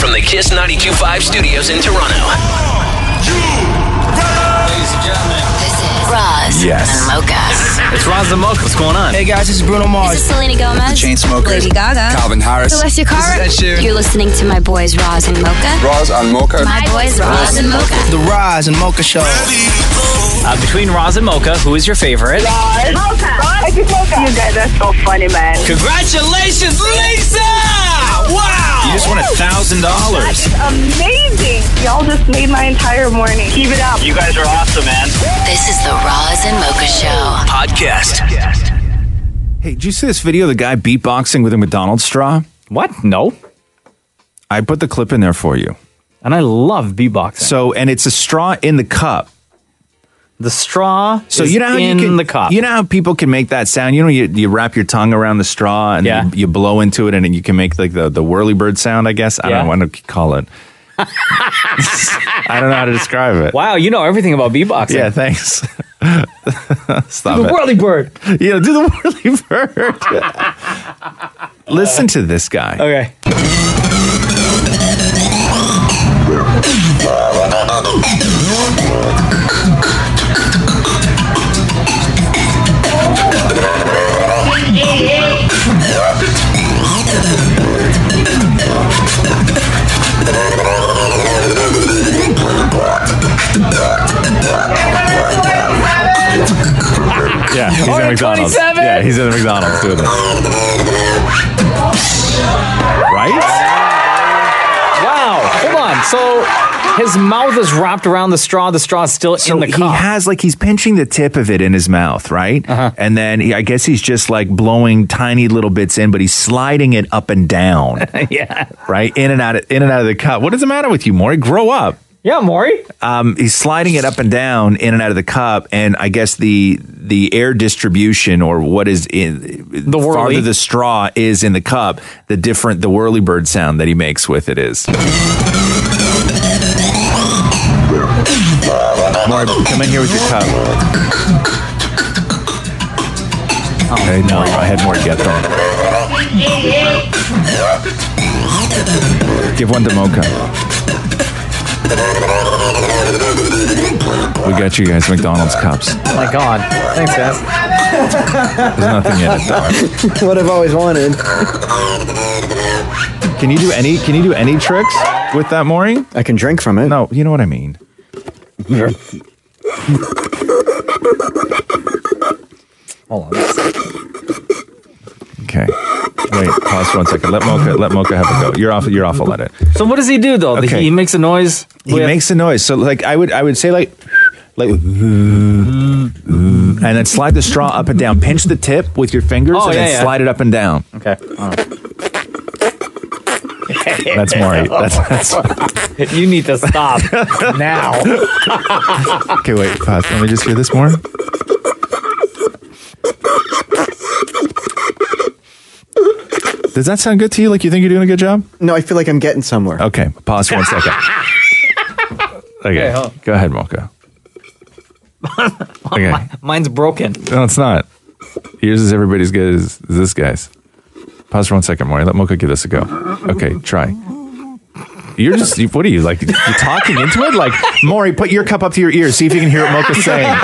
from the Kiss 925 studios in Toronto. Ladies and gentlemen. This is Roz Yes. and Mocha. It's Roz the Mocha. What's going on? Hey guys, this is Bruno This Mars. is Selena Gomez. Chainsmokers. Lady Gaga. Calvin Harris. Celestia Cara. This is Ed Sheeran. You're listening to my boys Roz and Mocha. Roz and Mocha. My boys Roz and Mocha. The Rise and Mocha Show. Uh, between Roz and Mocha, who is your favorite? Mocha. You guys are so funny, man. Congratulations, Lisa! Wow! You just won a thousand dollars. Amazing. Y'all just made my entire morning. Keep it up. You guys are awesome, man. This is the Roz and Mocha Show. Podcast. Hey, did you see this video? of The guy beatboxing with a McDonald's straw. What? No. I put the clip in there for you. And I love beatboxing. So, and it's a straw in the cup. the straw. So is you know how in you can, the cup. You know how people can make that sound. You know, you, you wrap your tongue around the straw and Yeah. you, you blow into it, and you can make like the the whirly bird sound. I guess I Yeah. don't know what to call it. I don't know how to describe it. Wow, you know everything about beatboxing. Yeah, thanks. Stop The it. whirly bird. Yeah, do the whirly bird. Listen to this guy. Okay. Yeah, he's Order at McDonald's. 27. Yeah, he's at the McDonald's doing it. Right? Wow. Hold on. So his mouth is wrapped around the straw. The straw is still in the he cup. Uh-huh. has like he's pinching the tip of it in his mouth, right? And then he, I guess he's just like blowing tiny little bits in, but he's sliding it up and down, yeah. right? In and out, of, in and out of the cup. What is the matter with you, Maury? Grow up. Yeah, Maury. um, he's sliding it up and down in and out of the cup, and I guess the the air distribution or what is in the whirly. farther the straw is in the cup, the different the whirly bird sound that he makes with it is. Mark, come in here with your cup. Okay, no, I had more to get them. Give one to Mocha. We got you guys McDonald's cups. Oh my God. Thanks, guys. There's nothing in it though. what I've always wanted. Can you do any can you do any tricks with that Maury? I can drink from it. No, you know what I mean. Hold on. Okay. Wait, pause for one second. Let Mocha let Mocha have a go. You're off you're awful at it. So what does he do though? Okay. He makes a noise. He with- makes a noise. So like I would I would say like like and then slide the straw up and down. Pinch the tip with your fingers Oh, and then yeah, yeah. slide it up and down. Okay. That's Maury. That's, that's You need to stop now. Okay, wait, pause. Let me just hear this more. Does that sound good to you? Like you think you're doing a good job? No, I feel like I'm getting somewhere. Okay, pause for one second. Okay, hold on. go ahead, Mocha. Okay, Mine's broken. no, it's not. Yours is everybody's good as, as this guy's. Pause for one second, Maury. Let Mocha give this a go. Okay, try. You're just, you- what are you, like, you talking into it? Like, Maury, put your cup up to your ear. See if you can hear what Mocha's saying.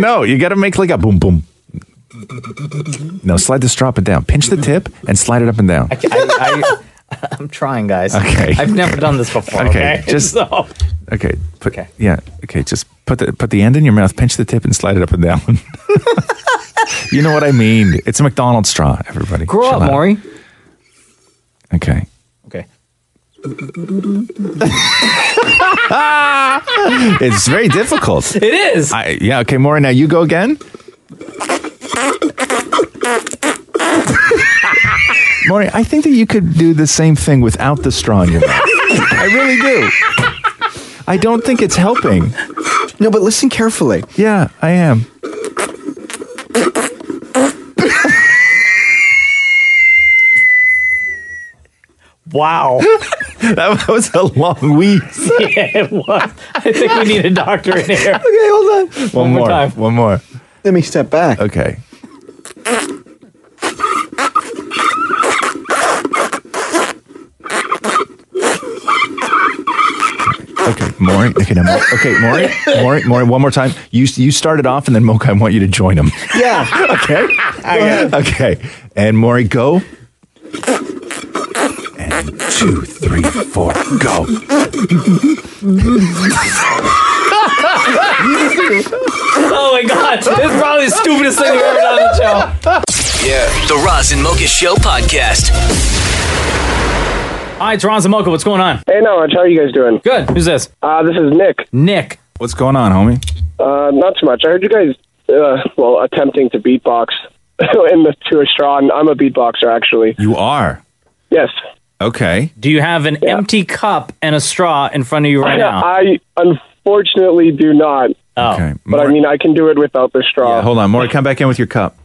No, you got to make like a boom boom. No, slide the straw up and down. Pinch the tip and slide it up and down. I, I, I'm trying, guys. Okay. I've never done this before. Okay, Okay. just- so, Okay. Put, Okay. Yeah. Okay. Just put the put the end in your mouth. Pinch the tip and slide it up and down. you know what I mean? It's a McDonald's straw. Everybody, grow Chill up, out. Maury. Okay. Okay. It's very difficult. It is. I, yeah. Okay, Maury. Now you go again. Maury, I think that you could do the same thing without the straw in your mouth. I really do. I don't think it's helping. No, but listen carefully. Yeah, I am. wow. That was a long wheeze. it was. I think we need a doctor in here. Okay, hold on. One, more more. time. One more. Let me step back. Okay. Maury. Okay, now, Mau- okay, Maury, Maury, Maury. One more time. You you started off, and then Mocha. I want you to join him. Yeah. Okay. okay. And Maury, go. And two, three, four, go. Oh my god, this is probably the stupidest thing we've ever done on the show. The Roz and Mocha Show podcast. All right, it's Ron Zamoka. What's going on? Hey, Knowledge, how are you guys doing? Good. Who's this? Uh, this is Nick. Nick. What's going on, homie? Uh, not too much. I heard you guys, uh, well, attempting to beatbox in the to a straw, and I'm a beatboxer, actually. You are Yes. okay. Do you have an empty cup and a straw in front of you right now? I unfortunately do not, oh. Okay. but I Maury- mean, I can do it without the straw. Yeah, hold on, Maury. Come back in with your cup.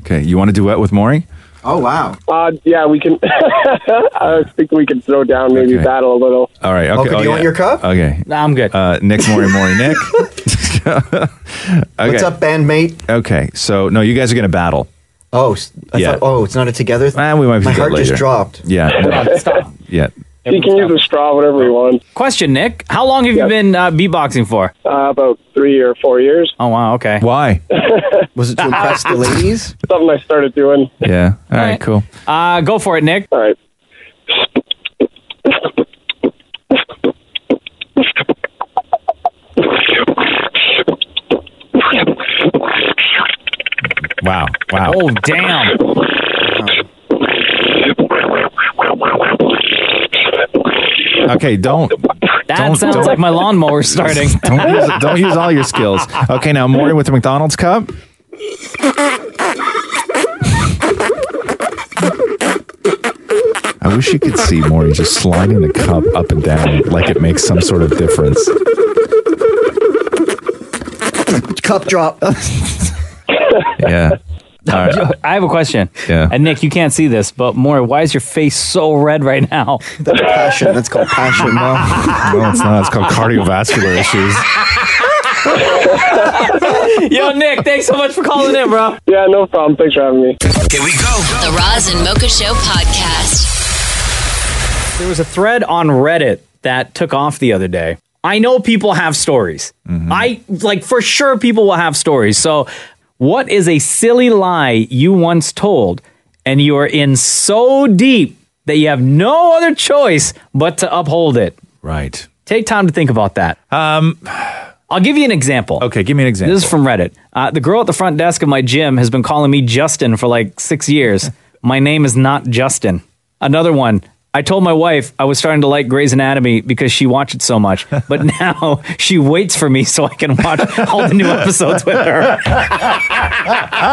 Okay. You want to duet with Maury? Oh wow. Uh, yeah, we can. I think we can throw down, maybe Okay. battle a little. All right. Okay. Oh, Okay, do you want your cup? Okay. Nah, I'm good. Uh, Nick, Maury, Maury, Nick. okay. What's up, bandmate? Okay. So no, you guys are gonna battle. Oh, s- I Yeah. thought, oh, it's not a together. Th- Ah, we might have to My do it heart later. just dropped. Yeah. no, Stop. yeah. You can use the straw, whatever you want. Question, Nick. How long have you Yeah. been uh, beatboxing for? Uh, about three or four years. Oh, wow. Okay. Why? Was it to impress the ladies? Something I started doing. Yeah. All right. right. Cool. Uh, go for it, Nick. All right. Wow. Wow. Oh, damn. Okay. Don't That Don't- sounds don't- like my lawnmower starting. don't use, don't use all your skills. Okay. Now Maury with the McDonald's cup. I wish you could see Maury just sliding the cup up and down like it makes some sort of difference. Cup drop. Yeah. All right. I have a question. Yeah. And Nick, you can't see this, but Maury, why is your face so red right now? That's passion. That's called passion. No. No, it's not. It's called cardiovascular issues. Yo, Nick, thanks so much for calling in, bro. Yeah, no problem. Thanks for having me. Here we go. The Roz and Mocha Show podcast. There was a thread on Reddit that took off the other day. I know people have stories. Mm-hmm. I like for sure people will have stories. So, what is a silly lie you once told and you are in so deep that you have no other choice but to uphold it? Right. Take time to think about that. Um, I'll give you an example. Okay. Give me an example. This is from Reddit. Uh, the girl at the front desk of my gym has been calling me Justin for like six years. My name is not Justin. Another one. I told my wife I was starting to like Grey's Anatomy because she watched it so much, but now she waits for me so I can watch all the new episodes with her.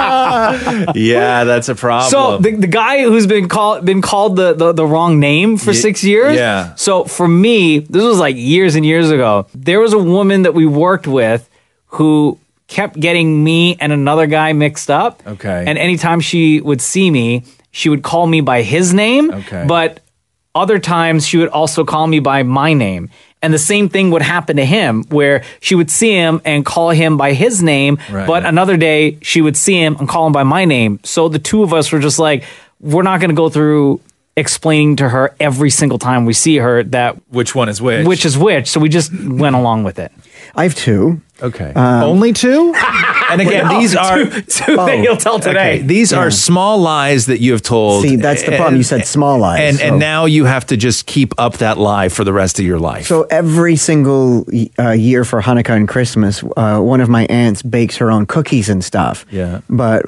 yeah, that's a problem. So the, the guy who's been called been called the, the, the wrong name for six years. yeah. So for me, this was like years and years ago. There was a woman that we worked with who kept getting me and another guy mixed up. Okay. And anytime she would see me, she would call me by his name. Okay. But other times she would also call me by my name. And the same thing would happen to him where she would see him and call him by his name, Right. but another day she would see him and call him by my name. So the two of us were just like, we're not going to go through explaining to her every single time we see her that which one is which? which is which. So we just went along with it. I have two. Um, okay. Only two? And again, these are Oh, Two that you'll tell today. okay, these are small lies that you have told. See, that's the problem. You said small lies. and so- and now you have to just keep up that lie for the rest of your life. So every single uh, year for Hanukkah and Christmas, uh, one of my aunts bakes her own cookies and stuff. Yeah. But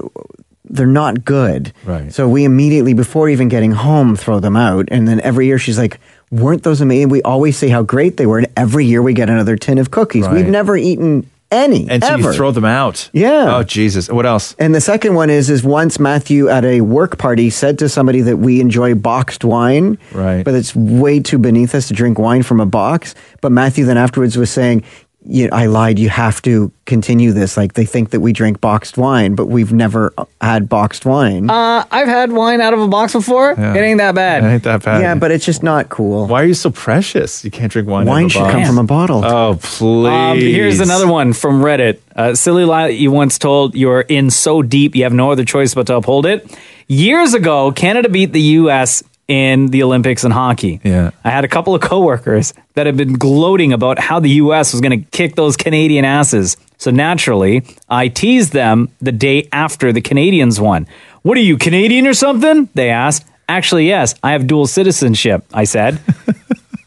they're not good. Right. So we immediately, before even getting home, throw them out. And then every year she's like, weren't those amazing? We always say how great they were. And every year we get another tin of cookies. Right. We've never eaten any. and so ever. you throw them out. Yeah. Oh Jesus. What else? And the second one is is once Matthew at a work party said to somebody that we enjoy boxed wine, Right. But it's way too beneath us to drink wine from a box. But Matthew then afterwards was saying, "You, I lied. You have to continue this. Like they think that we drink boxed wine, but we've never uh, had boxed wine. Uh, I've had wine out of a box before. It ain't that bad. I hate that bad. yeah, but it's just not cool. why are you so precious? You can't drink wine. out Wine of a should bottle. come from a bottle. Oh please. Um, here's another one from Reddit. Uh, silly lie that you once told. You're in so deep, you have no other choice but to uphold it. Years ago, Canada beat the U.S. in the Olympics and hockey. Yeah. I had a couple of coworkers that had been gloating about how the US was going to kick those Canadian asses. So naturally, I teased them the day after the Canadians won. What are you, Canadian or something? They asked. Actually, yes, I have dual citizenship, I said.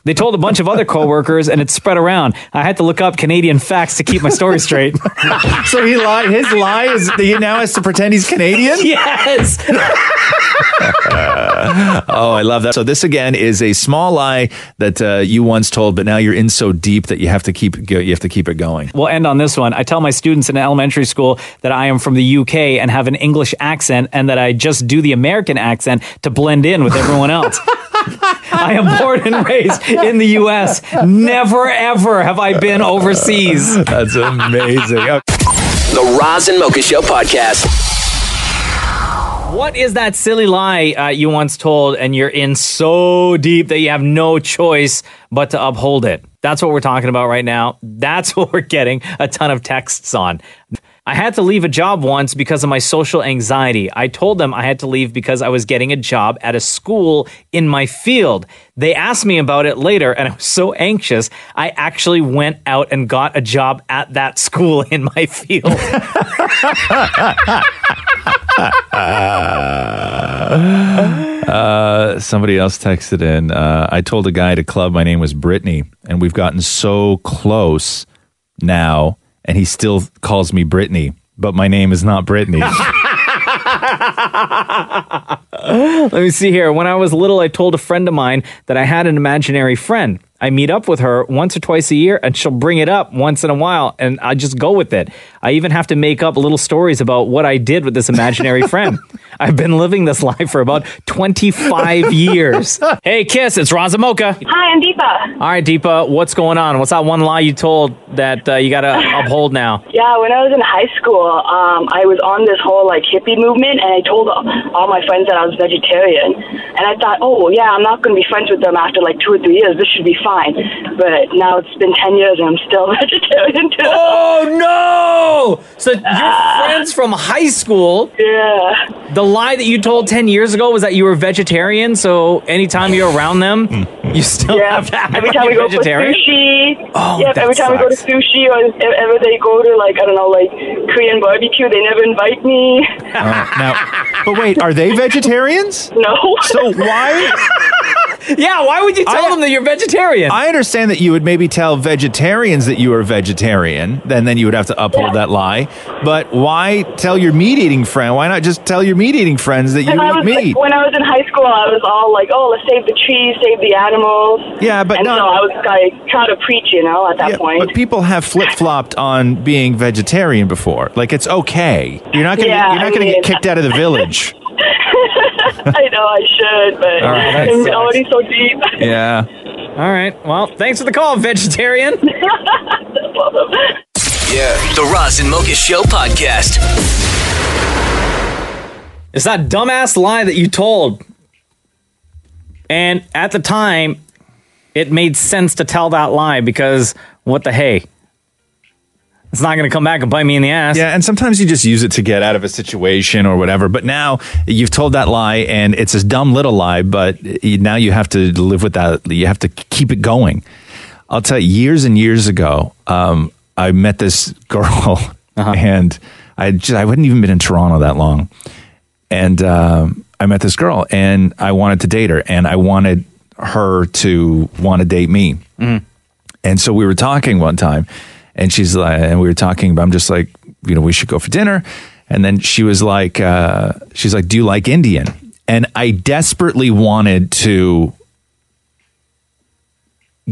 they told a bunch of other coworkers and it spread around. I had to look up Canadian facts to keep my story straight. so he lied. His lie is that he now has to pretend he's Canadian? Yes. oh, I love that. So this again is a small lie that uh, you once told, but now you're in so deep that you have to keep go- you have to keep it going. We'll end on this one. I tell my students in elementary school that I am from the UK and have an English accent and that I just do the American accent to blend in with everyone else. I am born and raised in the US. Never, ever have I been overseas. That's amazing. The Roz and Mocha Show podcast. What is that silly lie uh, you once told and you're in so deep that you have no choice but to uphold it? That's what we're talking about right now. That's what we're getting a ton of texts on. I had to leave a job once because of my social anxiety. I told them I had to leave because I was getting a job at a school in my field. They asked me about it later, and I was so anxious. I actually went out and got a job at that school in my field. Uh, somebody else texted in. Uh, I told a guy at a club my name was Brittany, and we've gotten so close now, and he still calls me Brittany, but my name is not Brittany. Let me see here. When I was little, I told a friend of mine that I had an imaginary friend. I meet up with her once or twice a year, and she'll bring it up once in a while, and I just go with it. I even have to make up little stories about what I did with this imaginary friend. I've been living this life for about 25 years. Hey, Kiss, it's Razamoka. Hi, I'm Deepa. All right, Deepa, what's going on? What's that one lie you told that uh, you got to uphold now? Yeah, when I was in high school, um, I was on this whole like hippie movement, and I told all all my friends that I was vegetarian. And I thought, oh yeah, I'm not going to be friends with them after like two or three years. This should be fine. But now it's been ten years, and I'm still vegetarian too. Oh, no! So your friends from high school Ah. Yeah. The lie that you told 10 years ago was that you were vegetarian, so anytime you're around them, you still Yeah. have to act Every like time we you're go vegetarian. for sushi. Oh, yep. that Every time we go to sucks. sushi or e-, ever they go to like I don't know like Korean barbecue, they never invite me. Uh, now, but wait, are they vegetarians? No. So why? Yeah, why would you tell I- them that you're vegetarian? I understand that you would maybe tell vegetarians that you are vegetarian, then then you would have to uphold that lie. But why tell your meat eating friend? Why not just tell your meat eating friends that you And I eat was meat? like, when I was in high school, I was all like, "Oh, let's save the trees, save the animals." Yeah, but and no- so I was like trying to preach, you know, at that Yeah, point. but people have flip flopped on being vegetarian before. Like it's okay. You're not gonna Yeah, you're I not gonna mean- get kicked out of the village. I know I should, but All right, that I'm sucks. already so deep. yeah. All right, well, thanks for the call, vegetarian. Yeah. The Roz and Mocha Show podcast. It's that dumbass lie that you told. And at the time, it made sense to tell that lie because what the hey? It's not going to come back and bite me in the ass. Yeah, and sometimes you just use it to get out of a situation or whatever. But now you've told that lie, and it's a dumb little lie. But you, now you have to live with that. You have to keep it going. I'll tell you, years and years ago, um, I met this girl, and I just, I hadn't even been in Toronto that long, and um, I met this girl, and I wanted to date her, and I wanted her to want to date me. And so we were talking one time, and she's like, and we were talking about, I'm just like, you know, we should go for dinner. And then she was like, uh, she's like, do you like Indian? And I desperately wanted to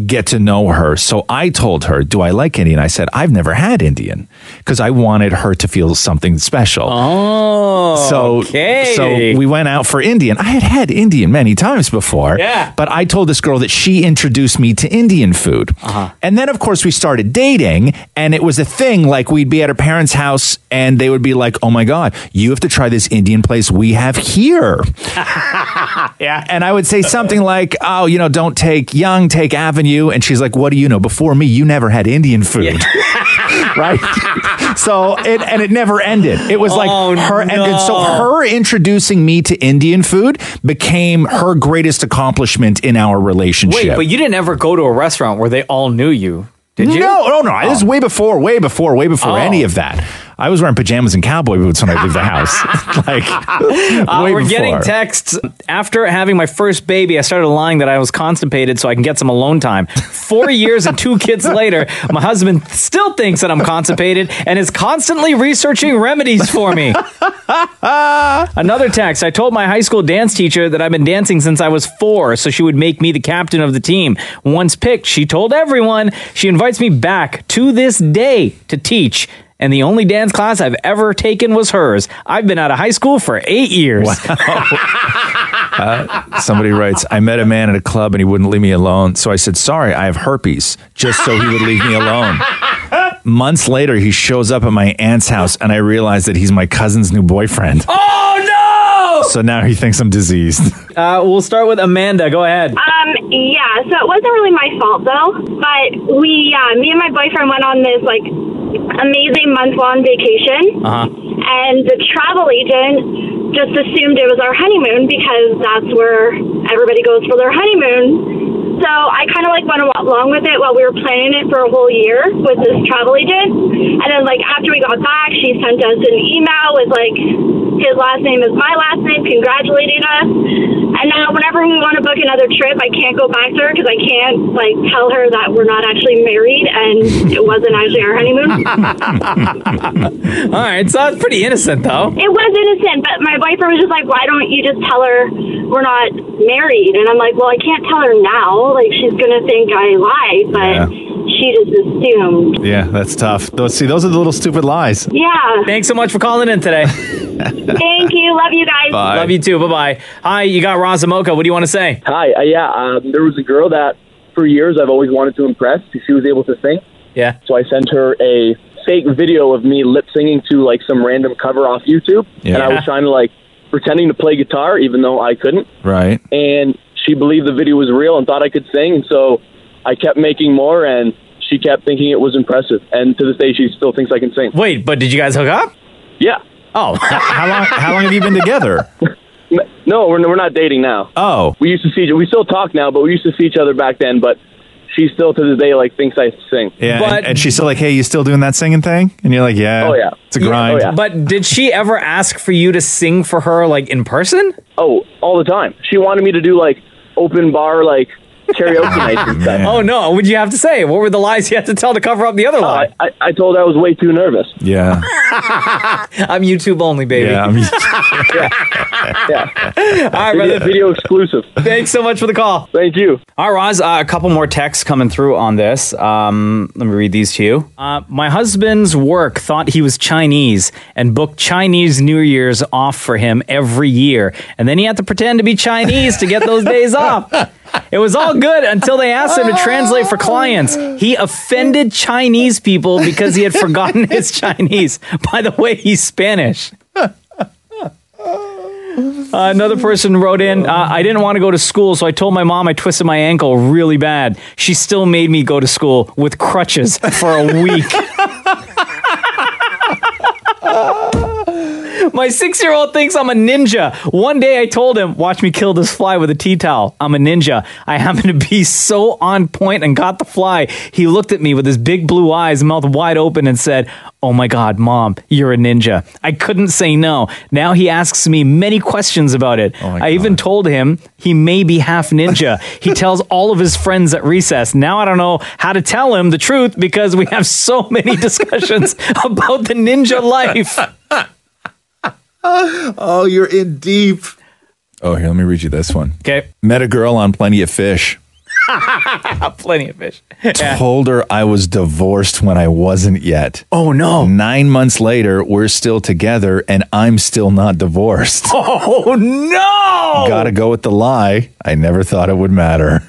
get to know her. So I told her, do I like Indian? I said, I've never had Indian because I wanted her to feel something special. Oh, So, okay. so we went out for Indian. I had had Indian many times before. Yeah. But I told this girl that she introduced me to Indian food. Uh-huh. And then, of course, we started dating, and it was a thing like we'd be at her parents' house, and they would be like, oh my God, you have to try this Indian place we have here. yeah. And I would say something like, oh, you know, don't take Young, take Avenue. And she's like, what do you know? Before me, you never had Indian food. right? so it and it never ended. It was like Oh, her and so no. her introducing me to Indian food became her greatest accomplishment in our relationship. Wait, but you didn't ever go to a restaurant where they all knew you, did you? No, no, no. This is way before, way before, way before Oh. any of that. I was wearing pajamas and cowboy boots when I leave the house. like, Uh, way we're before. getting texts. After having my first baby, I started lying that I was constipated so I can get some alone time. Four years and two kids later, my husband still thinks that I'm constipated and is constantly researching remedies for me. Another text. I told my high school dance teacher that I've been dancing since I was four, so she would make me the captain of the team. Once picked, she told everyone. She invites me back to this day to teach. And the only dance class I've ever taken was hers. I've been out of high school for eight years. Uh, Somebody writes, I met a man at a club and he wouldn't leave me alone. So I said, Sorry, I have herpes, just so he would leave me alone. Months later, he shows up at my aunt's house and I realize that he's my cousin's new boyfriend. Oh So now he thinks I'm diseased. no! Uh, we'll start with Amanda. Go ahead. Um, yeah, so it wasn't really my fault though, but we, yeah, me and my boyfriend went on this like amazing month long vacation, Uh-huh. and the travel agent just assumed it was our honeymoon because that's where everybody goes for their honeymoon. So I kind of like went along with it while we were planning it for a whole year with this travel agent, and then like after we got back, she sent us an email with like his last name is my last name, congratulating us. And now, whenever we want to book another trip, I can't go back to her because I can't like tell her that we're not actually married and it wasn't actually our honeymoon. All right, so that's pretty innocent though. it was innocent, but my boyfriend was just like, "Why don't you just tell her we're not married?" And I'm like, "Well, I can't tell her now. Like, she's gonna think I lied." But Yeah. she just assumed. yeah, that's tough. Those, see, those are the little stupid lies. Yeah. Thanks so much for calling in today. Thank you. Love you guys. Bye. Love you too. Bye bye. Hi, you got Razamoka. What do you want to say? Hi, uh, yeah, um, there was a girl that for years I've always wanted to impress. She was able to sing, Yeah. so I sent her a fake video of me lip singing to like some random cover off YouTube, and I Yeah. was trying to like pretending to play guitar even though I couldn't. Right. And she believed the video was real and thought I could sing, and so I kept making more, and she kept thinking it was impressive. And to this day, she still thinks I can sing. Wait, but did you guys hook up? Yeah, Oh, How long, how long have you been together? no, we're we're not dating now. Oh, we used to see we still talk now, but we used to see each other back then. But she still to this day like thinks I sing. yeah. But- and, and she's still like, Hey, you still doing that singing thing? And you're like, Yeah. Oh, yeah. It's a Yeah, oh, grind. yeah. but did she ever ask for you to sing for her like in person? Oh, all the time. She wanted me to do like open bar like karaoke nights and stuff. Oh no, what'd you have to say? What were the lies you had to tell to cover up the other I, lie? Uh, I, I told her I was way too nervous. Yeah. I'm YouTube only, baby. Yeah. I'm- All right, Video, brother. video exclusive. Thanks so much for the call. Thank you. All right, Roz, uh, a couple more texts coming through on this. Um, let me read these to you. Uh, my husband's work thought he was Chinese and booked Chinese New Year's off for him every year. And then he had to pretend to be Chinese to get those days off. It was all good until they asked him to translate for clients. He offended Chinese people because he had forgotten his Chinese. By the way, he's Spanish. Uh, another person wrote in, uh, I didn't want to go to school, so I told my mom I twisted my ankle really bad. She still made me go to school with crutches for a week. my six year old thinks I'm a ninja. One day I told him, Watch me kill this fly with a tea towel. I'm a ninja. I happen to be so on point and got the fly. He looked at me with his big blue eyes, mouth wide open, and said, Oh my God, mom, you're a ninja. I couldn't say no. Now he asks me many questions about it. my I even told him he may be half ninja. he tells all of his friends at recess. Now I don't know how to tell him the truth because we have so many discussions about the ninja life. Oh, you're in deep. Oh, here, let me read you this one. Okay. Met a girl on Plenty of Fish. plenty of fish. Told her I was divorced when I wasn't yet. Oh no. Nine months later, we're still together and I'm still not divorced. Oh no. Gotta go with the lie. I never thought it would matter.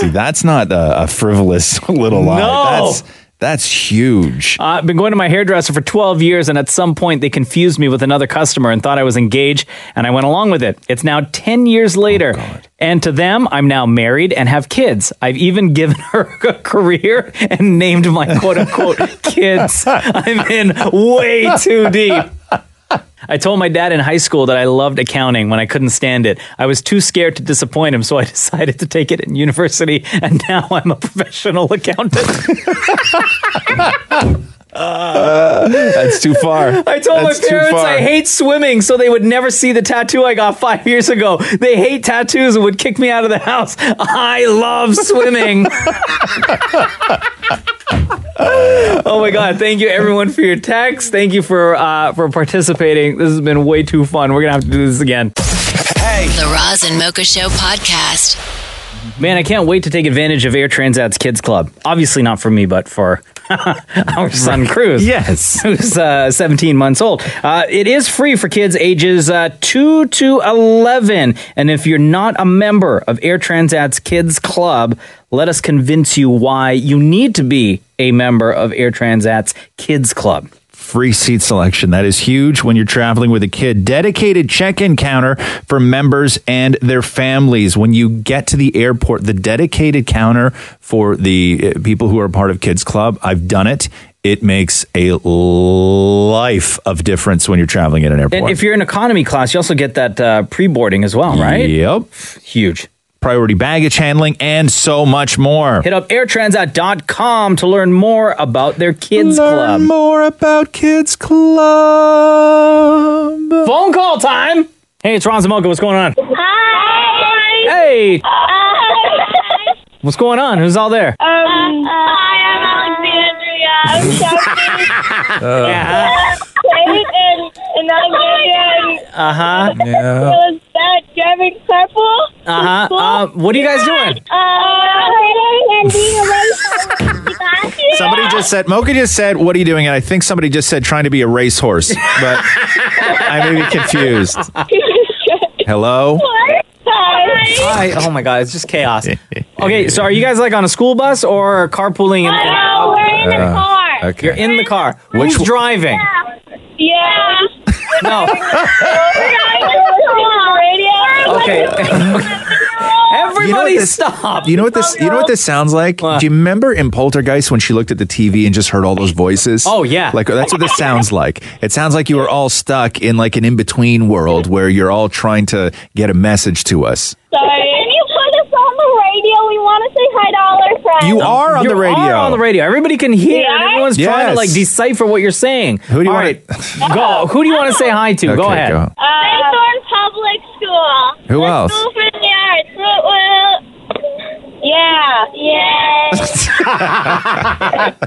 See, that's not uh, a, a frivolous little lie. No. That's That's huge. Uh, I've been going to my hairdresser for 12 years, and at some point they confused me with another customer and thought I was engaged, and I went along with it. It's now 10 years Oh, later, and to them, I'm now married and have kids. I've even given her a career and named my quote unquote kids. I'm in way too deep. I told my dad in high school that I loved accounting when I couldn't stand it. I was too scared to disappoint him, so I decided to take it in university, and now I'm a professional accountant. uh, that's too far. I told That's my too parents far. I hate swimming, so they would never see the tattoo I got five years ago. They hate tattoos and would kick me out of the house. I love swimming. oh my god! Thank you everyone for your text. Thank you for uh, for participating. This has been way too fun. We're gonna have to do this again. The Roz and Mocha Show podcast. Man, I can't wait to take advantage of Air Transat's Kids Club. Obviously, not for me, but for our son Cruz. Yes. Who's uh, 17 months old. Uh, it is free for kids ages uh, 2 to 11. And if you're not a member of Air Transat's Kids Club, let us convince you why you need to be a member of Air Transat's Kids Club. Free seat selection. That is huge when you're traveling with a kid. Dedicated check in counter for members and their families. When you get to the airport, the dedicated counter for the uh, people who are part of Kids Club, I've done it. It makes a life of difference when you're traveling in an airport. And if you're in economy class, you also get that uh, pre boarding as well, right? Yep. Huge. Priority baggage handling and so much more. Hit up airtransat.com to learn more about their kids club. more about Kids Club. Phone call time. Hey, it's Ron Zamoka. What's going on? Hi. Hey, Hi. what's going on? Who's all there? Um, hi, I'm Alexandria. I'm shouting. Uh. I'm in, in Alexandria. And Uh huh. it was that driving purple. Uh huh. Uh, what are you guys doing? Uh, and being away from the classroom. Somebody just said, Mocha just said, what are you doing? And I think somebody just said, trying to be a racehorse. But I may be confused. Hello? Hi. Hi. Oh my God, it's just chaos. Okay, so are you guys like on a school bus or carpooling? In No, we're in the car. You're in the car. Uh, Which Who's one- driving? Yeah. No. Okay. Everybody this- stop. You know what this you know what this sounds like? Do you remember in Poltergeist when she looked at the TV and just heard all those voices? Oh, yeah. Like that's what this sounds like. It sounds like you were all stuck in like an in-between world where you're all trying to get a message to us. Sorry. Can you put us on the radio? We want to say hi to all our friends. You are on You the radio. Are on the radio. Everybody can hear. Yeah? And everyone's trying Yes. to like decipher what you're saying. Who do you All want right, go. Who do you want to say hi to? go Okay, ahead. go. Uh, Faithorn Public School. Who The else? School for the Arts. Woo, woo. Yeah.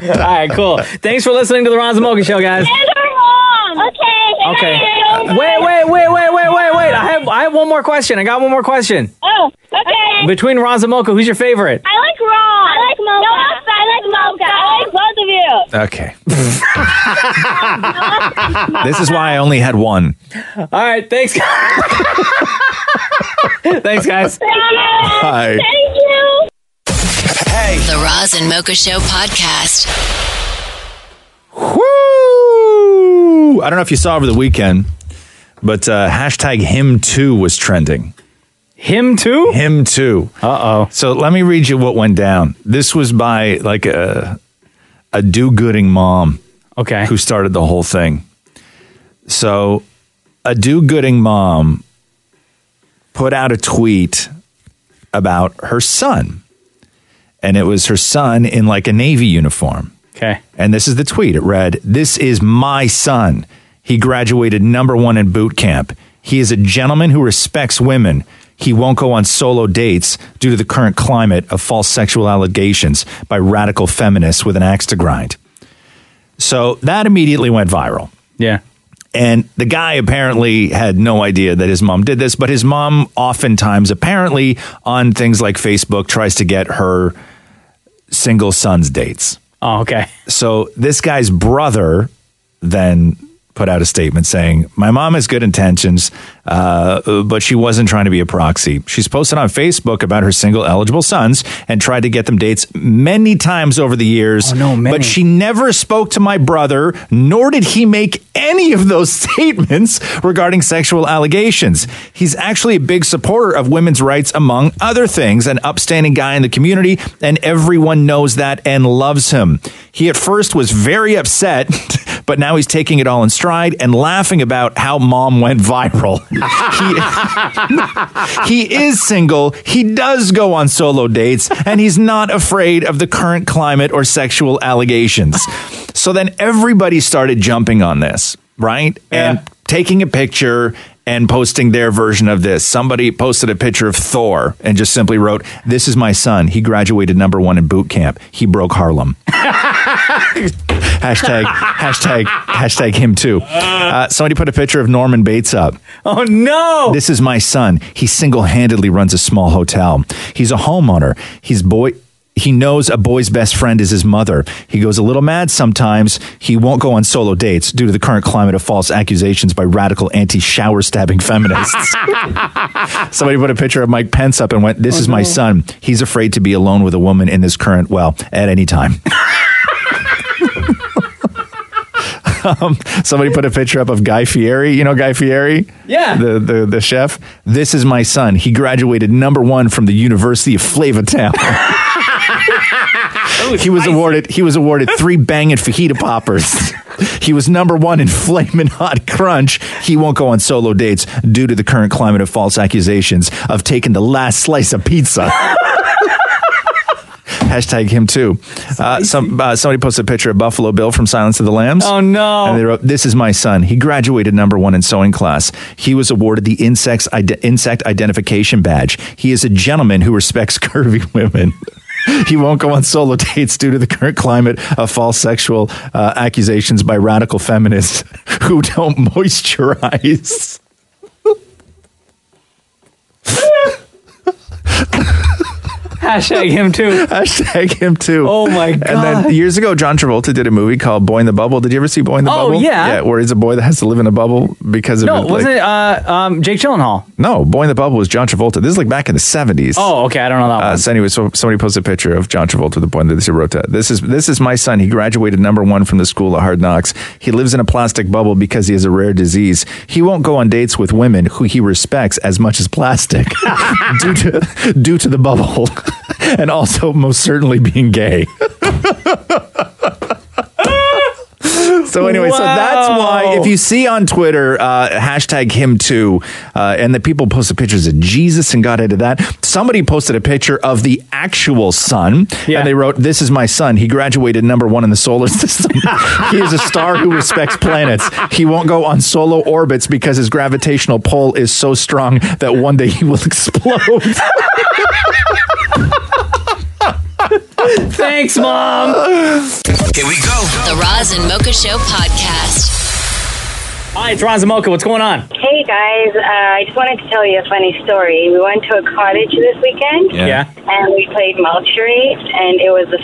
Yay. All right, cool. Thanks for listening to the Ron Zamoka Show, guys. and her mom. Okay. Okay. Hey. Wait, wait, wait, wait, wait, wait, wait. I have I have one more question. I got one more question. Oh, okay. Between Ron Zamoka, who's your favorite? I like Ron. I like Mocha. No, I like Mocha. I like both of you. Okay. this is why I only had one. All right, thanks. guys. thanks, guys. Hi. Thank you. The Roz and Mocha Show podcast. Woo! I don't know if you saw over the weekend, but uh, hashtag him too was trending. Him too? Him too. Uh oh. So let me read you what went down. This was by like a a do-gooding mom Okay. who started the whole thing. So, a do gooding mom put out a tweet about her son. And it was her son in like a Navy uniform. Okay. And this is the tweet. It read, This is my son. He graduated number one in boot camp. He is a gentleman who respects women. He won't go on solo dates due to the current climate of false sexual allegations by radical feminists with an axe to grind. So that immediately went viral. Yeah. And the guy apparently had no idea that his mom did this, but his mom oftentimes, apparently, on things like Facebook, tries to get her single son's dates Oh, okay. so this guy's brother then put out a statement saying, My mom has good intentions, uh, but she wasn't trying to be a proxy. She's posted on Facebook about her single eligible sons and tried to get them dates many times over the years. no, many. But she never spoke to my brother, nor did he make any of those statements regarding sexual allegations. He's actually a big supporter of women's rights, among other things, an upstanding guy in the community, and everyone knows that and loves him. He at first was very upset, but now he's taking it all in stride and laughing about how mom went viral. he is single, he does go on solo dates, and he's not afraid of the current climate or sexual allegations. So then everybody started jumping on this, right? And taking a picture and posting their version of this. Somebody posted a picture of Thor and just simply wrote, This is my son. He graduated number one in boot camp. He broke Harlem. hashtag, hashtag, hashtag him too. Uh, somebody put a picture of Norman Bates up. Oh no! This is my son. He single-handedly runs a small hotel. He's a homeowner. He's boy. He knows a boy's best friend is his mother. He goes a little mad sometimes. He won't go on solo dates due to the current climate of false accusations by radical anti-shower stabbing feminists. Somebody put a picture of Mike Pence up and went, Oh, "This is my son. He's afraid to be alone with a woman in this current well at any time." um, somebody put a picture up of Guy Fieri. You know Guy Fieri? Yeah. The, the, the chef. This is my son. He graduated number one from the University of Flavortown. he was awarded he was awarded three banging fajita poppers. he was number one in flaming hot crunch. He won't go on solo dates due to the current climate of false accusations of taking the last slice of pizza. Hashtag him too. Uh, some uh, somebody posted a picture of Buffalo Bill from Silence of the Lambs. Oh no! And they wrote, "This is my son. He graduated number one in sewing class. He was awarded the insects ide- insect identification badge. He is a gentleman who respects curvy women." He won't go on solo dates due to the current climate of false sexual uh, accusations by radical feminists who don't moisturize. Hashtag him too. Hashtag him too. Oh my god! And then years ago, John Travolta did a movie called Boy in the Bubble. Did you ever see Boy in the Oh, Bubble? yeah. where he's a boy that has to live in a bubble because of no, it, like- wasn't it uh, um, Jake Gyllenhaal? No, Boy in the Bubble was John Travolta. This is like back in the seventies. Oh, okay, I don't know that. Uh, so anyway, so somebody posted a picture of John Travolta. The point that he wrote that this is this is my son. He graduated number one from the school of hard knocks. He lives in a plastic bubble because he has a rare disease. He won't go on dates with women who he respects as much as plastic, due to due to the bubble, and also most certainly being gay. So anyway, so that's why Wow. if you see on Twitter uh, hashtag him too, uh, and the people posted pictures of Jesus and got into that. Somebody posted a picture of the actual son, and they wrote, "This is my son. He graduated number one in the solar system. he is a star who respects planets. He won't go on solo orbits because his gravitational pull is so strong that one day he will explode." one. Thanks, mom. Here we go. The Roz and Mocha Show podcast. Hi, it's Ron Zamoka. What's going on? Hey guys, uh, I just wanted to tell you a funny story. We went to a cottage this weekend. Yeah. And we played Malchery, and it was the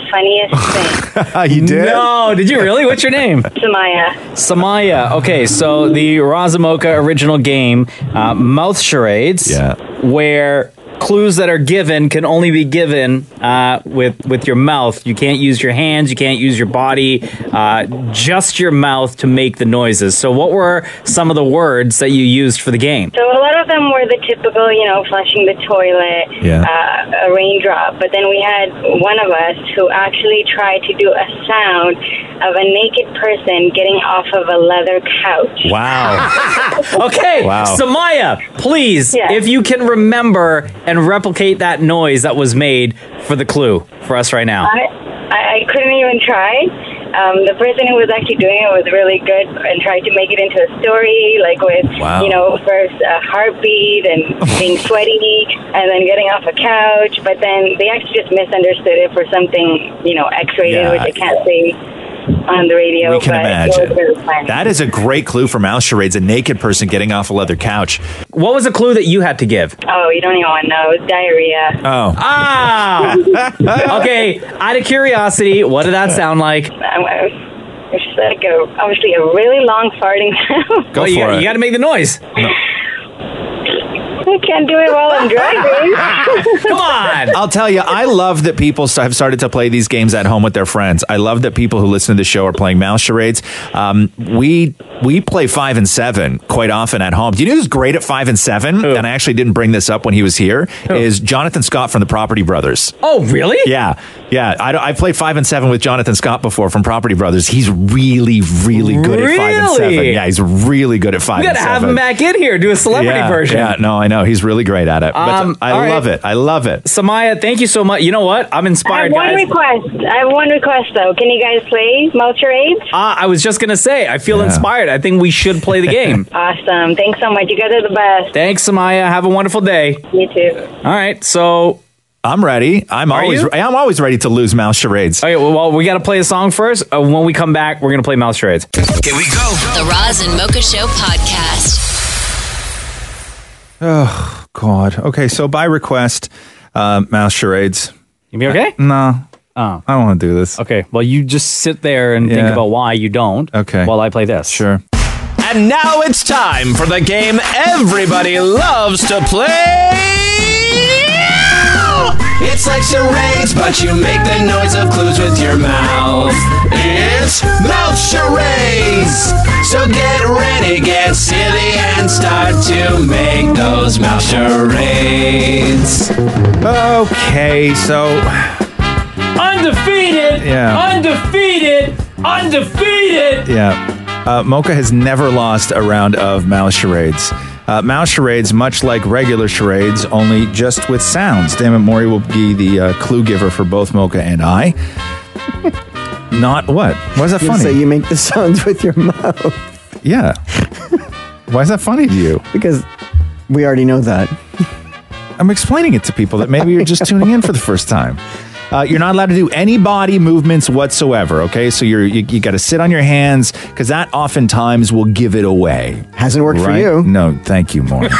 funniest thing. you did? No, did you really? What's your name? Samaya. Samaya. Okay, so the Razamoka original game, uh, Mouth Charades, yeah. where clues that are given can only be given uh, with with your mouth. You can't use your hands. You can't use your body. Uh, just your mouth to make the noises. So, what were some of the words that you used for the game? So a lot of them were the typical, you know, flushing the toilet, Yeah. uh, a raindrop. But then we had one of us who actually tried to do a sound of a naked person getting off of a leather couch. Wow. Okay, Wow. Samaya, please, if you can remember and replicate that noise that was made for the clue for us right now. I, I I couldn't even try. Um, the person who was actually doing it was really good and tried to make it into a story, like with Wow. you know first a heartbeat and being sweaty and then getting off a couch. But then they actually just misunderstood it for something you know X-rated, Yeah. which I can't say on the radio. We can but It imagine. was really fun. That is a great clue for mouse charades. A naked person getting off a leather couch. What was a clue that you had to give? Oh, you don't even want to know. It was diarrhea. Oh. Ah! okay, out of curiosity, what did that sound like? I'm, I'm It's like a obviously a really long farting sound. Go you got, You got to make the noise. I can't do it while I'm driving. Come on. I'll tell you, I love that people st- have started to play these games at home with their friends. I love that people who listen to the show are playing mouse charades. Um, we we play five and seven quite often at home. Do you know who's great at five and seven? And I actually didn't bring this up when he was here. Is Jonathan Scott from the Property Brothers? Oh, really? Yeah, yeah. I, have played five and seven with Jonathan Scott before from Property Brothers. He's really, really good at five and seven. Really? Yeah, he's really good at We five. got and to seven. have him back in here, do a celebrity yeah, version. Yeah, no, I know he's really great at it. But Um, all I right. love it. I love it. Samaya, thank you so much. You know what? I'm I have inspired, one guys. request. I have one request though. Can you guys play Mouse Charades? Ah, I was just gonna say, I feel inspired. I think we should play the game. Awesome. Thanks so much. You guys are the best. Thanks, Samaya. Have a wonderful day. You too. All right, so I'm ready. I'm always you? I'm always ready to lose mouse charades. Okay, well, well, we got to play a song first. Uh, when we come back, we're gonna play Mouse Charades. Here we go. The Roz and Mocha Show podcast. Oh God. Okay, so by request, uh, mouse charades. You be okay? No. Oh. I don't want to do this. Okay. Well, you just sit there and think Yeah. about why you don't. Okay. While I play this. Sure. And now it's time for the game everybody loves to play. It's like charades, but you make the noise of clues with your mouth. It's mouth charades. So get ready, get silly, and start to make those mouth charades. Okay, so Undefeated. Yeah. Undefeated. Undefeated. yeah, uh, Mocha has never lost a round of mouse charades. Uh, mouse charades, much like regular charades, only just with sounds. Damn it, Maury will be the uh, clue giver for both Mocha and I. Not what? Why is that funny? So you make the sounds with your mouth yeah. Why is that funny to you? because we already know that. I'm explaining it to people that maybe you're just tuning in for the first time. Uh, you're not allowed to do any body movements whatsoever. Okay, so you're you, you got to sit on your hands because that oftentimes will give it away. Hasn't worked for Right? you. No, thank you, Maureen.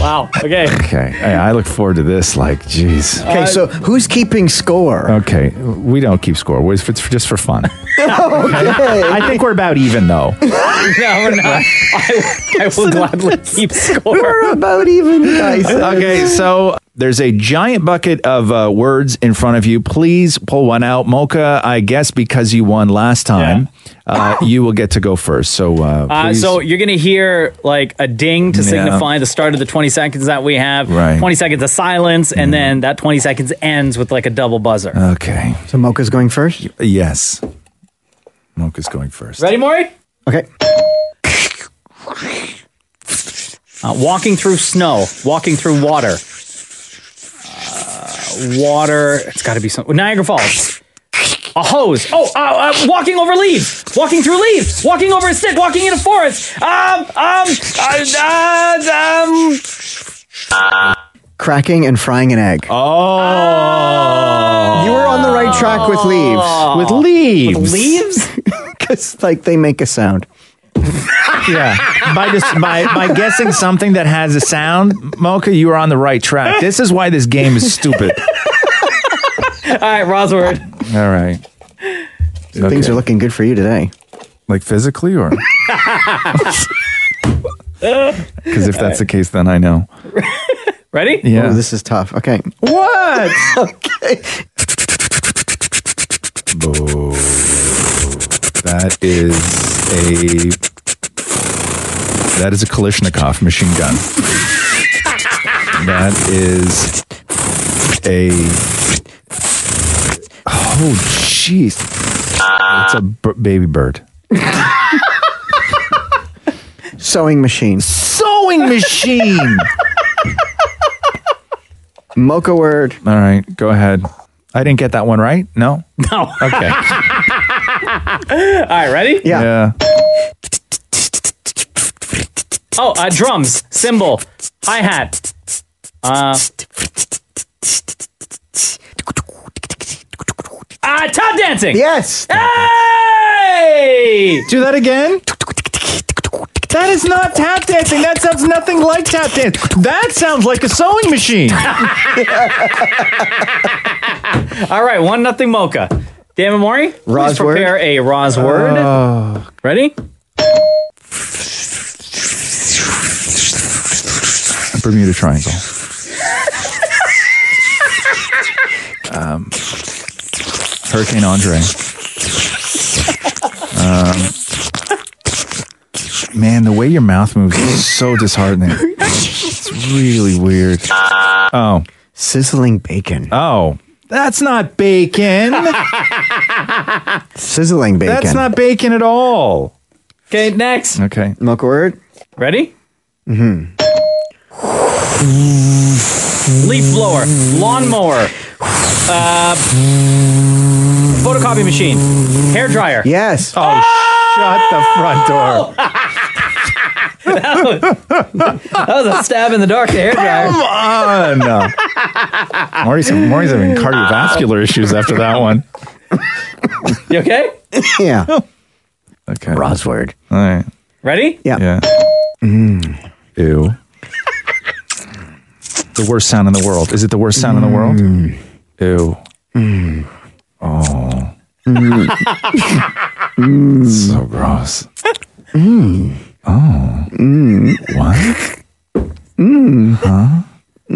Wow. Okay. okay, Hey, I look forward to this. Like, jeez. Okay, Uh, so who's keeping score? Okay, we don't keep score. It's for, it's for- just for fun. okay. I think we're about even though. no, we're not. I, I will gladly keep score. We're about even, guys. okay, so there's a giant bucket of uh, words in front of you. Please pull one out. Mocha, I guess because you won last time, uh, you will get to go first. So, uh, Uh, please- so you're gonna hear like a ding to Yeah. signify the start of the 20 seconds that we have. Right. 20 seconds of silence, and then that 20 seconds ends with like a double buzzer. okay. So Mocha's going first. Yes. Mocha's going first. Ready, Maury? Okay. Uh, walking through snow, walking through water, uh, water. It's got to be some Niagara Falls. A hose. Oh, uh, uh, walking over leaves, walking through leaves, walking over a stick, walking in a forest. Um, um, uh, uh, um. Cracking and frying an egg. Oh. You were on the right track with leaves with leaves. Leaves? because, like, they make a sound. Yeah. by, just, by, by guessing something that has a sound, Mocha, you are on the right track. This is why this game is stupid. All right, Rosword. All right. Things Okay. are looking good for you today. Like physically or? Because if that's the case, then I know. Ready? Oh, this is tough. Okay. what? Okay. Oh, that is a that is a Kalishnikov machine gun. that is a oh jeez, it's a b- baby bird. Sewing machines. Sewing machine. Mocha word. All right, go ahead. I didn't get that one right. No. No. All Okay. right, ready? Yeah. Yeah. Oh, uh, drums, cymbal, hi hat. Uh, uh, tap dancing. Yes. Hey! Do that again. That is not tap dancing. That sounds nothing like tap dance. That sounds like a sewing machine. All right, one nothing mocha. David Mori, please Roz word? prepare a Roz word. Oh. Ready? Bermuda Triangle. um, Hurricane Andre. Um, man, the way your mouth moves is so disheartening. It's really weird. Oh. Sizzling bacon. Oh. That's not bacon. Sizzling bacon. That's not bacon at all. Okay, next. Okay. Milk word. Ready? Mm-hmm. Leaf blower, lawnmower, uh, photocopy machine, hair dryer. Yes. Oh, Ah! shut the front Oh, door. that, was, that was a stab in the dark to hair dryer. Come Ah! on. Marty's, Marty's having cardiovascular issues after that one. You okay? yeah. Okay. Rosword. All right. Ready? Yeah. Yeah. Ew. the worst sound in the world. Is it the worst sound in the world? Ew. Hmm. Oh. Mm. So gross. Mm. Oh. Hmm. What? Mm. Huh?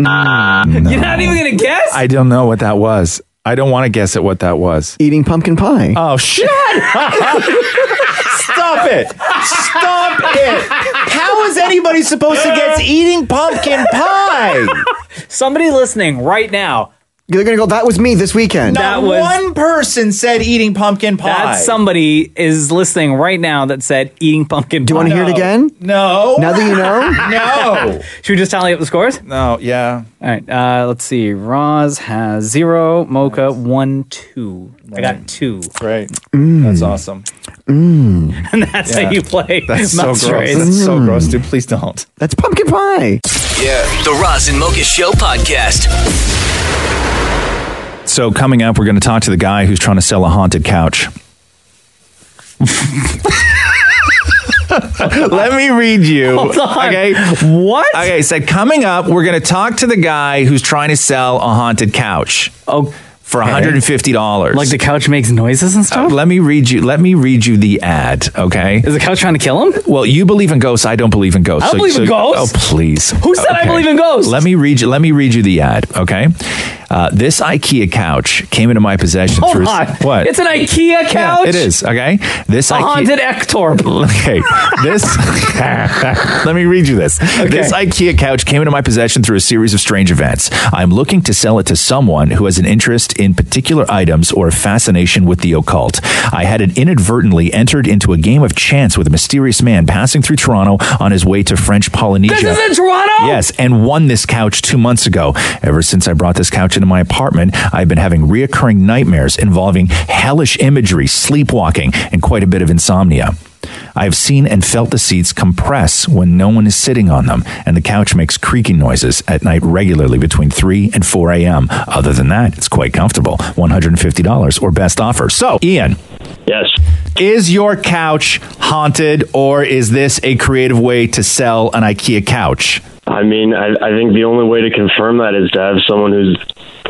Ah. You're not even gonna guess? I don't know what that was. I don't want to guess at what that was. Eating pumpkin pie. Oh shit! Stop it! Stop it! How is anybody supposed to guess eating pumpkin pie? Somebody listening right now. You're gonna go. That was me this weekend. That was one person said eating pumpkin pie. that somebody is listening right now that said eating pumpkin. Do you wanna hear it again? No. Now that you know? no. Should we just tally up the scores? No. Yeah. All right. Uh, let's see. Roz has zero. Mocha one two. I got two. Mm. Right. That's awesome. Mm. and that's Yeah. how you play. That's so mouse gross. trades. That's so gross, dude. Please don't. That's pumpkin pie. Yeah. The Roz and Mocha Show podcast. So coming up, we're going to talk to the guy who's trying to sell a haunted couch. Let me read you. Hold on. Okay. What? Okay. So coming up, we're going to talk to the guy who's trying to sell a haunted couch. Oh. For $150. Like the couch makes noises and stuff? Uh, let me read you. Let me read you the ad. Okay. Is the couch trying to kill him? Well, you believe in ghosts. I don't believe in ghosts. I don't believe in ghosts. Oh, please. Who said I believe in ghosts? Let me read you. Let me read you the ad. Okay. Uh, this IKEA couch came into my possession Hold through on. what? It's an IKEA Yeah, couch. it is. Okay. This A IKEA haunted Ectorp. Okay. This. let me read you this. This IKEA couch came into my possession through a series of strange events. I'm looking to sell it to someone who has an interest in particular items or a fascination with the occult. I had it inadvertently entered into a game of chance with a mysterious man passing through Toronto on his way to French Polynesia. This is in Toronto? Yes, and won this couch two months ago. Ever since I brought this couch into my apartment, I've been having reoccurring nightmares involving hellish imagery, sleepwalking, and quite a bit of insomnia. I've seen and felt the seats compress when no one is sitting on them, and the couch makes creaking noises at night regularly between 3 and 4 a.m. Other than that, it's quite comfortable $150 or best offer. So, Ian. Yes. Is your couch haunted, or is this a creative way to sell an IKEA couch? I mean, I, I think the only way to confirm that is to have someone who's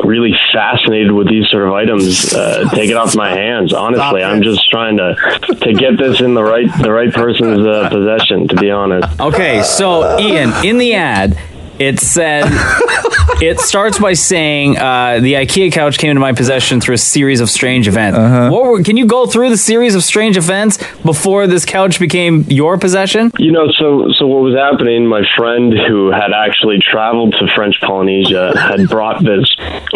really fascinated with these sort of items uh, take it off my hands. Honestly, I'm just trying to to get this in the right the right person's uh, possession. To be honest, Okay, so Ian, in the ad, it said it starts by saying uh, the IKEA couch came into my possession through a series of strange events. What were, can you go through the series of strange events before this couch became your possession? You know, so so what was happening? My friend who had actually traveled to French Polynesia had brought this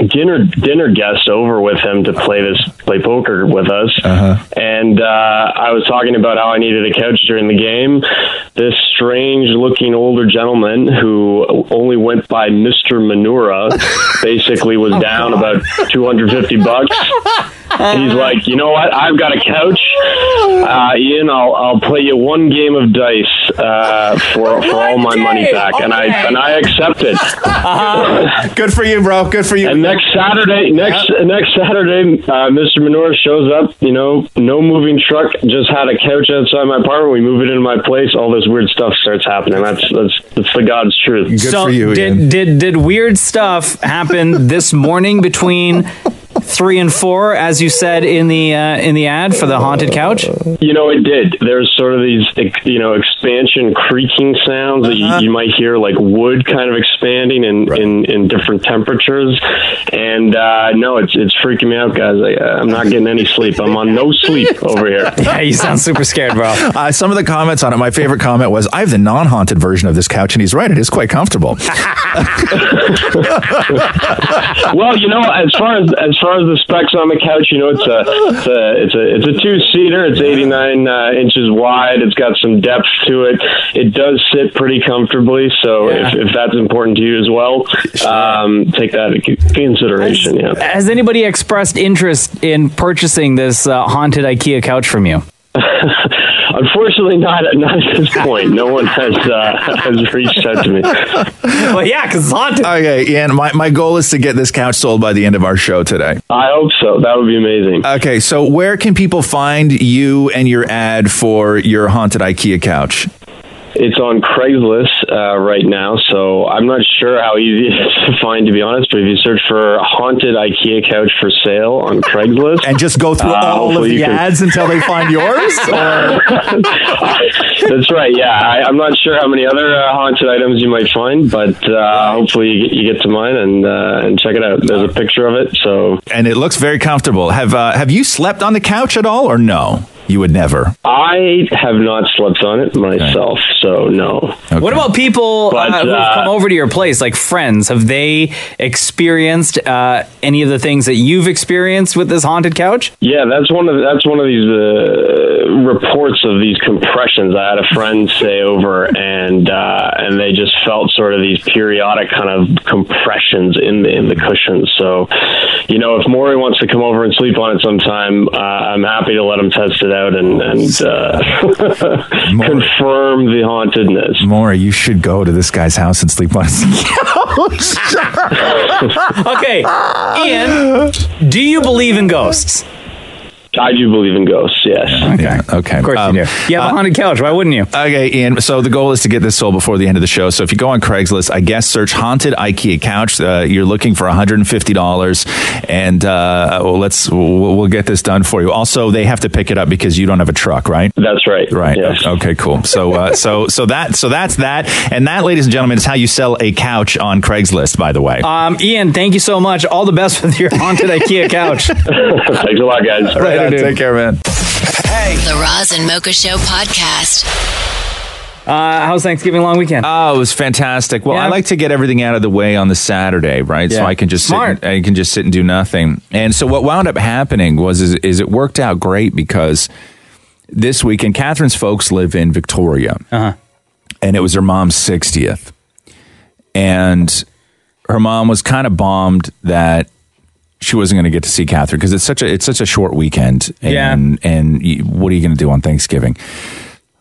dinner dinner guest over with him to play this play poker with us, and uh, I was talking about how I needed a couch during the game. This strange looking older gentleman who only went by Mister Manura basically was down about two hundred fifty bucks. He's like, you know what? I've got a couch. Uh, Ian, I'll I'll play you one game of dice uh, for for all my money back, and I and I accept it. Good for you, bro. Good for you. And next Saturday, next next Saturday, uh, Mr. Manure shows up. You know, no moving truck. Just had a couch outside my apartment. We move it into my place. All this weird stuff starts happening. That's that's that's the God's truth. so did did did weird stuff happen this morning between three and four, as you said in the uh, in the ad for the haunted couch? You know, it did. There's sort of these, ex- you know, expansion creaking sounds that you, you might hear, like wood kind of expanding in in, in different temperatures. And uh, no, it's it's freaking me out, guys. I, I'm not getting any sleep. I'm on no sleep over here. Yeah, you sound super scared, bro. Uh, some of the comments on it, my favorite comment was, I have the non haunted version of this couch, and he's right. It is quite comfortable. well, you know, as far as as far as the specs on the couch, you know, it's a it's a it's a, it's a two seater. It's 89 uh, inches wide. It's got some depth to it. It does sit pretty comfortably. So if, if that's important to you as well, um, take that into consideration. Yeah. Has anybody expressed interest in purchasing this uh, haunted IKEA couch from you? Unfortunately, not not at this point. No one has uh, has reached out to me. well, yeah, because it's haunted. Okay, Ian, my, my goal is to get this couch sold by the end of our show today. I hope so. That would be amazing. Okay, so where can people find you and your ad for your haunted IKEA couch? It's on Craigslist uh, right now, so I'm not sure how easy it is to find, to be honest. But if you search for haunted IKEA couch for sale on Craigslist, and just go through Uh, all of the ads until they find yours? Or... That's right. Yeah, I, I'm not sure how many other uh, haunted items you might find, but uh, hopefully you, you get to mine and uh, and check it out. There's a picture of it, so And it looks very comfortable. Have uh, Have you slept on the couch at all, or no? You would never. I have not slept on it myself, so no. What about people uh, who've come over to your place, like friends? Have they experienced uh, any of the things that you've experienced with this haunted couch? Yeah, that's one of that's one of these uh, reports of these compressions. I had a friend say over, and uh, and they just felt sort of these periodic kind of compressions in the in the cushions. So, you know, if Maury wants to come over and sleep on it sometime, uh, I'm happy to let him test it out and and uh, confirm the hauntedness. Maury, you should go to this guy's house and sleep on his okay, Ian, do you believe in ghosts? I do believe in ghosts. Yes. Okay. Okay. Of course Um, you do. You have a haunted couch. Why wouldn't you? Okay, Ian. So the goal is to get this sold before the end of the show. So if you go on Craigslist, I guess search haunted IKEA couch. Uh, you're looking for $150, and uh, well, let's we'll, we'll get this done for you. Also, they have to pick it up because you don't have a truck, right? That's right. Right. Okay. Cool. So uh, so so that so that's that, and that, ladies and gentlemen, is how you sell a couch on Craigslist. By the way. Um, Ian, thank you so much. All the best with your haunted IKEA couch. Thanks a lot, guys. Right on. Take care, man. Hey. The Roz and Mocha Show podcast. Uh, how's Thanksgiving long weekend? Oh, it was fantastic. Well, I like to get everything out of the way on the Saturday, right? So Yeah. I can just sit and, I can just sit and do nothing. And so what wound up happening was is, is it worked out great because this weekend Catherine's folks live in Victoria, Uh-huh. and it was her mom's sixtieth, and her mom was kind of bummed that she wasn't going to get to see Catherine because it's such a it's such a short weekend. And, yeah. And y- what are you going to do on Thanksgiving?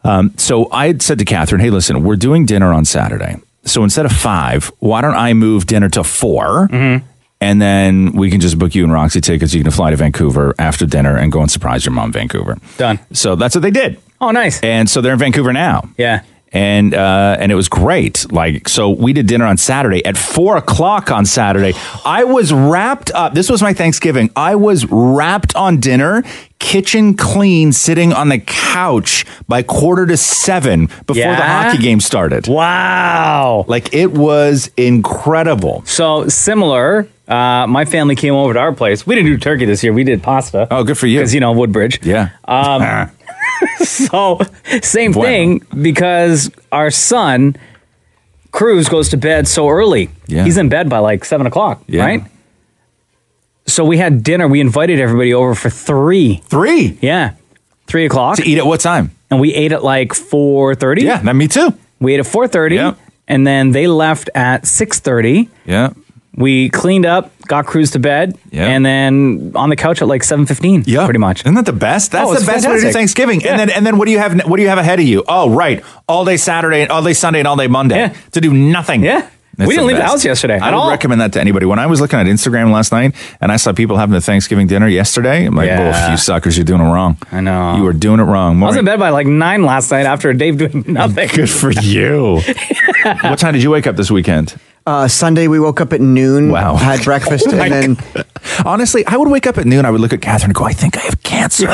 Um, so I had said to Catherine, "Hey, listen, we're doing dinner on Saturday. So instead of five, why don't I move dinner to 4 and then we can just book you and Roxy tickets. You can fly to Vancouver after dinner and go and surprise your mom in Vancouver." Done. So that's what they did. Oh, nice. And so they're in Vancouver now Yeah. and uh, and it was great. Like so, we did dinner on Saturday at four o'clock on Saturday. I was wrapped up. This was my Thanksgiving. I was wrapped on dinner, kitchen clean, sitting on the couch by quarter to seven before the Yeah? hockey game started. Wow. Like it was incredible. So similar. Uh, my family came over to our place. We didn't do turkey this year. We did pasta. Oh, good for you. Because you know Woodbridge. Yeah. Uh, Um, so same Bueno. thing because our son Cruz goes to bed so early. Yeah. He's in bed by like seven o'clock, Yeah. right? So we had dinner. We invited everybody over for three. Three Yeah, three o'clock, to eat at what time? and we ate at like four thirty. Yeah, that me too. we ate at four thirty, Yeah. and then they left at six thirty. Yeah. We cleaned up, got Cruz to bed, Yeah. and then on the couch at like seven fifteen. Yeah, pretty much. Isn't that the best? That's Oh, the it's best way to do fantastic. Thanksgiving. Yeah. And then and then what do you have? What do you have ahead of you? Oh, right, all day Saturday, and all day Sunday, and all day Monday Yeah. to do nothing. Yeah. That's We didn't leave the best. house yesterday I at don't all. recommend that to anybody. When I was looking at Instagram last night and I saw people having the Thanksgiving dinner yesterday, I'm like, Yeah. "Oof, you suckers, you're doing it wrong." I know. You are doing it wrong. I was Maury, in bed by like nine last night after a day of doing nothing. Good for you. what time did you wake up this weekend? Uh, Sunday we woke up at noon. Wow. Had Oh breakfast and then honestly, I would wake up at noon. I would look at Catherine and go, "I think I have cancer."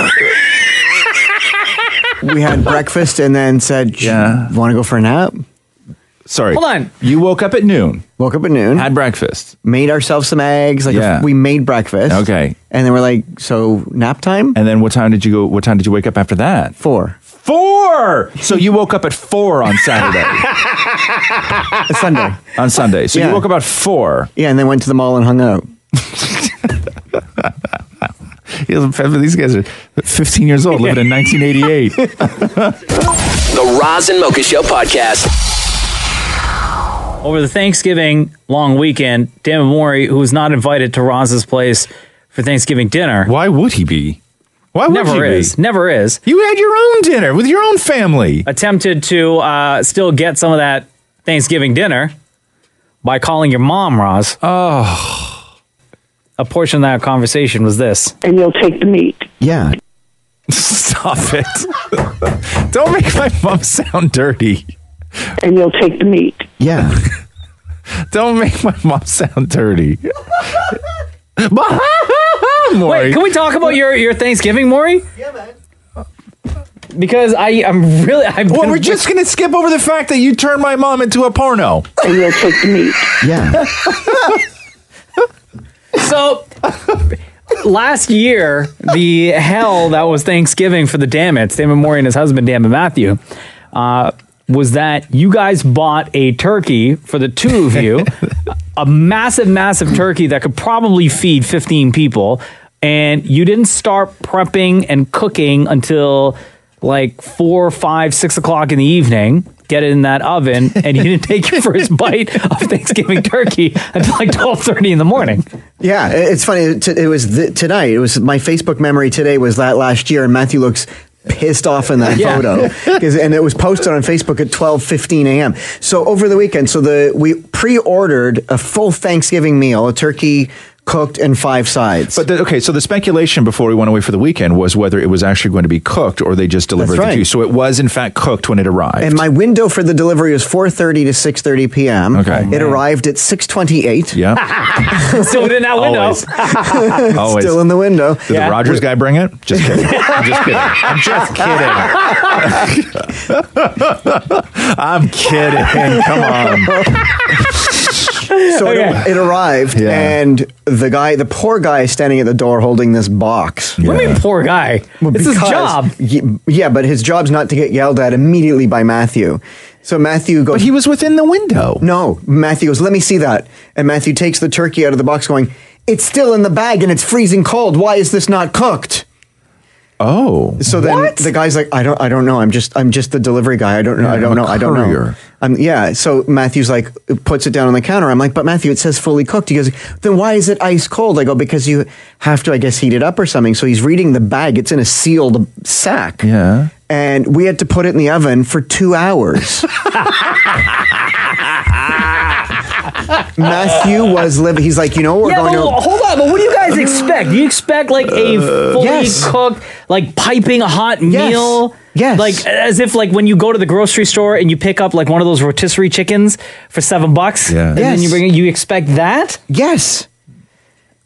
we had breakfast and then said, "Yeah, want to go for a nap?" Sorry. Hold on. You woke up at noon. Woke up at noon. Had breakfast. Made ourselves some eggs. Like Yeah. we made breakfast. Okay. And then we're like, so nap time? And then what time did you go? What time did you wake up after that? Four. Four. So you woke up at four on Saturday. Sunday. On Sunday. So Yeah. you woke up at four. Yeah, and then went to the mall and hung out. These guys are 15 years old, living in 1988. The Roz and Mocha Show podcast. Over the Thanksgiving long weekend, Dan Mori, who was not invited to Roz's place for Thanksgiving dinner. Why would he be? Why would never he be? is. Never is. You had your own dinner with your own family. Attempted to uh, still get some of that Thanksgiving dinner by calling your mom, Roz. Oh. A portion of that conversation was this. And you'll take the meat. Yeah. Stop it. Don't make my mom sound dirty. And you'll take the meat. Yeah. Don't make my mom sound dirty. Wait, can we talk about your, your Thanksgiving, Maury? Yeah, man. Because I, I'm really. I'm Well, we're just going to skip over the fact that you turned my mom into a porno. And you'll take the meat. Yeah. So last year, the hell that was Thanksgiving for the Dammits, Damon Mori and his husband, Damon Matthew, uh, was that you guys bought a turkey for the two of you, a massive, massive turkey that could probably feed 15 people. And you didn't start prepping and cooking until like four, five, six o'clock in the evening. Get it in that oven, and you didn't take your first bite of Thanksgiving turkey until like twelve thirty in the morning. Yeah, i- it's funny. It, it was th- tonight. It was my Facebook memory today was that last year, and Matthew looks pissed off in that Yeah. photo 'Cause- and it was posted on Facebook at 12:15 a.m. So over the weekend, so the we pre-ordered a full Thanksgiving meal, a turkey cooked and five sides. But the, okay, so the speculation before we went away for the weekend was whether it was actually going to be cooked or they just delivered That's it right. to you. So it was in fact cooked when it arrived. and my window for the delivery was 4:30 to 6:30 p.m. Okay. It arrived at 6:28. Yeah. Still in that window. Always. Still in the window. Did the Rogers guy bring it? Just kidding. Oh, I'm just kidding. I'm just kidding. I'm kidding. Come on. so it, it arrived, and the guy, the poor guy, is standing at the door holding this box. What do you mean, poor guy? it's his job. yeah, but his job's not to get yelled at immediately by Matthew. So Matthew goes. But he was within the window. No, Matthew goes. Let me see that. And Matthew takes the turkey out of the box, going, "It's still in the bag, and it's freezing cold. Why is this not cooked?" Oh. So then the guy's like, I don't, I don't know. I'm just, I'm just the delivery guy. I don't know. I Yeah, don't I'm a know. I don't know. courier. Um, yeah. So Matthew's like, puts it down on the counter. I'm like, but Matthew, it says fully cooked. He goes, then why is it ice cold? I go, because you have to, I guess, heat it up or something. So he's reading the bag. It's in a sealed sack. Yeah. And we had to put it in the oven for two hours. Matthew was living. He's like, you know, what we're yeah, going but to. hold on. But what do you guys expect? Do you expect like a fully Uh, yes. cooked, like piping a hot meal? Yes. Like as if like when you go to the grocery store and you pick up like one of those rotisserie chickens for seven bucks. Yeah. And Yes. then you bring it. You expect that? Yes.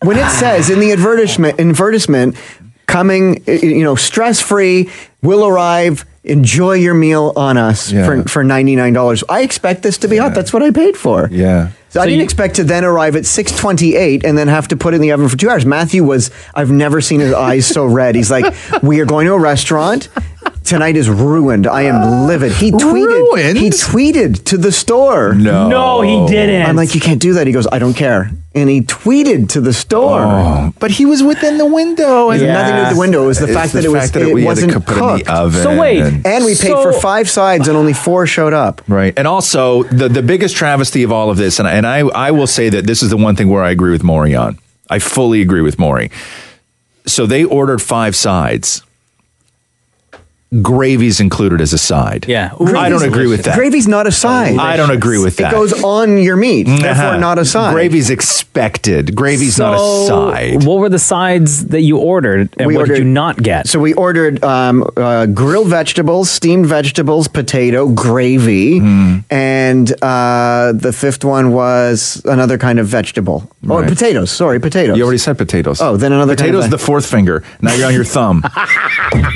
When it says in the advertisement, advertisement coming, i- i- you know, stress free, will arrive, enjoy your meal on us for, for $99. I expect this to be hot. That's what I paid for. Yeah. So, I didn't expect to then arrive at 6:28 and then have to put it in the oven for 2 hours. Matthew was I've never seen his eyes so red. He's like, "We are going to a restaurant. Tonight is ruined. I am livid." He tweeted he tweeted to the store. No. No, he didn't. I'm like, "You can't do that." He goes, "I don't care." And he tweeted to the store. But he was within the window. It had Oh. Yeah. nothing to do with the window. It was the It's fact the that it was fact that it we had to wasn't cook it in the cooked. oven So wait, and- and we paid so- for five sides and only four showed up. Right. And also the, the biggest travesty of all of this, and, and I, I will say that this is the one thing where I agree with Maury on. I fully agree with Maury. So they ordered five sides. gravy's included as a side. Yeah. I don't agree with that. Gravy's not a side. I don't agree with that. It goes on your meat, therefore Uh-huh. not a side. Gravy's expected. Gravy's not a So- side. What were the sides that you ordered and what did you not get? So we ordered um, uh, grilled vegetables, steamed vegetables, potato, gravy, Hmm. and uh, the fifth one was another kind of vegetable. Oh, Right. potatoes. Sorry, potatoes. You already said potatoes. Oh, then another kind of potatoes. veg- the fourth finger. Now you're on your thumb.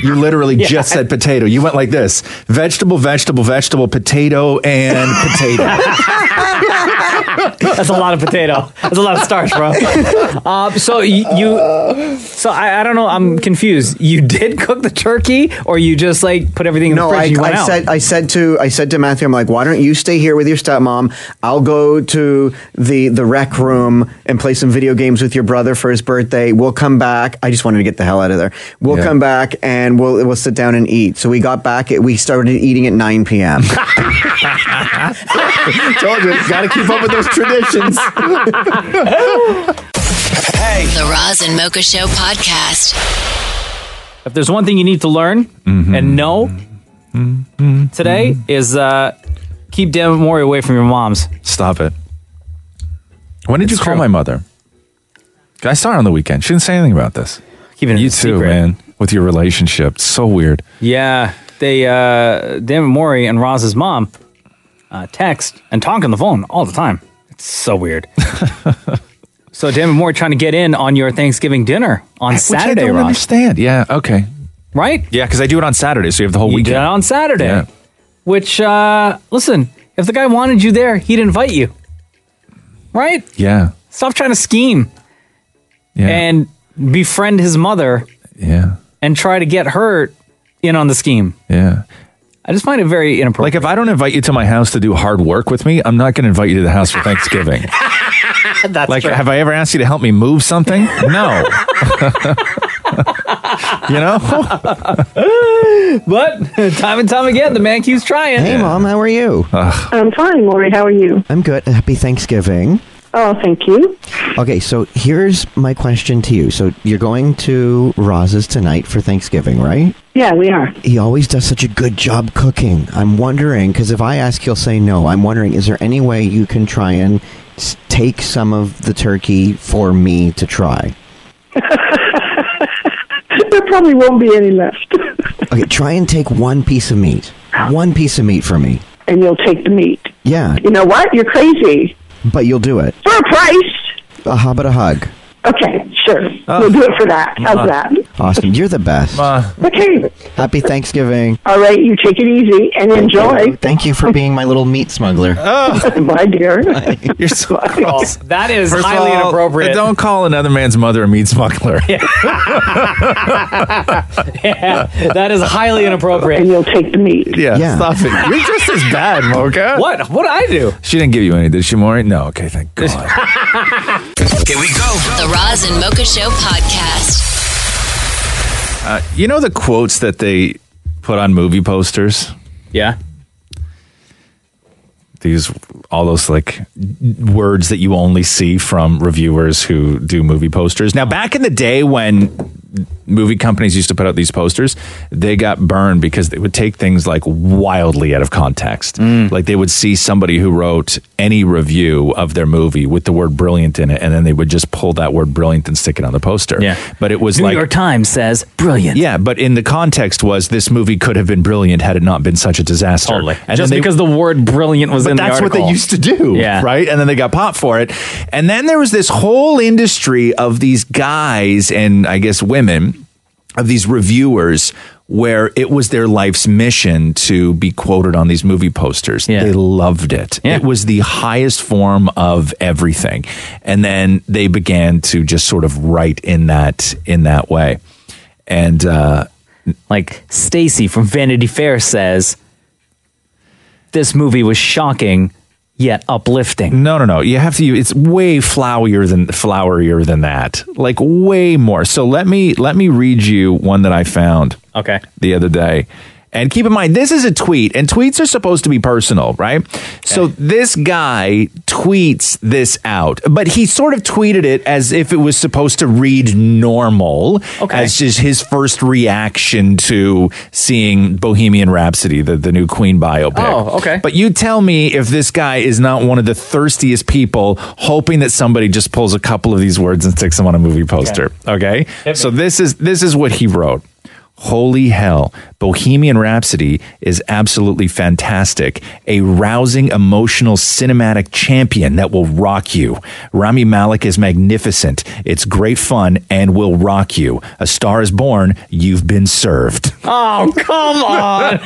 you literally just said potato. You went like this: vegetable, vegetable, vegetable, potato, and potato. That's a lot of potato. That's a lot of starch, bro. Uh, so you, you so I, I don't know. I'm confused. You did cook the turkey, or you just like put everything in no, the fridge? I, and you went I out? said I said to I said to Matthew, I'm like, why don't you stay here with your stepmom? I'll go to the the rec room and play some video games with your brother for his birthday. We'll come back. I just wanted to get the hell out of there. We'll Yeah. come back and we'll we'll sit down and eat. So we got back. It, we started eating at 9 p.m. Told you, got to keep up with those traditions. Hey. The Roz and Mocha Show podcast. if there's one thing you need to learn Mm-hmm. and know today is uh, keep Dan Mori away from your moms. Stop it. When did you call my mother? I saw her on the weekend. She didn't say anything about this. Keeping it you too, man. With your relationship, it's so weird. Yeah, they uh, Dan Mori and Roz's mom uh, text and talk on the phone all the time. It's so weird. so Dan Mori trying to get in on your Thanksgiving dinner on Which I Saturday, don't Roz. understand. Yeah. Okay. Right? Yeah, because I do it on Saturday, so you have the whole You weekend did it on Saturday. Yeah. Which, uh, listen, if the guy wanted you there, he'd invite you. Right? Yeah. Stop trying to scheme and befriend his mother Yeah. and try to get her in on the scheme. Yeah. I just find it very inappropriate. Like if I don't invite you to my house to do hard work with me, I'm not going to invite you to the house for Thanksgiving. That's like, have I ever asked you to help me move something? No. you know. but time and time again, the man keeps trying. Hey, mom, how are you? I'm fine, Lori. How are you? I'm good. Happy Thanksgiving. Oh, thank you. Okay, so here's my question to you. So you're going to Roz's tonight for Thanksgiving, right? Yeah, we are. He always does such a good job cooking. I'm wondering because if I ask, he'll say no. I'm wondering, is there any way you can try and s- take some of the turkey for me to try? There probably won't be any left, Okay, try and take one piece of meat. One piece of meat for me. and you'll take the meat. Yeah, You know what? You're crazy but you'll do it. for a price. A how about a hug? Okay, sure. we'll do it for that. How's Uh-huh. Uh. that? Austin, you're the best. Okay. Happy Thanksgiving. Oh, All right. You take it easy and enjoy. Thank you for being my little meat smuggler. Bye, dear. You're so gross. Oh, That is First of highly all, inappropriate. Don't call another man's mother a meat smuggler. that is highly inappropriate. And you'll take the meat. Yeah, Yeah. stop it. You're just as bad, Mocha. What? What I do? She didn't give you any, did she, Maury? No. Okay, thank God. Here we go. The Roz and Mocha Show podcast. uh, you know the quotes that they put on movie posters? Yeah. These, all those like words that you only see from reviewers who do movie posters. Now, back in the day when movie companies used to put out these posters, they got burned because they would take things like wildly out of context. Mm. Like they would see somebody who wrote any review of their movie with the word brilliant in it, and then they would just pull that word brilliant and stick it on the poster. Yeah. But it was New like York Times says brilliant. Yeah, but in the context was this movie could have been brilliant had it not been such a disaster. Totally. And then Just they- because the word brilliant was but in the that's article. what they used to do, Yeah. right? And then they got popped for it. And then there was this whole industry of these guys and I guess women of these reviewers where it was their life's mission to be quoted on these movie posters. Yeah. They loved it. Yeah. It was the highest form of everything. And then they began to just sort of write in that in that way. And uh Like Stacy from Vanity Fair says, this movie was shocking yet uplifting. No, no, no. You have to. You, it's way flowier than flowerier than that. Like way more. So let me let me read you one that I found Okay. the other day, And keep in mind, this is a tweet, and tweets are supposed to be personal, right? So this guy tweets this out, but he sort of tweeted it as if it was supposed to read normal, as just his first reaction to seeing Bohemian Rhapsody, the, the new Queen biopic. Oh, okay. But you tell me if this guy is not one of the thirstiest people hoping that somebody just pulls a couple of these words and sticks them on a movie poster. Okay? So this is this is what he wrote. Holy hell, Bohemian Rhapsody is absolutely fantastic. A rousing, emotional, cinematic champion that will rock you. Rami Malik is magnificent. It's great fun and will rock you. A star is born. You've been served. Oh, come on.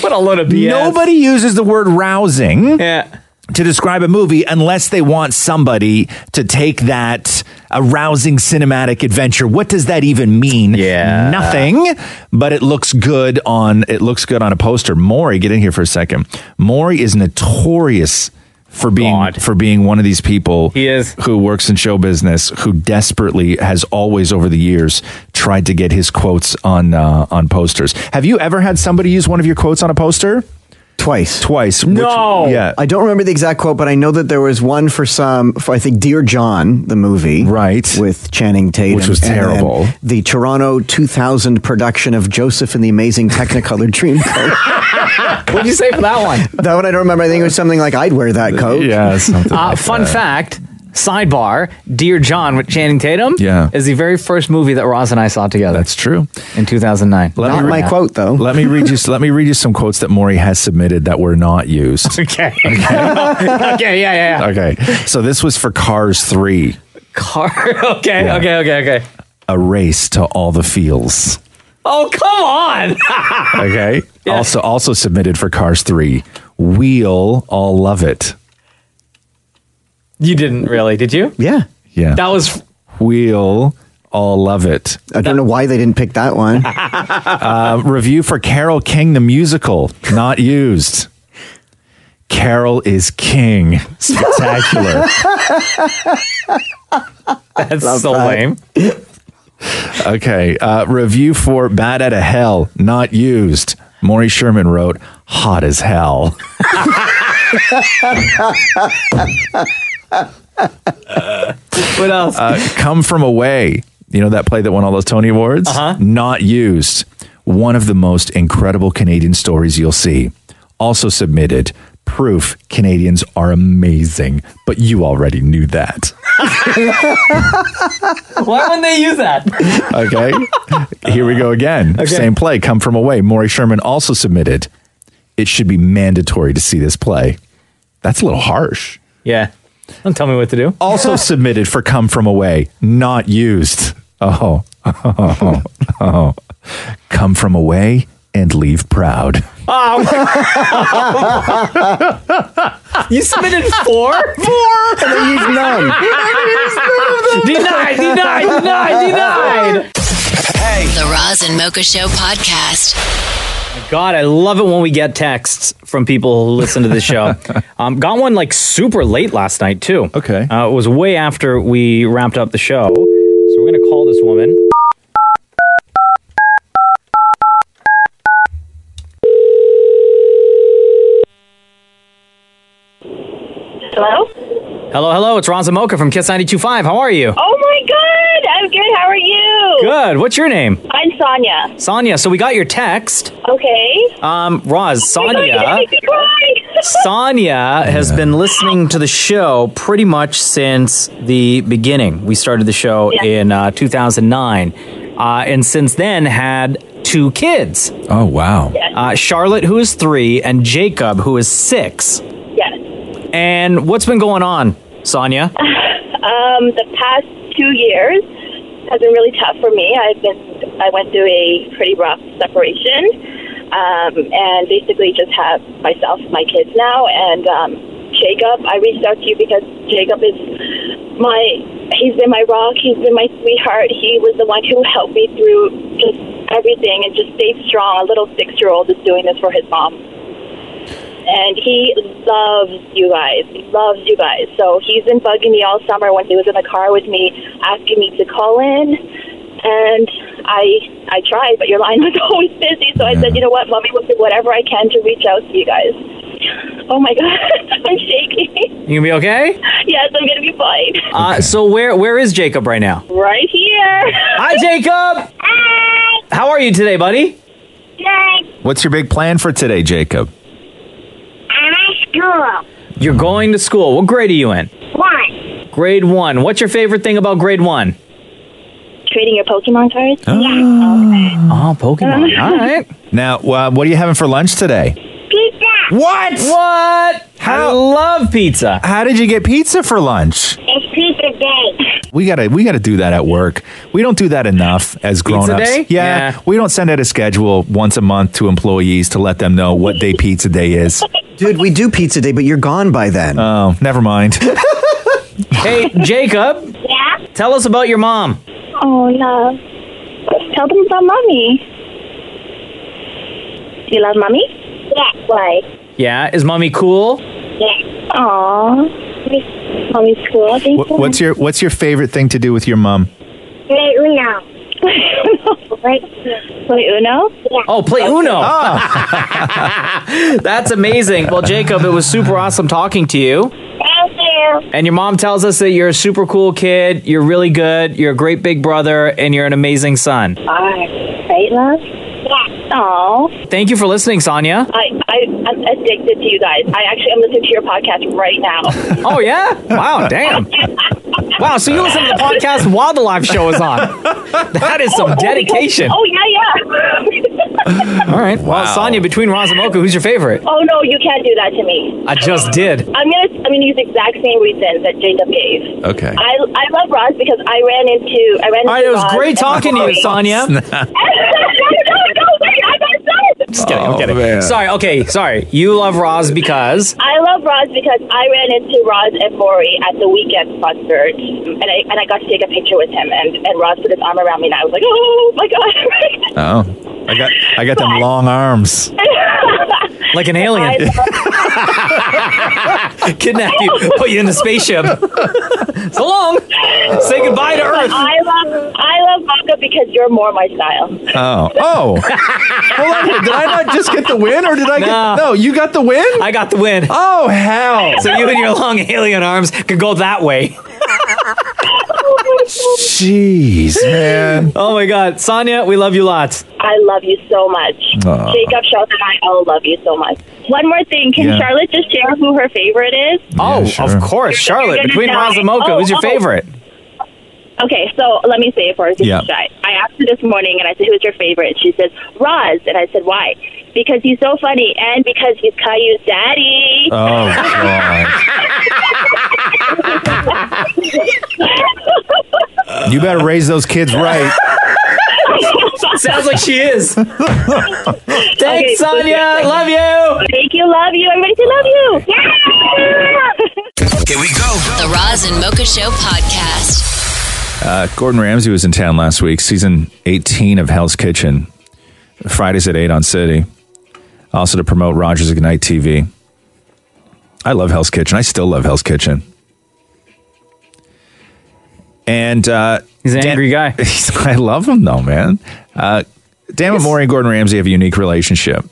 what a load of BS. Nobody uses the word rousing to describe a movie unless they want somebody to take that arousing cinematic adventure. What does that even mean? Yeah. Nothing, but it looks good on it looks good on a poster. Maury, get in here for a second. Maury is notorious for being for being one of these people he is. who works in show business who desperately has always over the years tried to get his quotes on uh, on posters. Have you ever had somebody use one of your quotes on a poster? Twice. Twice. No. yeah. I don't remember the exact quote, but I know that there was one for some, for I think Dear John, the movie. Right. With Channing Tatum. Which was and then terrible. The Toronto 2000 production of Joseph and the Amazing Technicolor Dreamcoat. What'd you say for that one? That one I don't remember. I think it was something like, I'd wear that coat. Yeah, Uh, fun fact. Sidebar: Dear John with Channing Tatum. Yeah. is the very first movie that Roz and I saw together. That's true. In 2009. Let me- though. Let me read you. let me read you some quotes that Maury has submitted that were not used. Okay. okay. Yeah. Yeah. yeah. Okay. So this was for Cars Three. Car. Okay. Yeah. Eh, Okay. Okay. Okay. A race to all the feels. Oh come on! Okay. Also, also submitted for Cars Three. We'll all love it. you didn't really, did you? Yeah. Yeah. That was. We'll all love it. I don't know why they didn't pick that one. uh, review for Carol King the musical, not used. Carol is king. Spectacular. That's so lame. Okay. Uh, review for Bad at a Hell, not used. Maury Sherman wrote, hot as hell. what else? Uh, Come From Away, you know that play that won all those Tony Awards? Uh-huh. Not used. One of the most incredible Canadian stories you'll see. Also submitted, proof Canadians are amazing, but you already knew that. Why wouldn't they use that? Okay. Here we go again. Same play, Come From Away. Maury Sherman also submitted, it should be mandatory to see this play. That's a little harsh. Yeah. Don't tell me what to do. also submitted for come from away not used oh oh oh come from away and leave proud Oh, you submitted four? Four! And they used none. denied, denied, denied, denied. The Roz and Mocha Show podcast. God, I love it when we get texts from people who listen to the show. um, got one like super late last night, too. Okay. Uh, it was way after we wrapped up the show. So we're going to call this woman. Hello? Hello, hello. It's Ron Mocha from Kiss 925. How are you? Oh my god! I'm good. How are you? Good. What's your name? I'm Sonia. Sonia. So we got your text. Okay. Um, Roz, Oh my God, you Sonia. made me cry. Sonia has been listening to the show pretty much since the beginning. We started the show Yeah. in uh, 2009, uh, and since then had two kids. Oh wow! Uh, Charlotte, who is three, and Jacob, who is six. Yes. And what's been going on, Sonia? Um, the past two years has been really tough for me. I've been I went through a pretty rough separation, um, and basically just have myself, my kids now, and um, Jacob. I reached out to you because Jacob is my he's been my rock. He's been my sweetheart. He was the one who helped me through just everything and just stayed strong. A little six year old is doing this for his mom and he loves you guys. He loves you guys. So he's been bugging me all summer when he was in the car with me, asking me to call in. And I I tried, but your line was always busy. So I said, you know what, mommy will do whatever I can to reach out to you guys. Oh my god, I'm shaking. You gonna be okay? yes, I'm gonna be fine. Uh, so where where is Jacob right now? Right here. Hi, Jacob. How are you today, buddy? What's your big plan for today, Jacob? School You're going to school. What grade are you in? one. Grade one. What's your favorite thing about grade one? Trading your Pokemon cards. Oh, Pokemon. All right. Now, uh, what are you having for lunch today? Pizza. What? What? How? I love pizza. How did you get pizza for lunch? It's pizza day. We gotta we gotta do that at work. We don't do that enough as Pizza grown ups. day? Yeah, Yeah. We don't send out a schedule once a month to employees to let them know what day pizza day is. Dude, we do pizza day, but you're gone by then. Oh, never mind. Hey, Jacob. Yeah. Tell us about your mom. Oh, love. Tell them about mommy. Do you love mommy? Yeah. Why? Yeah. Is mommy cool? Yeah. Aww. Mommy's cool. Thank Wh- What's your what's your favorite thing to do with your mom? Play Uno. right? Play Uno? Yeah. Oh, play Uno. That's amazing. Well, Jacob, it was super awesome talking to you. Thank you. And your mom tells us that you're a super cool kid. You're really good. You're a great big brother, and you're an amazing son. Right, love? Yeah. Aww. Thank you for listening, Sonia. I, I, I'm addicted to you guys. I actually am listening to your podcast right now. Oh yeah! Wow, damn. Wow, so you listen to the podcast while the live show is on. That is some dedication. Oh, yeah, yeah. All right. Well, Sonia, between Roz and Mocha, who's your favorite? oh, no, you can't do that to me. I just did. I'm gonna I'm gonna use the exact same reasons that Jacob gave. Okay. I, I love Roz because I ran into I ran into. All right, it was Roz great and- talking to you, Sonia. no, no, no, wait, I got started. Just kidding. I'm Oh, kidding. Sorry. Okay. Sorry. You love Roz because. I love Roz because I ran into Roz and Maury at the weekend concert, and I and I got to take a picture with him, and and Roz put his arm around me, and I was like, oh my god. Oh, I got I got them long arms. Like an alien. Kidnap you, put you in the spaceship. so long. Say goodbye to But Earth. I love I love Mocha because you're more my style. Oh, oh. Hold on here. Did I not just get the win, or did I No. get? No, you got the win. I got the win. Oh hell! So you and your long alien arms could go that way. Jeez, man. Oh my God, Sonia, we love you lots. I love you so much. Aw. Jacob, Charlotte, and I all love you so much. One more thing. Can Yeah. Charlotte just share who her favorite is? Oh, sure. of course, Charlotte. gonna Between die. Roz and Mocha, Oh, who's your oh. favorite? Okay, so let me say it for her. Yeah. Yeah. Shy. I asked her this morning, and I said, who's your favorite? She says, Roz. And I said, why? Because he's so funny and because he's Caillou's daddy. Oh god. you better raise those kids right. Sounds like she is. Thanks, Okay, Sonia. Love you. Thank you. Love you. Everybody say love you. Yeah! Here we go. The Roz and Mocha Show podcast. Uh, Gordon Ramsay was in town last week, season 18 of Hell's Kitchen, Fridays at 8 on City. Also to promote Rogers Ignite TV. I love Hell's Kitchen. I still love Hell's Kitchen. And uh, He's an angry guy. I love him though, man. Uh, Dan Mori and Gordon Ramsay have a unique relationship.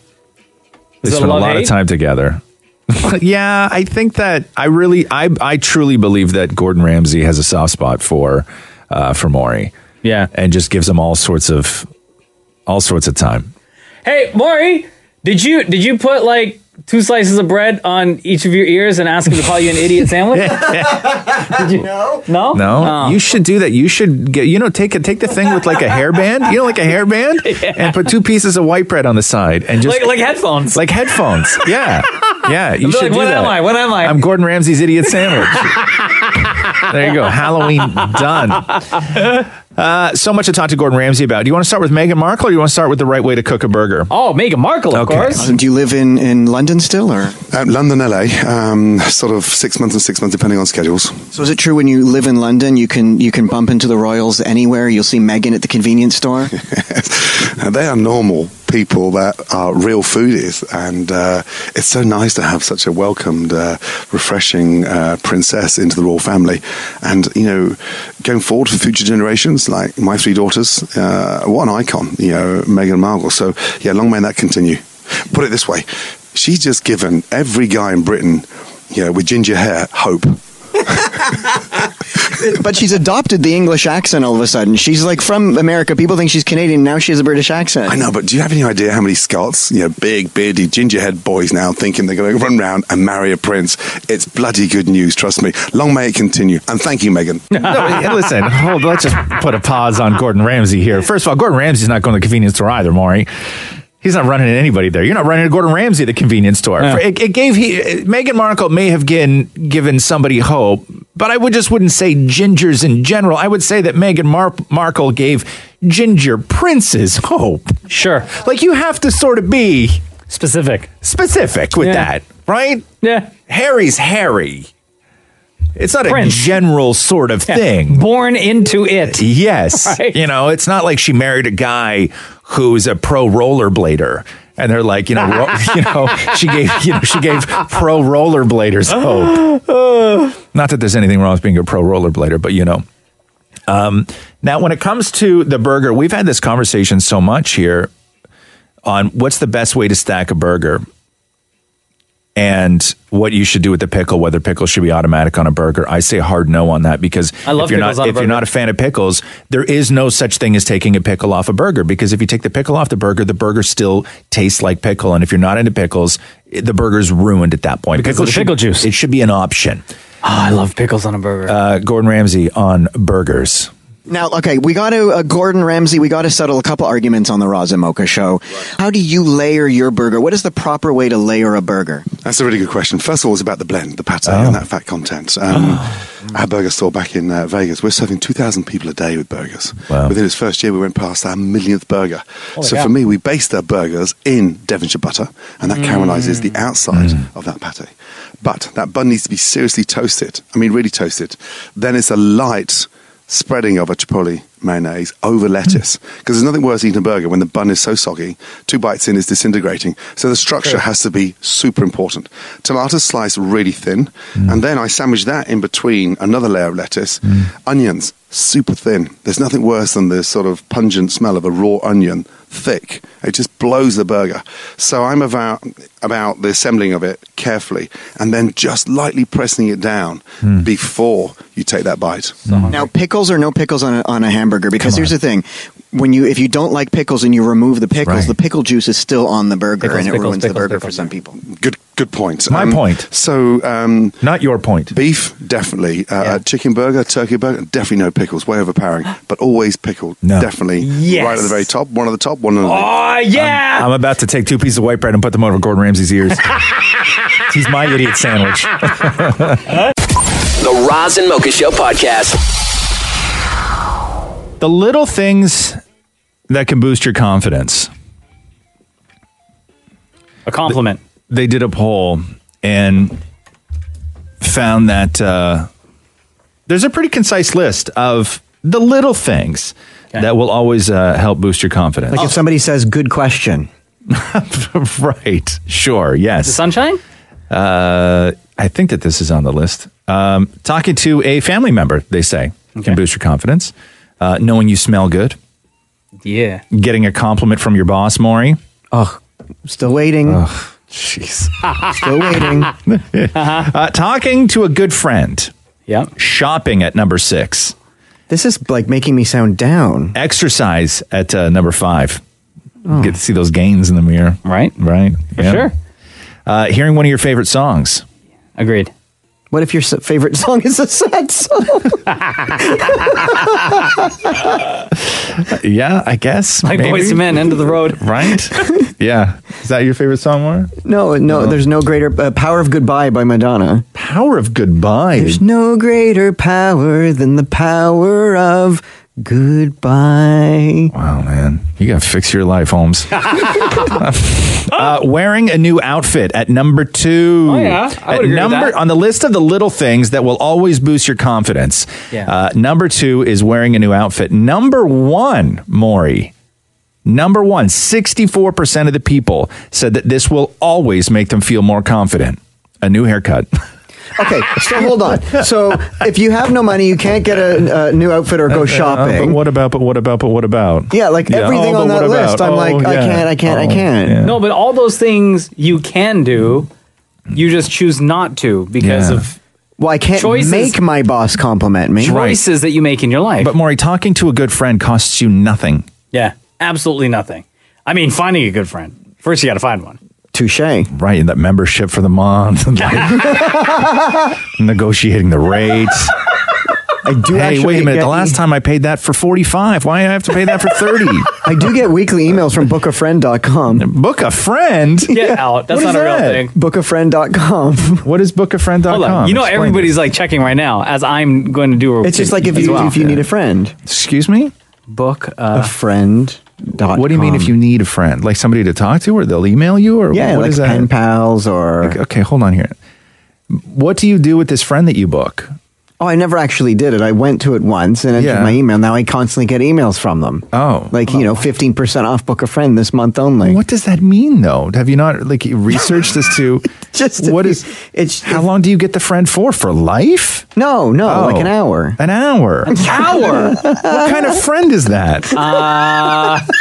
They Is it spend a lot love-hate? of time together. yeah, I think that I really, I, I truly believe that Gordon Ramsay has a soft spot for, uh, for Maury, Yeah. and just gives him all sorts of, all sorts of time. Hey, Maury, did you did you put like two slices of bread on each of your ears and ask him to call you an idiot sandwich? Did you- no. No, Oh. you should do that. You should get, you know, take a, take the thing with like a hairband, you know, like a hairband, and put two pieces of white bread on the side, and just Like like headphones. like headphones. Yeah, yeah. You Be should like, do what that. am I? What am I? I'm Gordon Ramsay's idiot sandwich. there you go. Halloween done. Uh, so much to talk to Gordon Ramsay about. Do you want to start with Meghan Markle, or you want to start with the right way to cook a burger? oh, Meghan Markle, of Okay. course. Do you live in, in London still, or Uh, London, LA, um, sort of six months and six months, depending on schedules. so? Is it true when you live in London, you can you can bump into the royals anywhere? You'll see Meghan at the convenience store. And they are normal people that are real foodies, and uh, it's so nice to have such a welcomed, uh, refreshing uh, princess into the royal family. And you know, going forward for future generations, like my three daughters, uh, what an icon! You know, Meghan and Markle. So yeah, long may that continue. Put it this way, she's just given every guy in Britain, you know, with ginger hair, hope. but she's adopted the English accent all of a sudden. She's like from America. People think she's Canadian. Now she has a British accent. I know, Oh, but do you have any idea how many Scots, you know, big, beardy, gingerhead boys now thinking they're going to run round and marry a prince? It's bloody good news, trust me. Long may it continue. And thank you, Megan. No, hey, listen, hold, let's just put a pause on Gordon Ramsay here. First of all, Gordon Ramsay's not going to the convenience store either, Maury. He's not running into anybody there. You're not running into Gordon Ramsay at the convenience store. Yeah. For- It, it gave he Meghan Markle may have given given somebody hope, but I would just wouldn't say gingers in general. I would say that Meghan Mar- Markle gave ginger princes hope. Sure, like you have to sort of be specific, specific with that, right? Yeah, Harry's Harry. It's not Prince. a general sort of thing. Born into it. Yes. Right. You know, it's not like she married a guy who's a pro rollerblader. And they're like, you know, ro- you know, she gave, you know, she gave pro rollerbladers Oh. hope. Not that there's anything wrong with being a pro rollerblader, but you know. Um, now, when it comes to the burger, we've had this conversation so much here on what's the best way to stack a burger and what you should do with the pickle, whether pickles should be automatic on a burger. I say hard no on that because I love if you're pickles not on a if you're burger. not a fan of pickles, there is no such thing as taking a pickle off a burger because if you take the pickle off the burger, the burger still tastes like pickle, and if you're not into pickles, it- the burger's ruined at that point. Because of the should- pickle juice. Ah, It should be an option. I love pickles on a burger. Uh, Gordon Ramsay on burgers. Now, okay, we got to, uh, Gordon Ramsay, we got to settle a couple arguments on the Raza Mocha show. How do you layer your burger? What is the proper way to layer a burger? That's a really good question. First of all, it's about the blend, the pate, Oh. and that fat content. Um, Our burger store back in uh, Vegas, we're serving 2,000 people a day with burgers. Within its first year, we went past our millionth burger. Holy so cow. for me, we based our burgers in Devonshire butter, and that Mm. caramelizes the outside of that pate. But that bun needs to be seriously toasted. I mean, really toasted. Then it's a light spreading of a chipotle mayonnaise over lettuce because there's nothing worse than eating a burger when the bun is so soggy two bites in is disintegrating so the structure has to be super important tomatoes sliced really thin and then i sandwich that in between another layer of lettuce onions super thin there's nothing worse than the sort of pungent smell of a raw onion thick it just blows the burger so i'm about about the assembling of it carefully and then just lightly pressing it down before you take that bite Hmm. Now, pickles or no pickles on a, on a hamburger? Because here's the thing. When you, if you don't like pickles and you remove the pickles, the pickle juice is still on the burger Pickles, and it pickles, ruins the pickles, burger for pickles. some people. Good, good point. My point. So, um, not your point. Beef, definitely. Uh, Chicken burger, turkey burger, definitely no pickles. Way overpowering, but always pickled. Definitely. Yes. Right at the very top. One at the top. One at the. Oh yeah. I'm about to take two pieces of white bread and put them over Gordon Ramsay's ears. He's my idiot sandwich. The Roz and Mocha Show podcast. the little things that can boost your confidence. A compliment. They did a poll and found that uh, there's a pretty concise list of the little things that will always uh, help boost your confidence. Oh. Like if somebody says, good question. right. Sure. Yes. The sunshine? Uh, I think that this is on the list. Um, talking to a family member, they say, can boost your confidence. Uh, knowing you smell good. Yeah. Getting a compliment from your boss, Maury. Oh, still waiting. Jeez. Still waiting. Uh, talking to a good friend. Yeah. Shopping at number six. This is like making me sound down. Oh. Exercise at uh, number five. Get to see those gains in the mirror. Right. Right. For sure. Uh, hearing one of your favorite songs. Agreed. What if your s- favorite song is a sad song? yeah, I guess. Like maybe. Boys to Men, End of the Road. Right? yeah. Is that your favorite song, Maury? No, no, there's no greater uh, power of goodbye by Madonna. Power of goodbye. There's no greater power than the power of goodbye. Wow, man. You got to fix your life, Holmes. uh, wearing a new outfit at number two. Oh, yeah. I would At agree with number that. on the list of the little things that will always boost your confidence. Yeah. Uh, number two is wearing a new outfit. Number one, Maury, Number one, 64% of the people said that this will always make them feel more confident. A new haircut. Okay, so hold on. So if you have no money, you can't get a, a new outfit or Uh, uh, uh, go but shopping. what about, but what about, but what about? Yeah, like everything oh, on but that what about? list, I'm Oh, like, I yeah. can't, I can't, I Oh, can't. No, but all those things you can do, you just choose not to because Yeah. of Well, I can't choices, make my boss compliment me. choices that you make in your life. But Maury, talking to a good friend costs you nothing. yeah, absolutely nothing. I mean, finding a good friend. First, you got to find one. Touche. Right, and that membership for the month, and, like, negotiating the rates. I do. Hey, actually wait a minute. get The last e- time I paid that for forty-five. Why do I have to pay that for thirty? I do get weekly emails from bookafriend.com. Book a friend? Get out. That's What is not a real that? thing. Bookafriend.com. What is bookafriend.com? Hold on. You know, everybody's like checking right now as I'm going to do a Oh, It's just like if as you well. if you need a friend. Excuse me. Book a friend. What do you mean if you need a friend, like somebody to talk to, or they'll email you, or Yeah, what like is that? pen pals, or okay, okay, hold on here. What do you do with this friend that you book? Oh, I never actually did it. I went to it once and entered Yeah. my email. Now I constantly get emails from them. Oh, like you know, fifteen percent off. Book a friend this month only. What does that mean, though? Have you not like researched as to just what is? It's how long do you get the friend for? For life? Oh. No, no, like an hour. An hour. An hour? what kind of friend is that?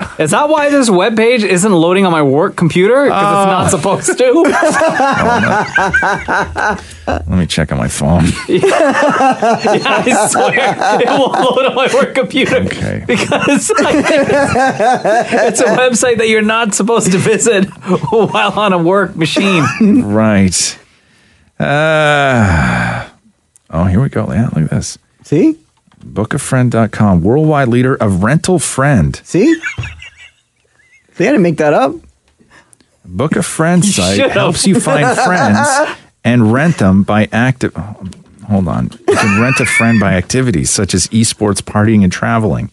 Uh, is that why this webpage isn't loading on my work computer? Because it's not supposed to. Let me check on my phone. yeah, I swear it won't load on my work computer because it's a website that you're not supposed to visit while on a work machine. right. Uh, oh, here we go. Yeah, look at this. See? Bookafriend.com, worldwide leader of rental friend. See? They had to make that up. Book a friend You site should've. helps you find friends and rent them by active. Hold on. You can rent a friend by activities such as esports, partying, and traveling.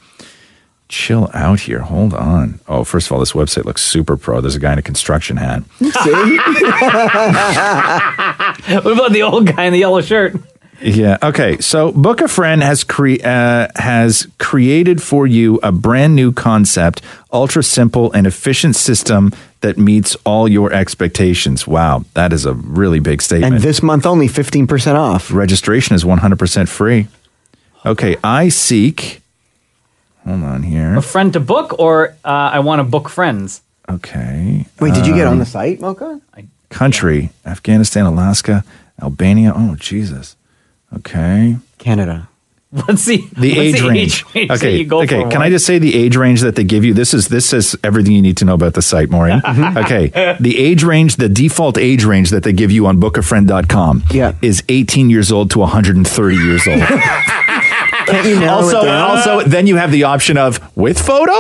Chill out here. Hold on. Oh, first of all, this website looks super pro. There's a guy in a construction hat. what about the old guy in the yellow shirt? Yeah. Okay. So, Book a Friend has cre- uh, has created for you a brand new concept, ultra simple and efficient system that meets all your expectations. Wow, that is a really big statement. And this month only, fifteen percent off. Registration is one hundred percent free. Okay, I seek. Hold on here. A friend to book, or uh, I want to book friends. Okay. Wait, did you get on um, the site, Mocha? country? Afghanistan, Alaska, Albania. Oh, Jesus. Okay. Canada. Let's see The age, range. that Okay. you go okay. for Can I one? just say the age range that they give you? This is this is everything you need to know about the site, Maureen. Mm-hmm. okay. The age range, the default age range that they give you on bookafriend.com yeah. is 18 years old to 130 years old. Can't you narrow also, it down? also, then you have the option of with photo.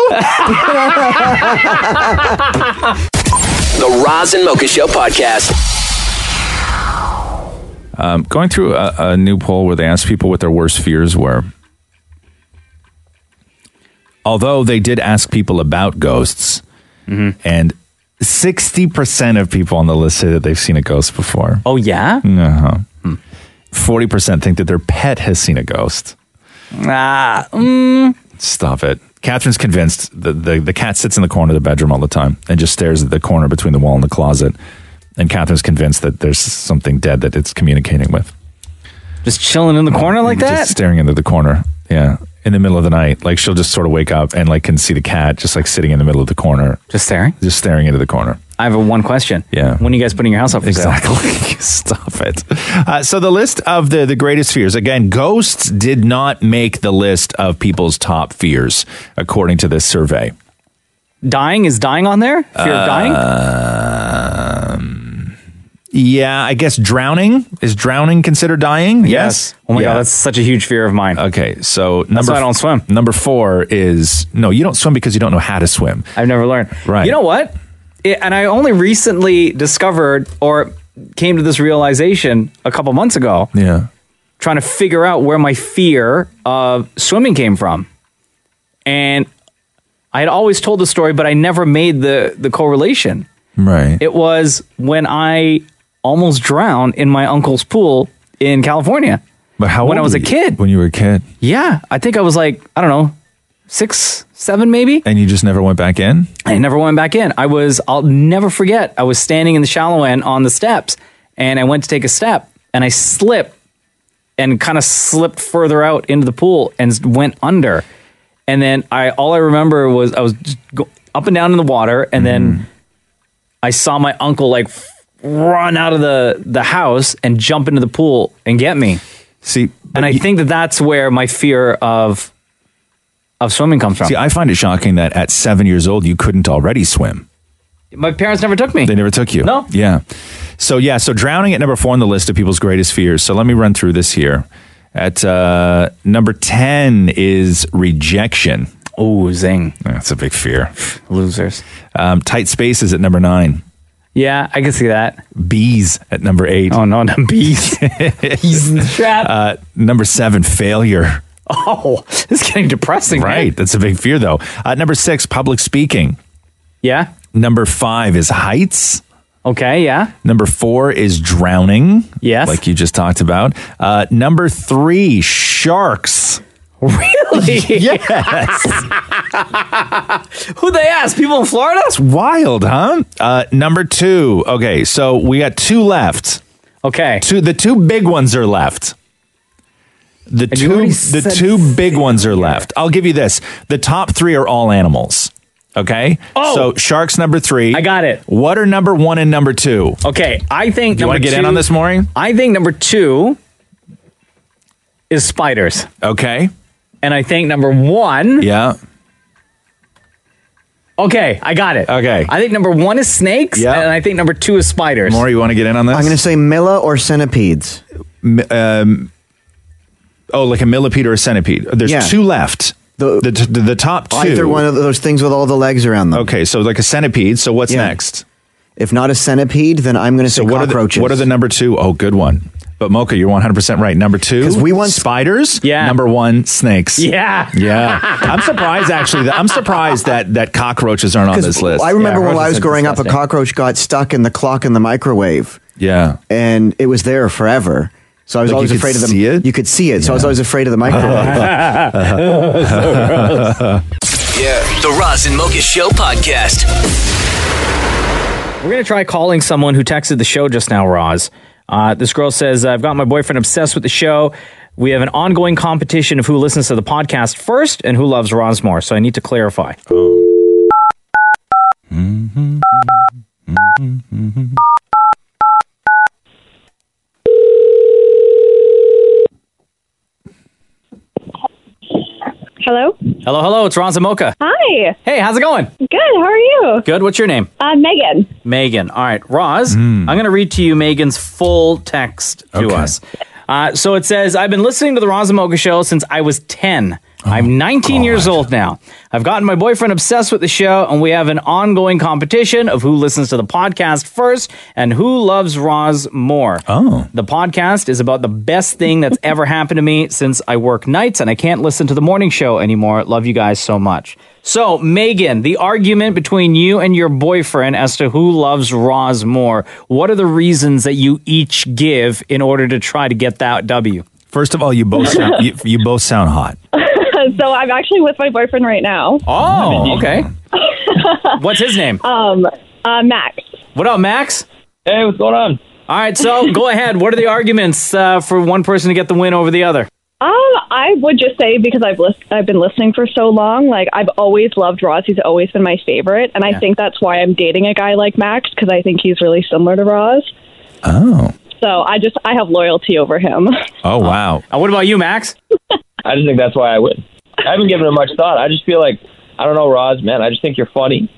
The Roz and Mocha Show podcast. Um, going through a, a new poll where they asked people what their worst fears were. Although they did ask people about ghosts, Mm-hmm. and 60% of people on the list say that they've seen a ghost before. Oh, yeah? Hmm. Uh-huh. 40% think that their pet has seen a ghost. Ah, mm, Stop it. Catherine's convinced the, the, the cat sits in the corner of the bedroom all the time and just stares at the corner between the wall and the closet. And Catherine's convinced that there's something dead that it's communicating with. just chilling in the corner like that. Just staring into the corner. Yeah. In the middle of the night. Like she'll just sort of wake up and like can see the cat just like sitting in the middle of the corner. Just staring? Just staring into the corner. I have a one question. Yeah. When are you guys putting your house up for Exactly. Stop it. Uh, so the list of the the greatest fears again, ghosts did not make the list of people's top fears according to this survey. sale? Dying is dying on there? Fear of dying? Um, yeah, I guess drowning is drowning considered dying? Yes. Oh my God, that's such a huge fear of mine. Okay, so number why I don't swim. Number four is no, you don't swim because you don't know how to swim. I've never learned. Right. You know what? It, and I only recently discovered or came to this realization a couple months ago, Yeah. trying to figure out where my fear of swimming came from. And I had always told the story, but I never made the, the correlation. Right. It was when I almost drowned in my uncle's pool in California. But how When I old was were a you kid. When you were a kid. Yeah, I think I was like I don't know six, seven maybe. And you just never went back in? I never went back in. I was, I'll never forget, I was standing in the shallow end on the steps and I went to take a step and I slipped and kind of slipped further out into the pool and s- went under. And then I, all I remember was I was just go, up and down in the water and then Mm-hmm. I saw my uncle like f- run out of the, the house and jump into the pool and get me. See, and I think that that's where my fear of of swimming comes from. See, I find it shocking that at seven years old you couldn't already swim. My parents never took me. They never took you. No. Yeah. So yeah. So drowning at number four on the list of people's greatest fears. So let me run through this here. At uh, number ten is rejection. Oh, zing! That's a big fear. Losers. Um, tight spaces at number nine. Yeah, I can see that. Bees at number eight. Oh no, no bees. He's in the trap. Uh, number seven, failure. Oh, it's getting depressing. Right. That's a big fear, though. Uh, number six, public speaking. Yeah. Number five is heights. Okay. Yeah. Number four is drowning. Yes. Like you just talked about. Uh, number three, sharks. Really? yes. Who they ask? People in Florida? That's wild, huh? Uh, number two. Okay, so we got two left. Okay. Two. The two big ones are left. The two. already The said two big ones are left. I'll give you this. The top three are all animals. Okay. Oh. So sharks number three. I got it. What are number one and number two? Okay. I think. Do you number want to get in two- on this, Maury? I think number two is spiders. Okay. And I think number one. Yeah. Okay, I got it. Okay. I think number one is snakes, and I think number two is spiders. Maury, you want to get in on this? I'm going to say Mila or centipedes. Um, oh, like a millipede or a centipede. There's Yeah. two left. The, the, the, top two. Either one of those things with all the legs around them. Okay, so like a centipede. So what's next? If not a centipede, then I'm going to say what are cockroaches. the what are the number two? Oh, good one. But Mocha, you're 100 percent right. Number two, 'Cause we want- spiders. Yeah. Number one, snakes. Yeah. Yeah. I'm surprised actually. That, I'm surprised that that cockroaches aren't on 'Cause this list. I remember when I was growing up, a cockroach. cockroach got stuck in the clock in the microwave. Yeah. And it was there forever. So I was Like, you always could afraid of the see it? You could see it. So I was always afraid of the microwave. Yeah. The Roz and Mocha Show podcast. We're going to try calling someone who texted the show just now, Roz. Uh, this girl says, I've got my boyfriend obsessed with the show. We have an ongoing competition of who listens to the podcast first and who loves Roz more. So I need to clarify. Hello. Hello, hello. It's Roz and Mocha. Hi. Hey, how's it going? Good. How are you? Good. What's your name? Uh, Megan. Megan. All right, Roz, I'm going to read to you Megan's full text to us. Uh, so it says, I've been listening to the Roz and Mocha show since I was 10. I'm 19 years old now. I've gotten my boyfriend obsessed with the show, and we have an ongoing competition of who listens to the podcast first and who loves Roz more. Oh. The podcast is about the best thing that's ever happened to me since I work nights and I can't listen to the morning show anymore. Love you guys so much. So, Megan, the argument between you and your boyfriend as to who loves Roz more, what are the reasons that you each give in order to try to get that W? First of all, you both sound, you, you both sound hot. so I'm actually with my boyfriend right now. Oh, okay. What's his name? Um, uh, Max. What up, Max? Hey, what's going on? All right, so go ahead. What are the arguments uh, for one person to get the win over the other? Um, I would just say because I've lis- I've been listening for so long, like I've always loved Roz. He's always been my favorite, and I Yeah. think that's why I'm dating a guy like Max because I think he's really similar to Roz. Oh. So I just I have loyalty over him. Oh wow. Uh, what about you, Max? I just think that's why I would. I haven't given it much thought. I just feel like I don't know, Roz, man. I just think you're funny.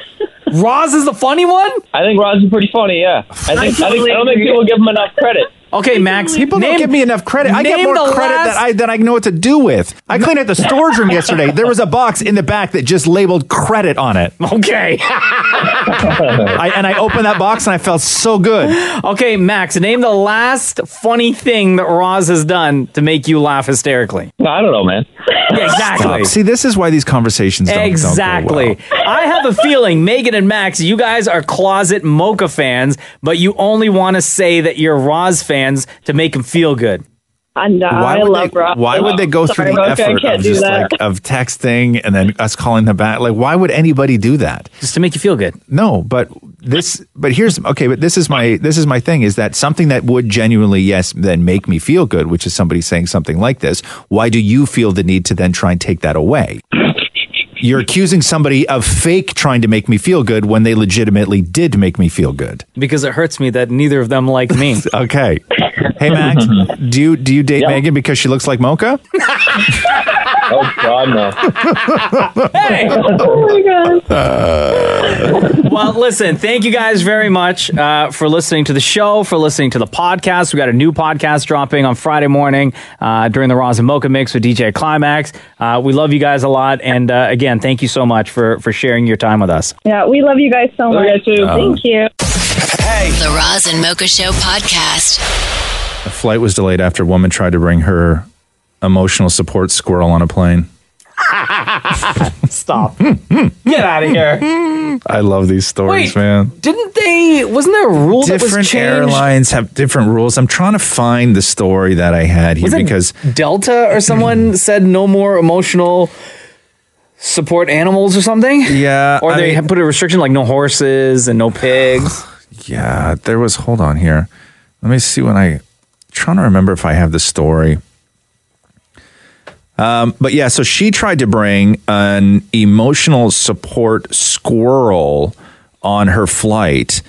Roz is the funny one. I think Roz is pretty funny. Yeah, I think I, think, I don't think people give him enough credit. Okay, Max. People don't give me enough credit. I get name more the credit last- that I that I know what to do with. I cleaned out the storage room yesterday. There was a box in the back that just labeled credit on it. Okay. I, and I opened that box and I felt so good. Okay, Max, name the last funny thing that Roz has done to make you laugh hysterically. I don't know, man. Yeah, exactly. Stop. See, this is why these conversations don't, don't go well. Exactly. I have a feeling, Megan and Max, you guys are closet mocha fans, but you only want to say that you're Roz fans to make them feel good. And uh, I would love they, Roz. Why would they go through Sorry, the Mocha, I effort can't of do just that. like of texting and then us calling them back? Like, why would anybody do that? Just to make you feel good. No, but this, but here's okay. But this is my this is my thing is that something that would genuinely yes then make me feel good, which is somebody saying something like this. Why do you feel the need to then try and take that away? You're accusing somebody of fake trying to make me feel good when they legitimately did make me feel good. because it hurts me that neither of them like me. okay. Hey Max, do you do you date Megan because she looks like Mocha? Oh God, no. hey! well, listen, thank you guys very much uh, for listening to the show, for listening to the podcast. We got a new podcast dropping on Friday morning uh, during the Roz and Mocha mix with DJ Climax. Uh, we love you guys a lot. And uh, again, thank you so much for, for sharing your time with us. Yeah, we love you guys so Love you much. guys too. Thank you. The Roz and Mocha Show podcast. A flight was delayed after a woman tried to bring her emotional support squirrel on a plane. Hmm, Stop. Get out of here. I love these stories, Wait. man. Didn't they? Wasn't there a rule that was Different changed? airlines have different rules. I'm trying to find the story that I had here Was it because Delta or someone said no more emotional support animals or something? Yeah. Or I they mean- put a restriction like no horses and no pigs. yeah, there was. Hold on here. Let me see when I trying to remember if I have the story. Um, but yeah, so she tried to bring an emotional support squirrel on her flight,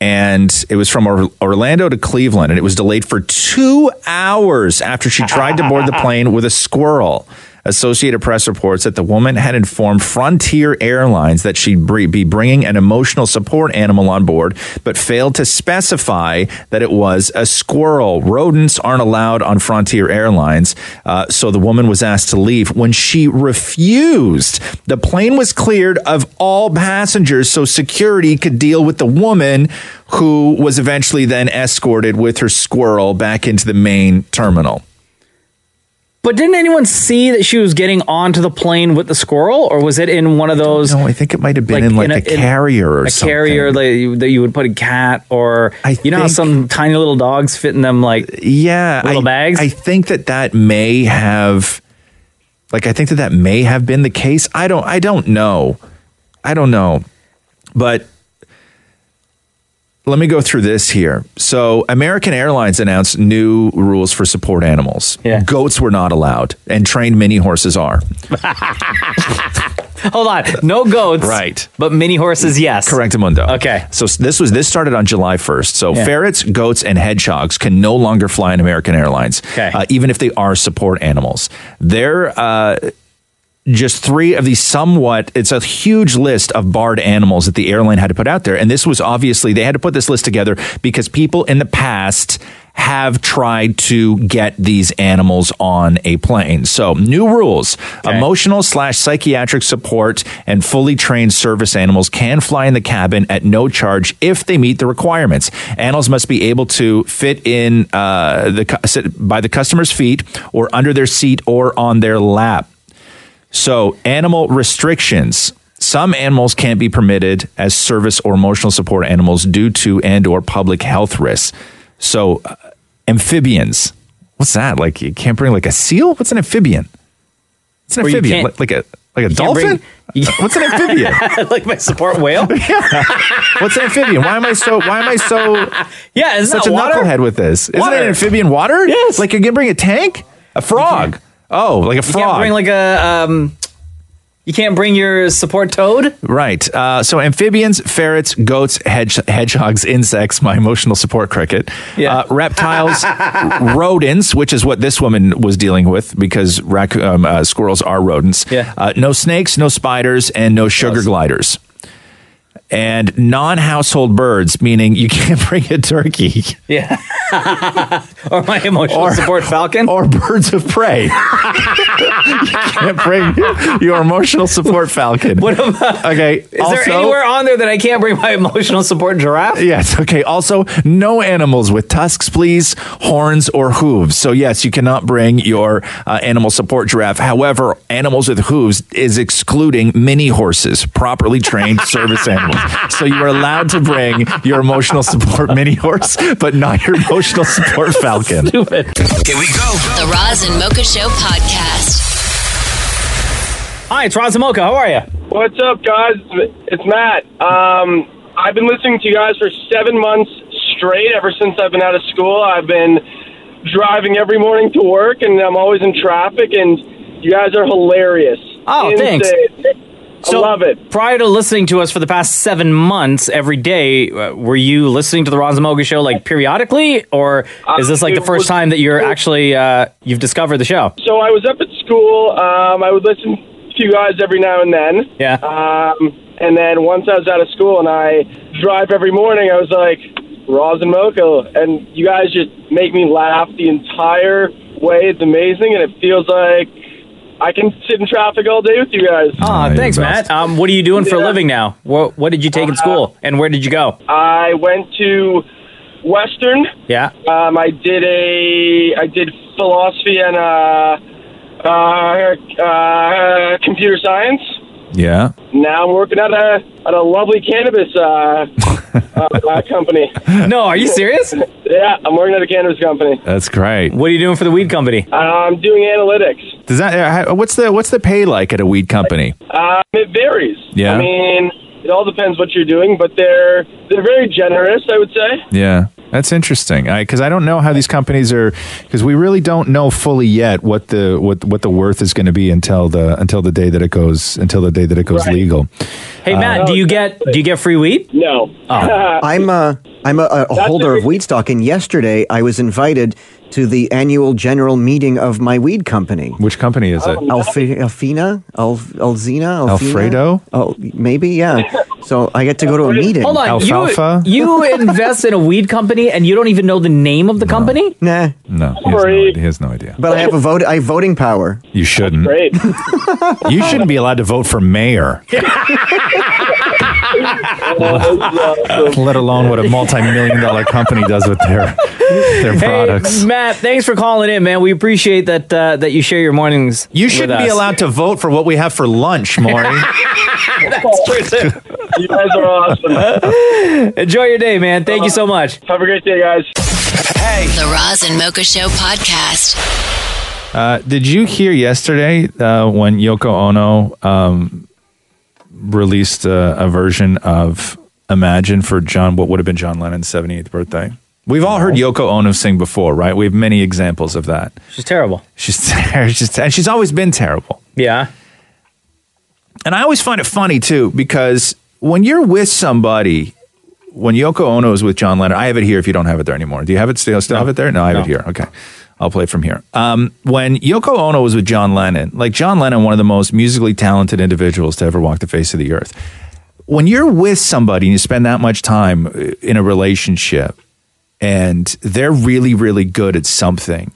and it was from Or- Orlando to Cleveland, and it was delayed for two hours after she tried to board the plane with a squirrel. Associated Press reports that the woman had informed Frontier Airlines that she'd br- be bringing an emotional support animal on board, but failed to specify that it was a squirrel. Rodents aren't allowed on Frontier Airlines, uh, so the woman was asked to leave. When she refused, the plane was cleared of all passengers so security could deal with the woman who was eventually then escorted with her squirrel back into the main terminal. But didn't anyone see that she was getting onto the plane with the squirrel, or was it in one of those? No, I think it might have been in like a, carrier or a something. carrier that you, that you would put a cat or you know how some tiny little dogs fit in them like yeah little bags. I think that that may have, like, I think that that may have been the case. I don't, I don't know, I don't know, but let me go through this here. So, American Airlines announced new rules for support animals. Goats were not allowed, and trained mini horses are. Hold on, no goats, right? But mini horses, yes. Correct, Mundo. Okay. So s- this was this started on July 1st. So Yeah. ferrets, goats, and hedgehogs can no longer fly in American Airlines, okay. uh, even if they are support animals. They're uh, just three of these somewhat. It's a huge list of barred animals that the airline had to put out there, and this was obviously they had to put this list together because people in the past. Have tried to get these animals on a plane. So, new rules emotional slash psychiatric support and fully trained service animals can fly in the cabin at no charge if they meet the requirements. Animals must be able to fit in uh, the, cu- sit by the customer's feet or under their seat or on their lap. So, animal restrictions. Some animals can't be permitted as service or emotional support animals due to and or public health risks. So, uh, amphibians. What's that? Like you can't bring like a seal? What's an amphibian? It's an Or you amphibian, can't- like like a like a You can't dolphin. bring- What's an amphibian? like my support whale. What's an amphibian? Why am I so? Why am I so? Yeah, isn't such that a water? knucklehead with this. Isn't Water. it an amphibian water? Yes. Like you can bring a tank, a frog. Oh, like a You can't frog. bring like a um, you can't bring your support toad. Right. Uh, so amphibians, ferrets, goats, hedge, hedgehogs, insects, my emotional support cricket, uh, reptiles, rodents, which is what this woman was dealing with because racco- um, uh, squirrels are rodents. Yeah. Uh, no snakes, no spiders, and no sugar gliders. And non household birds, meaning you can't bring a turkey. Yeah. or my emotional support falcon. Or birds of prey. can't bring your emotional support falcon. What about, okay. Is there anywhere on there that I can't bring my emotional support giraffe? Yes. Okay. Also, no animals with tusks, please, horns, or hooves. So, yes, you cannot bring your uh, animal support giraffe. However, animals with hooves is excluding mini horses, properly trained service animals. So you are allowed to bring your emotional support mini horse, but not your emotional support falcon. Here we go. The Roz and Mocha Show podcast. Hi, it's Roz and Mocha. How are you? What's up, guys? It's Matt. Um, I've been listening to you guys for seven months straight. Ever since I've been out of school, I've been driving every morning to work, and I'm always in traffic. And you guys are hilarious. Oh, thanks. Insane. So, love it. Prior to listening to us for the past seven months, every day, uh, were you listening to the Roz and Mocha show like periodically, or is this like the Uh, it first was- time that you're actually uh, you've discovered the show? So I was up at school. Um, I would listen to you guys every now and then. Yeah. Um, and then once I was out of school and I drive every morning, I was like, Roz and Mocha. And you guys just make me laugh the entire way. It's amazing. And it feels like I can sit in traffic all day with you guys. Ah, thanks, Matt. Um, what are you doing for a living now? What What did you Uh, take in school, and where did you go? I went to Western. Yeah. Um, I did a I did philosophy and uh, uh, uh, computer science. Yeah. Now I'm working at a at a lovely cannabis uh, uh, uh, company. No, are you serious? yeah, I'm working at a cannabis company. That's great. What are you doing for the weed company? Uh, I'm doing analytics. Does that uh, how- what's the what's the pay like at a weed company? Um, it varies. Yeah. I mean, it all depends what you're doing, but they're they're very generous. I would say. Yeah. That's interesting. I cuz I don't know how these companies are cuz we really don't know fully yet what the what what the worth is going to be until the until the day that it goes until the day that it goes legal. Uh, Hey, Matt, do you get do you get free weed? Oh. No. I'm a I'm a, a holder of weed stock, and yesterday I was invited to the annual general meeting of my weed company. Which company is Um, it? Alfi- Alfina, Al- Alzina, Alfina? Alfredo? Oh, maybe yeah. So I get to go to a meeting. Hold on, you- You, invest in a weed company, and you don't even know the name of the company? Nah. No, he has no, idea. he has no idea. But I have a vote. I have voting power. You shouldn't. Great. you shouldn't be allowed to vote for mayor, uh, let alone what a multi-million dollar company does with their their products. Hey, Matt, thanks for calling in, man. We appreciate that uh, that you share your mornings. You shouldn't be allowed to vote for what we have for lunch, Maury. That's true too. You guys are awesome. Enjoy your day, man. Thank you so much. Have a great day, guys. Hey. The Roz and Mocha Show podcast. Uh, did you hear yesterday uh, when Yoko Ono um, released uh, a, a version of Imagine for John, what would have been John Lennon's 78th birthday? We've all heard Yoko Ono sing before, right? We have many examples of that. She's terrible. She's, ter- she's, ter- she's always been terrible. Yeah. And I always find it funny too because when you're with somebody, when Yoko Ono is with John Lennon, I have it here. If you don't have it there anymore, do you have it still? Still have it there? No, I have it here. Okay, I'll play it from here. Um, when Yoko Ono was with John Lennon, like John Lennon, one of the most musically talented individuals to ever walk the face of the earth. When you're with somebody and you spend that much time uh, in a relationship, and they're really, really good at something,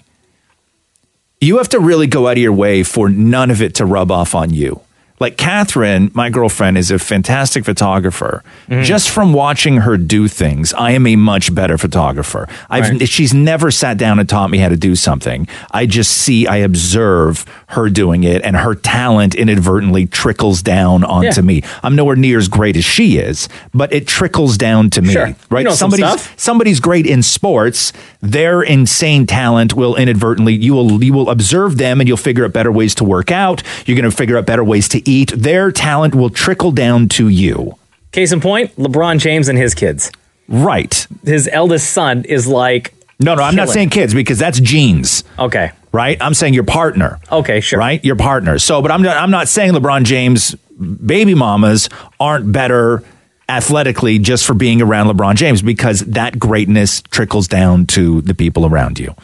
you have to really go out of your way for none of it to rub off on you. Like Catherine, my girlfriend, is a fantastic photographer. Just from watching her do things, I am a much better photographer. I've, She's never sat down and taught me how to do something. I just see, I observe her doing it, and her talent inadvertently trickles down onto Yeah. me. I'm nowhere near as great as she is, but it trickles down to me. Sure. Right? You know some somebody's stuff. somebody's great in sports, their insane talent will inadvertently you will you will observe them and you'll figure out better ways to work out. You're going to figure out better ways to eat. Their talent will trickle down to you. Case in point, LeBron James and his kids. Right. His eldest son is like. No, no, I'm not saying kids because that's genes. Okay. Right? I'm saying your partner. Okay, sure. Right? Your partner. So, but I'm not I'm not saying LeBron James baby mamas aren't better athletically just for being around LeBron James because that greatness trickles down to the people around you.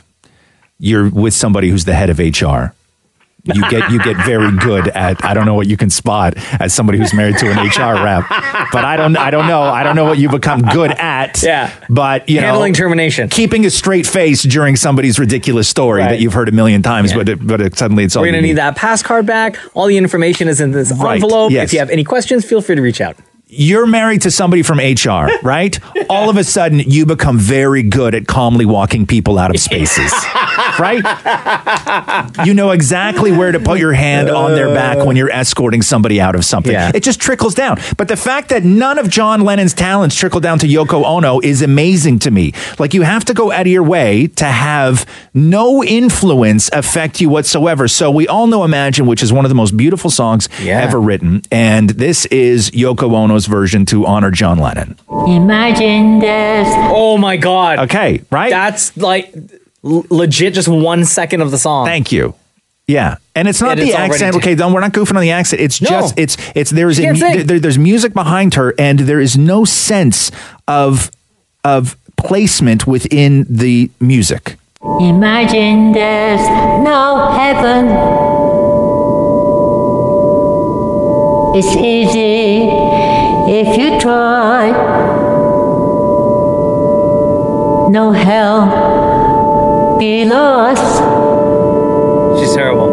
You're with somebody who's the head of HR. You get you get very good at I don't know what you can spot as somebody who's married to an HR rep. But I don't I don't know. I don't know what you become good at. Yeah. But you Handling know termination. Keeping a straight face during somebody's ridiculous story that you've heard a million times, but it, but it, suddenly it's all We're you going to need that pass card back. All the information is in this envelope. yes. If you have any questions, feel free to reach out. you're married to somebody from HR, right? All of a sudden, you become very good at calmly walking people out of spaces, right? You know exactly where to put your hand on their back when you're escorting somebody out of something. It just trickles down. But the fact that none of John Lennon's talents trickle down to Yoko Ono is amazing to me. Like, you have to go out of your way to have no influence affect you whatsoever. So, we all know Imagine, which is one of the most beautiful songs ever written. And this is Yoko Ono's version to honor John Lennon. Imagine this. Oh my god. Okay, right? That's like l- legit just one second of the song. Thank you. Yeah, and it's not And the it's already accent. t- okay, don't, we're not goofing on the accent. It's No. just it's it's there's She a, can't mu- sing. there- there- there's music behind her, and there is no sense of of placement within the music. Imagine there's no heaven. It's easy if you try. No hell below us. She's terrible.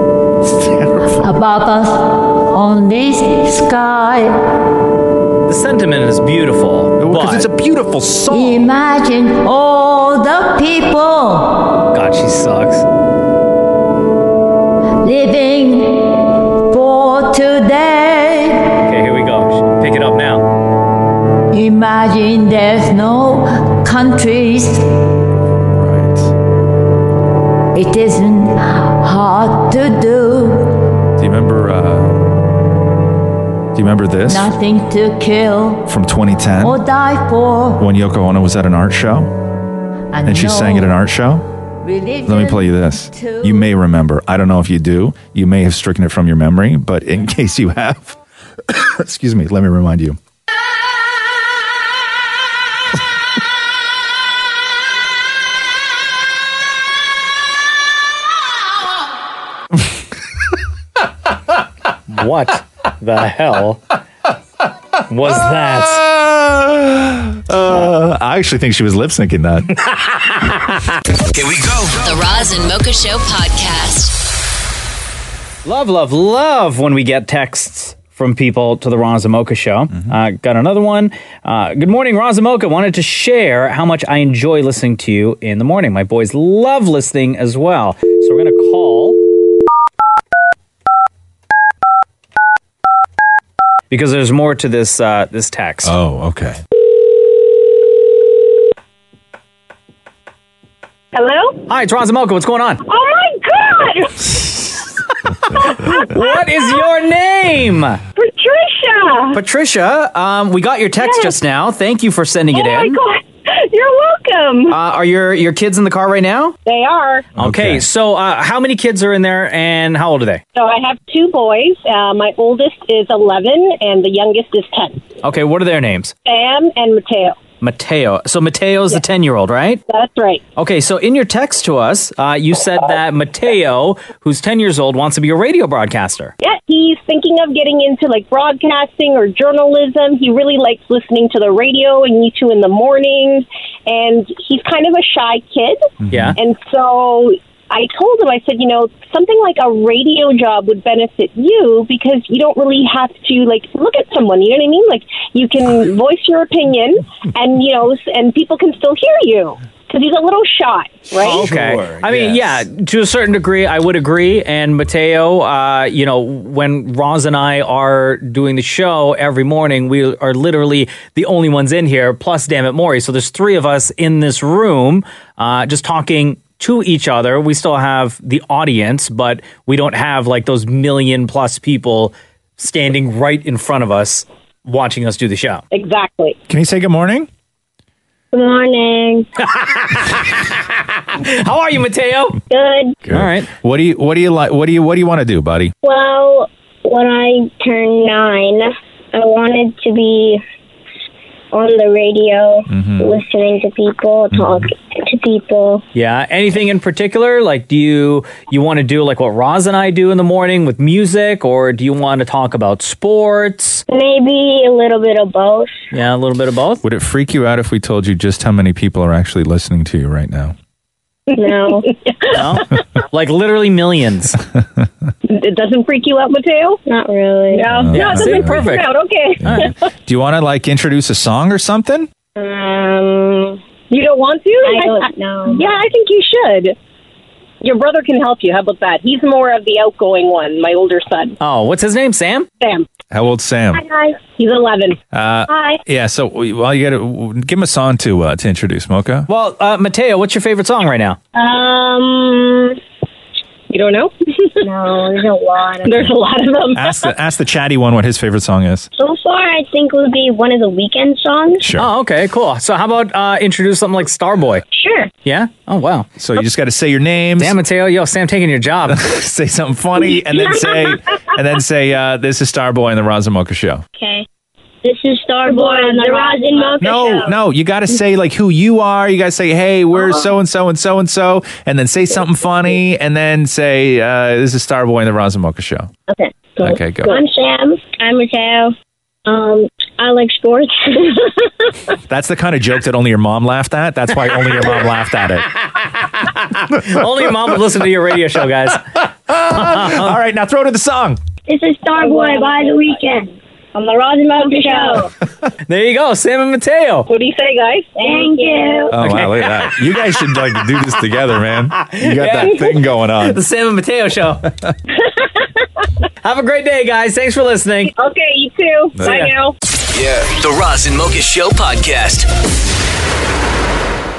Above us, on this sky. The sentiment is beautiful. Because it's a beautiful song. Imagine all the people God, she sucks. living for today. Okay, here we go. Pick it up now. Imagine there's no countries. It isn't hard to do, Do you remember? Uh, do you remember this nothing to kill from 2010 or die for. when Yoko Ono was at an art show And, and she sang at an art show? Let me play you this. You may remember. I don't know if you do. You may have stricken it from your memory, but in case you have, excuse me, let me remind you. What the hell was that? Uh, I actually think she was lip syncing that. Here we go. The Roz and Mocha Show podcast. Love, love, love when we get texts from people to the Roz and Mocha show. Mm-hmm. Uh, got another one. Uh, good morning, Roz and Mocha. Wanted to share how much I enjoy listening to you in the morning. My boys love listening as well. So we're going to call because there's more to this uh, this text. Oh, okay. Hello. Hi, it's Roz and Mocha. What's going on? Oh my God! what is your name? Patricia. Patricia, um, we got your text just now. Thank you for sending it in. Oh You're welcome. Uh, are your your kids in the car right now? They are. Okay, so uh, how many kids are in there, and how old are they? So I have two boys. Uh, my oldest is 11, and the youngest is 10. Okay, what are their names? Sam and Mateo. Mateo. So Mateo's the ten year old, right? That's right. Okay, so in your text to us, uh, you said that Mateo, who's ten years old, wants to be a radio broadcaster. Yeah, he's thinking of getting into like broadcasting or journalism. He really likes listening to the radio and you two in the morning. And he's kind of a shy kid. Yeah. And so I told him, I said, you know, something like a radio job would benefit you because you don't really have to like look at someone. You know what I mean? Like you can voice your opinion, and you know, s- and people can still hear you because he's a little shy, right? Okay. I mean, yeah, to a certain degree, I would agree. And Mateo, uh, you know, when Roz and I are doing the show every morning, we are literally the only ones in here, plus damn it, Maury. So there's three of us in this room, uh, just talking to each other. We still have the audience, but we don't have like those million plus people standing right in front of us watching us do the show. Exactly. Can you say good morning? Good morning. How are you, Mateo? Good. All right. What do you What do you like? What do you What do you want to do, buddy? Well, when I turned nine, I wanted to be on the radio, Mm-hmm. listening to people, talk to people. Yeah. Anything in particular? Like, do you you want to do like what Roz and I do in the morning with music, or do you want to talk about sports? Maybe a little bit of both. Yeah, a little bit of both. Would it freak you out if we told you just how many people are actually listening to you right now? No. like literally millions. it doesn't freak you out, Mateo? Not really. No. No, it doesn't freak me Perfect. out. Okay. Do you want to like introduce a song or something? Um, you don't want to? I don't know. yeah, I think you should. Your brother can help you. How about that? He's more of the outgoing one, my older son. Oh, what's his name? Sam? Sam. How old Sam? guys. He's 11. Uh, Hi. Yeah, so we- well, you got to give him a song to uh, to introduce Mocha. Well, uh, Mateo, what's your favorite song right now? Um, you don't know? no, there's a lot. Of there's a lot of them. Ask the ask the chatty one what his favorite song is. So far, I think it would be one of the weekend songs. Sure. Oh, okay, cool. So how about uh, introduce something like Starboy? Sure. Yeah? Oh, wow. So you just got to say your names. Damn, Mateo. Yo, Sam taking your job. say something funny and then say and then say uh, this is Starboy and the Roz and Mocha show. Okay. This is Starboy on the Roz and Mocha No, Show. no, you got to say like who you are. You got to say, "Hey, we're so and so and so and so," and then say something funny, and then say, uh, "This is Starboy and the Roz and Mocha show." Oh, Okay. Okay, go. I'm Sam. I'm Mateo. Um, I like sports. That's the kind of joke that only your mom laughed at. That's why only your mom laughed at it. Only your mom would listen to your radio show, guys. All right, now throw to the song. this is Oh, Starboy by the Weekend on the Roz and Mocha Show. There you go, Sam and Mateo. What do you say, guys? Thank you. Oh wow, look at that! You guys should like do this together, man. You got that thing going on. The Sam and Mateo show. Have a great day, guys. Thanks for listening. Okay, you too. Bye Yeah. now. Yeah. The Roz and Mocha Show podcast.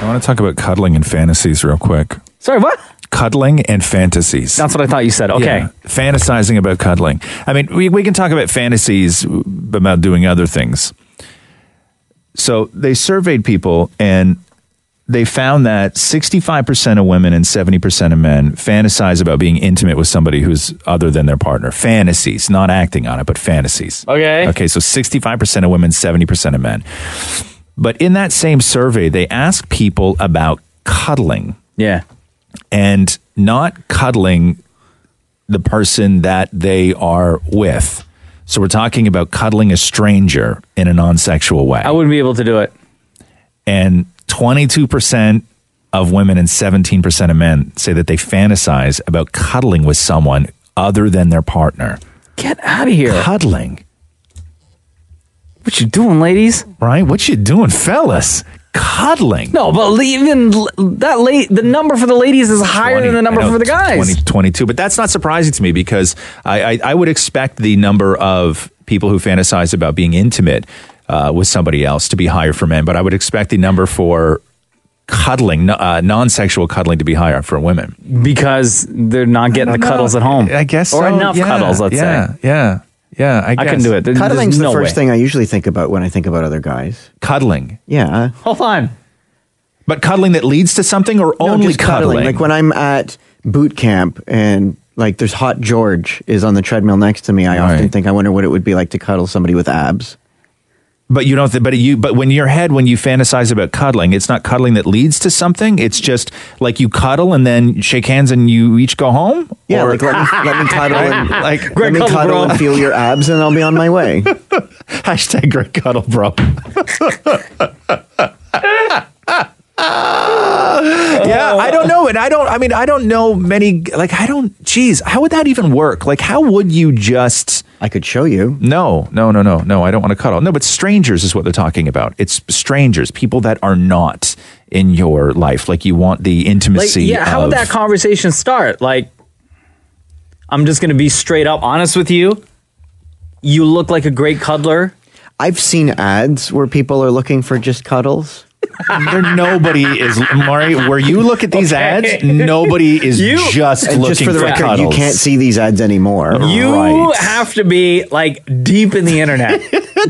I want to talk about cuddling and fantasies real quick. Sorry, what? Cuddling and fantasies. That's what I thought you said. Okay. Fantasizing about cuddling. I mean, we, we can talk about fantasies about doing other things. So they surveyed people and they found that 65% of women and 70% of men fantasize about being intimate with somebody who's other than their partner. Fantasies, not acting on it, but fantasies. Okay. Okay, so 65% of women, 70% of men. But in that same survey, they asked people about cuddling. Yeah. And not cuddling the person that they are with. So we're talking about cuddling a stranger in a non sexual way. I wouldn't be able to do it. And 22% of women and 17% of men say that they fantasize about cuddling with someone other than their partner. Get out of here. Cuddling. What you doing, ladies? Right? What you doing, fellas? Cuddling. No, but even l- that late, the number for the ladies is higher than the number I know, for the guys. 20, 22. But that's not surprising to me because I, I, I would expect the number of people who fantasize about being intimate uh, with somebody else to be higher for men. But I would expect the number for cuddling, no- uh, non sexual cuddling, to be higher for women. Because they're not getting the cuddles at home. I guess Or so, enough yeah, cuddles, let's yeah, say. Yeah. Yeah. I, I couldn't do it. There- there's Cuddling's the no first way. thing I usually think about when I think about other guys. Cuddling. Yeah. Hold on. But cuddling that leads to something or only cuddling? Like when I'm at boot camp and like there's hot George is on the treadmill next to me, I often think I wonder what it would be like to cuddle somebody with abs. But you don't. Th- but you. But when your head, when you fantasize about cuddling, it's not cuddling that leads to something. It's just like you cuddle and then shake hands and you each go home. Yeah, like let me, let me cuddle and like let me cuddle and feel your abs, and I'll be on my way. Hashtag Greg Cuddle, bro. yeah, I don't know, and I don't. I mean, I don't know many. Like, I don't. Geez, how would that even work? Like, how would you just? I could show you. No, no, no, no, no. I don't want to cuddle. No, but strangers is what they're talking about. It's strangers, people that are not in your life. Like, you want the Like, intimacy. yeah, how would of- that conversation start? Like, I'm just going to be straight up honest with you. You look like a great cuddler. I've seen ads where people are looking for just cuddles. there nobody is Mari. Where you look at these ads, nobody is just And looking for the for record, you cuddles. can't see these ads anymore. You have to be like deep in the internet,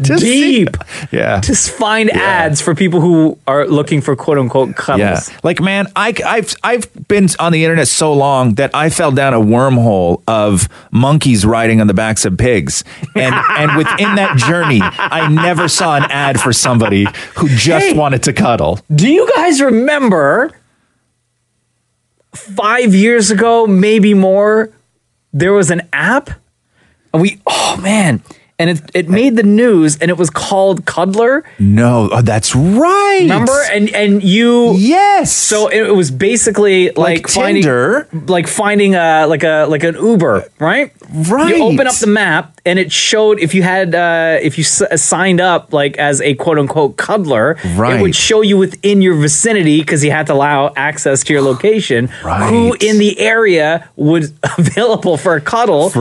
deep, yeah, to find ads for people who are looking for quote unquote cuddles. Yeah. Like, man, I, have I've been on the internet so long that I fell down a wormhole of monkeys riding on the backs of pigs. And, and within that journey, I never saw an ad for somebody who just wanted to cuddle. Do you guys remember five years ago, maybe more, there was an app? And we, oh man. and it it made the news, and it was called Cuddler. No, oh, that's right. Remember, and and you yes. So it was basically like, finding Tinder. like finding a like a like an Uber, right? Right. You open up the map, and it showed if you had uh, if you s- signed up like as a quote unquote cuddler, Right. It would show you within your vicinity because you had to allow access to your location. Who in the area was available for a cuddle?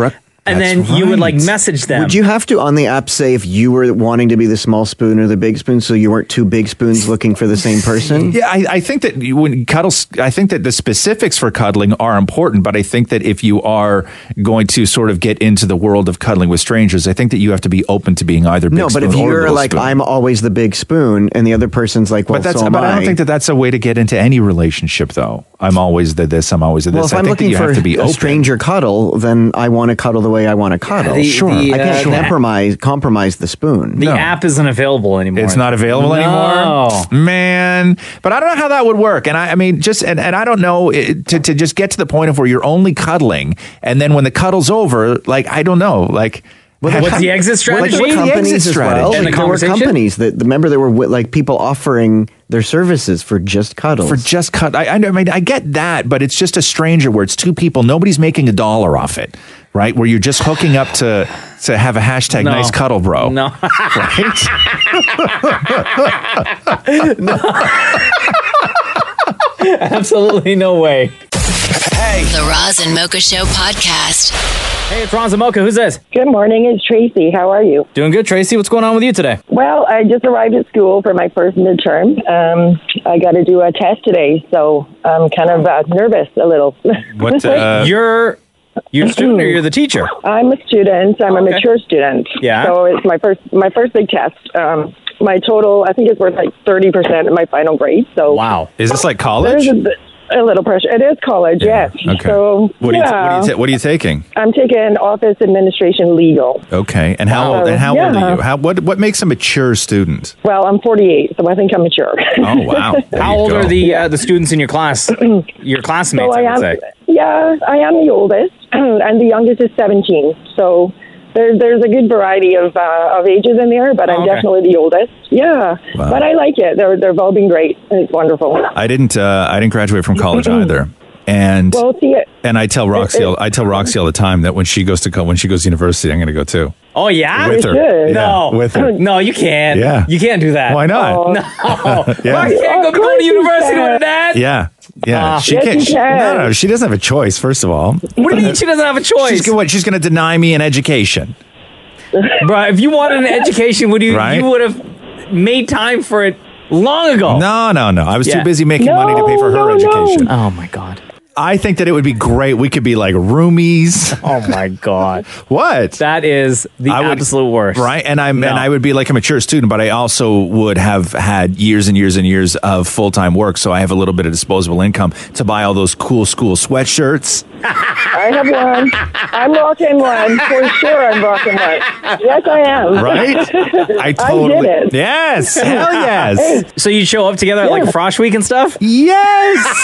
and then you would like message them. Would you have to on the app say if you were wanting to be the small spoon or the big spoon, so you weren't two big spoons looking for the same person? Yeah, I, I think that you- when cuddles, I think that the specifics for cuddling are important, but I think that if you are going to sort of get into the world of cuddling with strangers, I think that you have to be open to being either big No, but if spoon or you're little like spoon. I'm always the big spoon, and the other person's like, well, but that's so am but I I. don't think that that's a way to get into any relationship though. I'm always the this, I'm always the this. well, if I I'm think that looking you for have to be a open. stranger cuddle, then I want to cuddle the way I want to cuddle. the- Sure. the, I uh, can't Sure. compromise compromise the spoon. The app isn't available anymore. It's not available No. anymore, man. But I don't know how that would work. And I, I mean, just and, and I don't know it, to to just get to the point of where you're only cuddling, and then when the cuddle's over, like I don't know, like what's the exit strategy? Like, there were The companies exit as strategy. well. And the Like, there were conversation? companies that remember there were like people offering their services for just cuddles. for just cut. I, I mean, I get that, but it's just a stranger where it's two people. Nobody's making a dollar off it, right? Where you're just hooking up to to have a hashtag No. nice cuddle, bro. No. Absolutely no way. Hey. The Roz and Mocha Show podcast. Hey, it's Ron Zamoka. Who's this? Good morning, it's Tracy. How are you? Doing good, Tracy. What's going on with you today? Well, I just arrived at school for my first midterm. Um, I got to do a test today, so I'm kind of uh, nervous a little. uh, you're you're a student or you're the teacher? I'm a student. I'm a mature student. Yeah. So it's my first my first big test. Um, my total, I think, is worth like thirty percent in my final grade. So wow, is this like there's college? a, bit- a little pressure. It is college, yes. Okay. So what, yeah. are you, what, are you ta- what are you taking? I'm taking office administration legal. Okay, and how old? Uh, And how old yeah. are you? How what what makes a mature student? Well, I'm 48, so I think I'm mature. Oh, wow. There How you old go. are the uh, the students in your class? Your classmates, I, I would am, say. Yeah, I am the oldest, and the youngest is 17. So there, there's a good variety of, uh, of ages in there, Oh, but I'm okay. definitely the oldest. Yeah, Wow. but I like it. They're, they've all been great. It's wonderful. I didn't. Uh, I didn't graduate from college either. And Well, see, it, and I tell Roxy, it- I tell Roxy all the time that when she goes to co- when she goes to university, I'm going to go too. Oh yeah, With her. Yeah, No, with her. No, you can't. Yeah. you can't do that. Why not? Oh. No, Yeah. I can't go, go to university with that. Yeah, yeah. Ah. she Yes, can't. you she- can. No, no, she doesn't have a choice. First of all, What do you mean she doesn't have a choice? she's gonna, what, she's going to deny me an education. Bro, if you wanted an education, would you Right? you would have made time for it long ago? No, no, no. I was Oh. Yeah. too busy making money to pay for her No, no, education. no. Oh my god. I think that it would be great. We could be like roomies. Oh my god. what? That is the absolute worst. Right? And I'm and I would be like a mature student, but I also would have had years and years and years of full time work, so I have a little bit of disposable income to buy all those cool school sweatshirts. I have one. I'm rocking one for sure. I'm rocking one. Yes, I am. Right? I totally did it. Yes. Hell yes. So you show up together at like Frosh Week and stuff? Yes.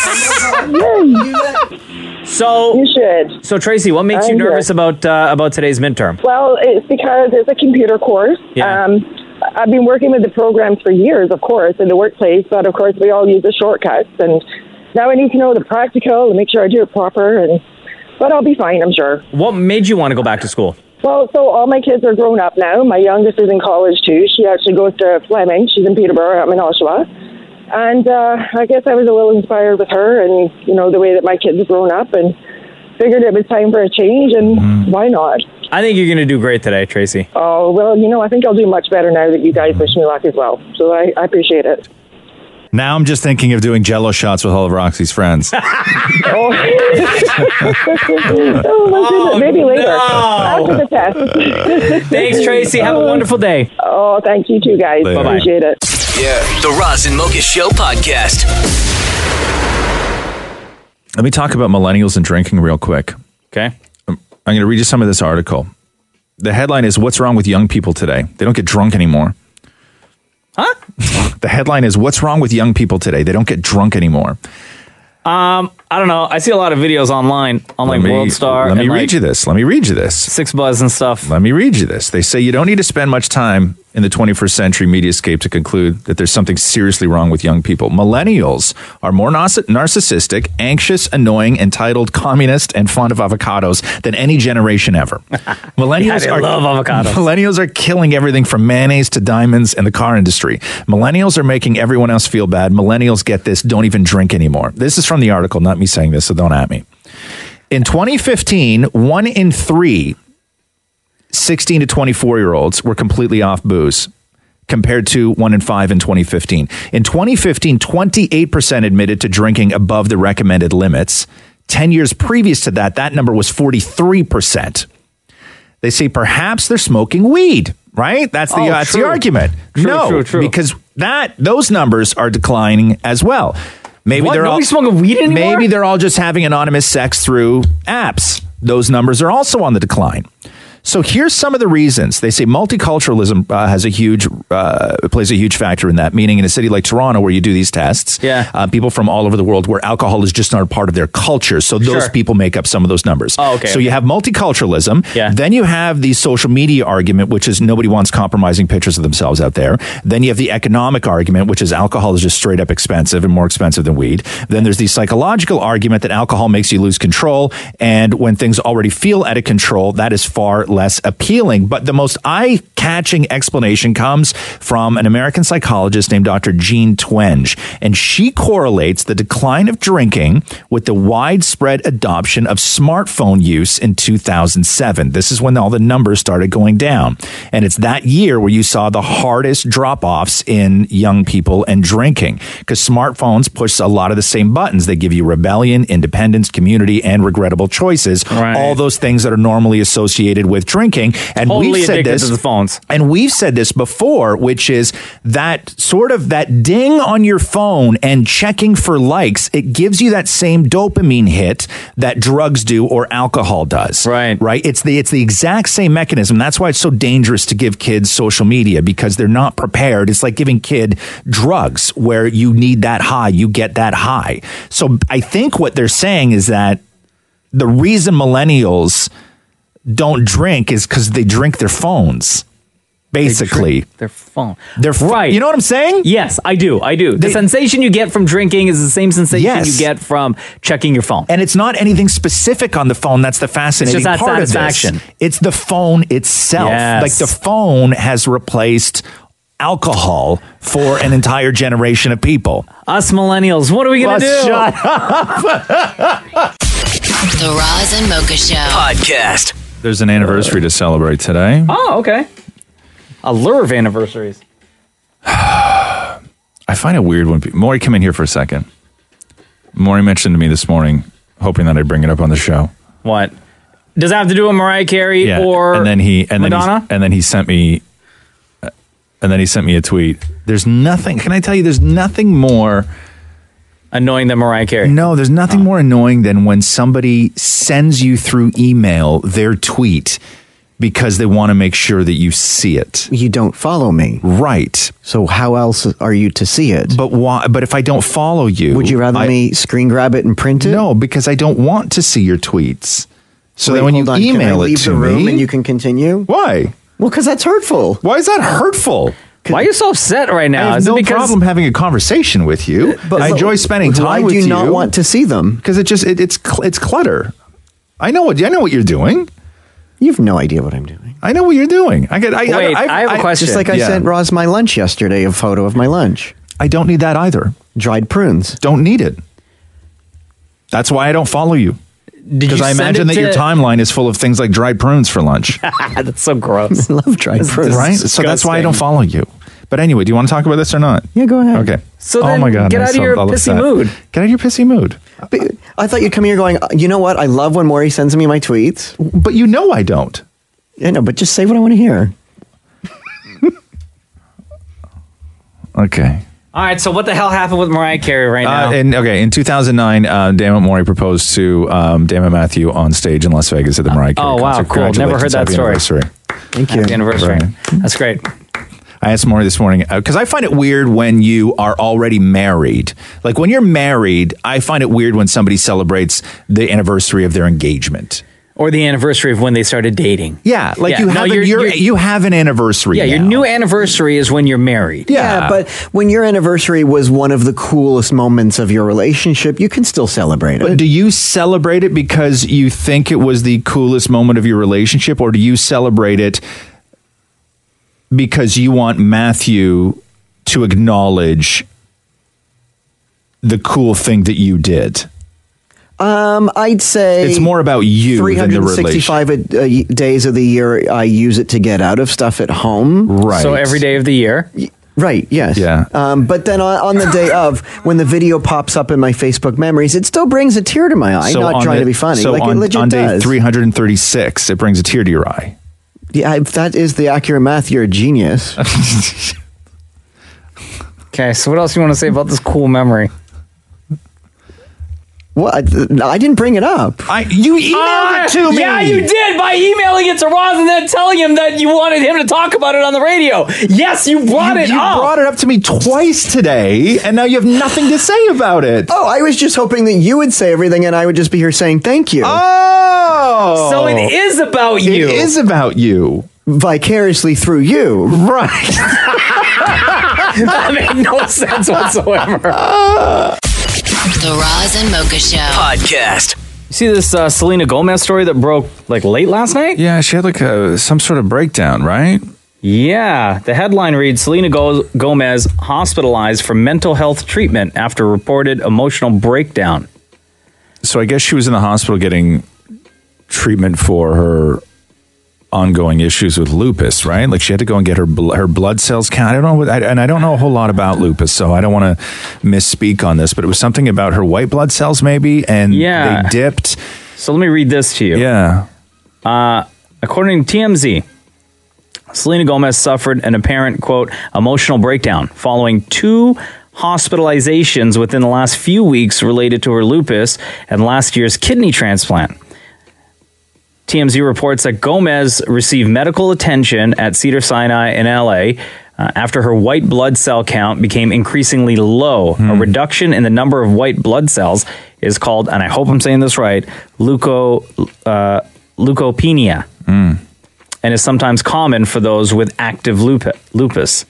So you should. So Tracy, what makes you I'm nervous about uh, about today's midterm? Well, it's because it's a computer course. Yeah. Um, I've been working with the programs for years, of course, in the workplace, but of course we all use the shortcuts. And now I need to know the practical and make sure I do it proper. And but I'll be fine, I'm sure. What made you want to go back to school? Well, so all my kids are grown up now. My youngest is in college too. She actually goes to Fleming. She's in Peterborough. I'm in Oshawa. And uh, I guess I was a little inspired with her and, you know, the way that my kids have grown up and figured it was time for a change and why not? I think you're going to do great today, Tracy. Oh, well, you know, I think I'll do much better now that you guys wish me luck as well. So I, I appreciate it. Now I'm just thinking of doing jello shots with all of Roxy's friends. Oh, oh my goodness. Maybe later. After the test. Thanks, Tracy. Have a wonderful day. Oh, thank you too, guys. Later. Bye-bye. Appreciate it. Yeah. The Roz and Mocha Show podcast. Let me talk about millennials and drinking real quick. Um, Okay. I'm going to read you some of this article. The headline is What's Wrong with Young People Today? They don't get drunk anymore. Huh? the headline is What's Wrong with Young People Today? They don't get drunk anymore. Um, I don't know. I see a lot of videos online on like Let me- World Star. Let me and, read like, you this. Let me read you this. Six buzz and stuff. Let me read you this. They say you don't need to spend much time in the 21st century mediascape to conclude that there's something seriously wrong with young people. Millennials are more narciss- narcissistic, anxious, annoying, entitled, communist, and fond of avocados than any generation ever. Millennials they are love avocados. Millennials are killing everything from mayonnaise to diamonds and the car industry. Millennials are making everyone else feel bad. Millennials get this, don't even drink anymore. This is from the article, not me saying this, so don't at me. In 2015, one in three 16 to 24 year olds were completely off booze compared to one in five in 2015. In 2015, 28% admitted to drinking above the recommended limits. 10 years previous to that, that number was 43%. They say perhaps they're smoking weed, right? That's the, uh, Oh, that's the true. argument. True, no, true, true. because that those numbers are declining as well. Maybe What? they're Nobody's all smoking weed anymore. Maybe they're all just having anonymous sex through apps. Those numbers are also on the decline. So here's some of the reasons they say multiculturalism uh, has a huge uh, plays a huge factor in that. Meaning, in a city like Toronto, where you do these tests, yeah. uh, people from all over the world where alcohol is just not a part of their culture, so those Sure. people make up some of those numbers. Oh, okay, So you okay. have multiculturalism. Yeah. Then you have the social media argument, which is nobody wants compromising pictures of themselves out there. Then you have the economic argument, which is alcohol is just straight up expensive and more expensive than weed. Then there's the psychological argument that alcohol makes you lose control. And when things already feel out of control, that is far less appealing. But the most eye catching explanation comes from an American psychologist named Dr. Jean Twenge. And she correlates the decline of drinking with the widespread adoption of smartphone use in 2007. This is when all the numbers started going down. And it's that year where you saw the hardest drop offs in young people and drinking because smartphones push a lot of the same buttons. They give you rebellion, independence, community, and regrettable choices. All those things that are normally associated with drinking. And Totally we've said addicted this to the phones. And we've said this before, which is that sort of that ding on your phone and checking for likes, it gives you that same dopamine hit that drugs do or alcohol does. Right. Right. It's the it's the exact same mechanism. That's why it's so dangerous to give kids social media because they're not prepared. It's like giving kid drugs where you need that high, you get that high. So I think what they're saying is that the reason millennials don't drink is because they drink their phones, basically. Their phone. They're right. You know what I'm saying? Yes, I do. I do. the sensation you get from drinking is the same sensation Yes. you get from checking your phone. And it's not anything specific on the phone. That's the fascinating It's just that part of satisfaction. this. It's the phone itself. Yes. Like the phone has replaced alcohol for an entire generation of people. Us millennials, what are we gonna Well, do? shut The Roz and Mocha Show podcast. There's an anniversary to celebrate today. Oh, okay. A lure of anniversaries. I find it weird when people, Maury, come in here for a second. Maury mentioned to me this morning, hoping that I'd bring it up on the show. What? Does that have to do with Mariah Carey or and then he and then Madonna? he, and then he sent me uh, and then he sent me a tweet. There's nothing. Can I tell you? There's nothing more annoying than Mariah Carey. Oh. No, there's nothing more annoying than when somebody sends you through email their tweet because they want to make sure that you see it. You don't follow me, right? So how else are you to see it? But why? But if I don't follow you, would you rather me screen grab it and print it? No, because I don't want to see your tweets. So Wait, then when you hold on. Can I email it leave to the room me, and you can continue. Why? Well, because that's hurtful. Why is that hurtful? Why are you so upset right now? I have Is it no because- problem having a conversation with Uh, you. But- I enjoy spending time Why do with you you. not want to see them? Because it just it, it's cl- it's clutter. I know what I know what you're doing. You have no idea what I'm doing. I know what you're doing. I got. I, Wait, I, I have a question. Just like I sent Roz my lunch yesterday, a photo of my lunch. I don't need that either. Dried prunes. Don't need it. That's why I don't follow you. you Because I send imagine it that your to- timeline is full of things like dried prunes for lunch. That's so gross. love dried prunes. right? So that's why I don't follow you. But anyway, do you want to talk about this or not? Yeah, go ahead. Okay. So oh then my God, get I'm out of so- your all pissy upset. mood. Get out of your pissy mood. I thought you'd come here going, "Uh, you know what? I love when Maury sends me my tweets. But you know I don't. I know, but just say what I want to hear. Okay. All right, so what the hell happened with Mariah Carey right now? Uh, and okay, in 2009, uh, Dammit Maury proposed to um, Dammit Matthew on stage in Las Vegas at the Mariah Carey oh wow, concert. cool. Never heard Congratulations. that Happy anniversary. story. Thank you. Anniversary. That's great. I asked Maury this morning because I find it weird when you are already married. Like when you're married, I find it weird when somebody celebrates the anniversary of their engagement. or the anniversary of when they started dating. Yeah, like you have an- you're- you have an anniversary. Yeah, your new anniversary is when you're married. but when your anniversary was one of the coolest moments of your relationship, you can still celebrate it. But do you celebrate it because you think it was the coolest moment of your relationship, or do you celebrate it because you want Matthew to acknowledge the cool thing that you did? Um, I'd say It's more about you than the relationship. 365 a, a, days of the year. I use it to get out of stuff at home. Right. So every day of the year. Right. Yes. Yeah. Um, but then on, on the day of, when the video pops up in my Facebook memories, it still brings a tear to my eye. not on trying the- to be funny. So like on, it legit on day does. 336, it brings a tear to your eye. Yeah, if that is the accurate math, you're a genius. okay, so what else you want to say about this cool memory? Well, I, I didn't bring it up. I you emailed it to me. Ah, Yeah, you did by emailing it to Roz and then telling him that you wanted him to talk about it on the radio. Yes, you brought You- it you up. brought it up to me twice today, and now you have nothing to say about it. Oh, I was just hoping that you would say everything, and I would just be here saying thank you. Oh, So it is about you. It is about you. Vicariously through you. Right. that made no sense whatsoever. The Roz and Mocha Show podcast. You see this uh, Selena Gomez story that broke like late last night? Yeah, she had like a, some sort of breakdown, right? Yeah. The headline reads Selena Go- Gomez hospitalized for mental health treatment after reported emotional breakdown. So I guess she was in the hospital getting treatment for her ongoing issues with lupus, right? Like she had to go and get her bl- her blood cells count. I don't know, what, I, and I don't know a whole lot about lupus, so I don't want to misspeak on this. But it was something about her white blood cells, maybe, and Yeah. they dipped. So let me read this to you. Yeah. Uh, according to TMZ, Selena Gomez suffered an apparent, quote, emotional breakdown following two hospitalizations within the last few weeks related to her lupus and last year's kidney transplant. TMZ reports that Gomez received medical attention at Cedar Sinai in LA uh, after her white blood cell count became increasingly low. A Hmm. reduction in the number of white blood cells is called, and I hope I'm saying this right, leuko, uh, leukopenia, and is sometimes common for those with active lupi- lupus.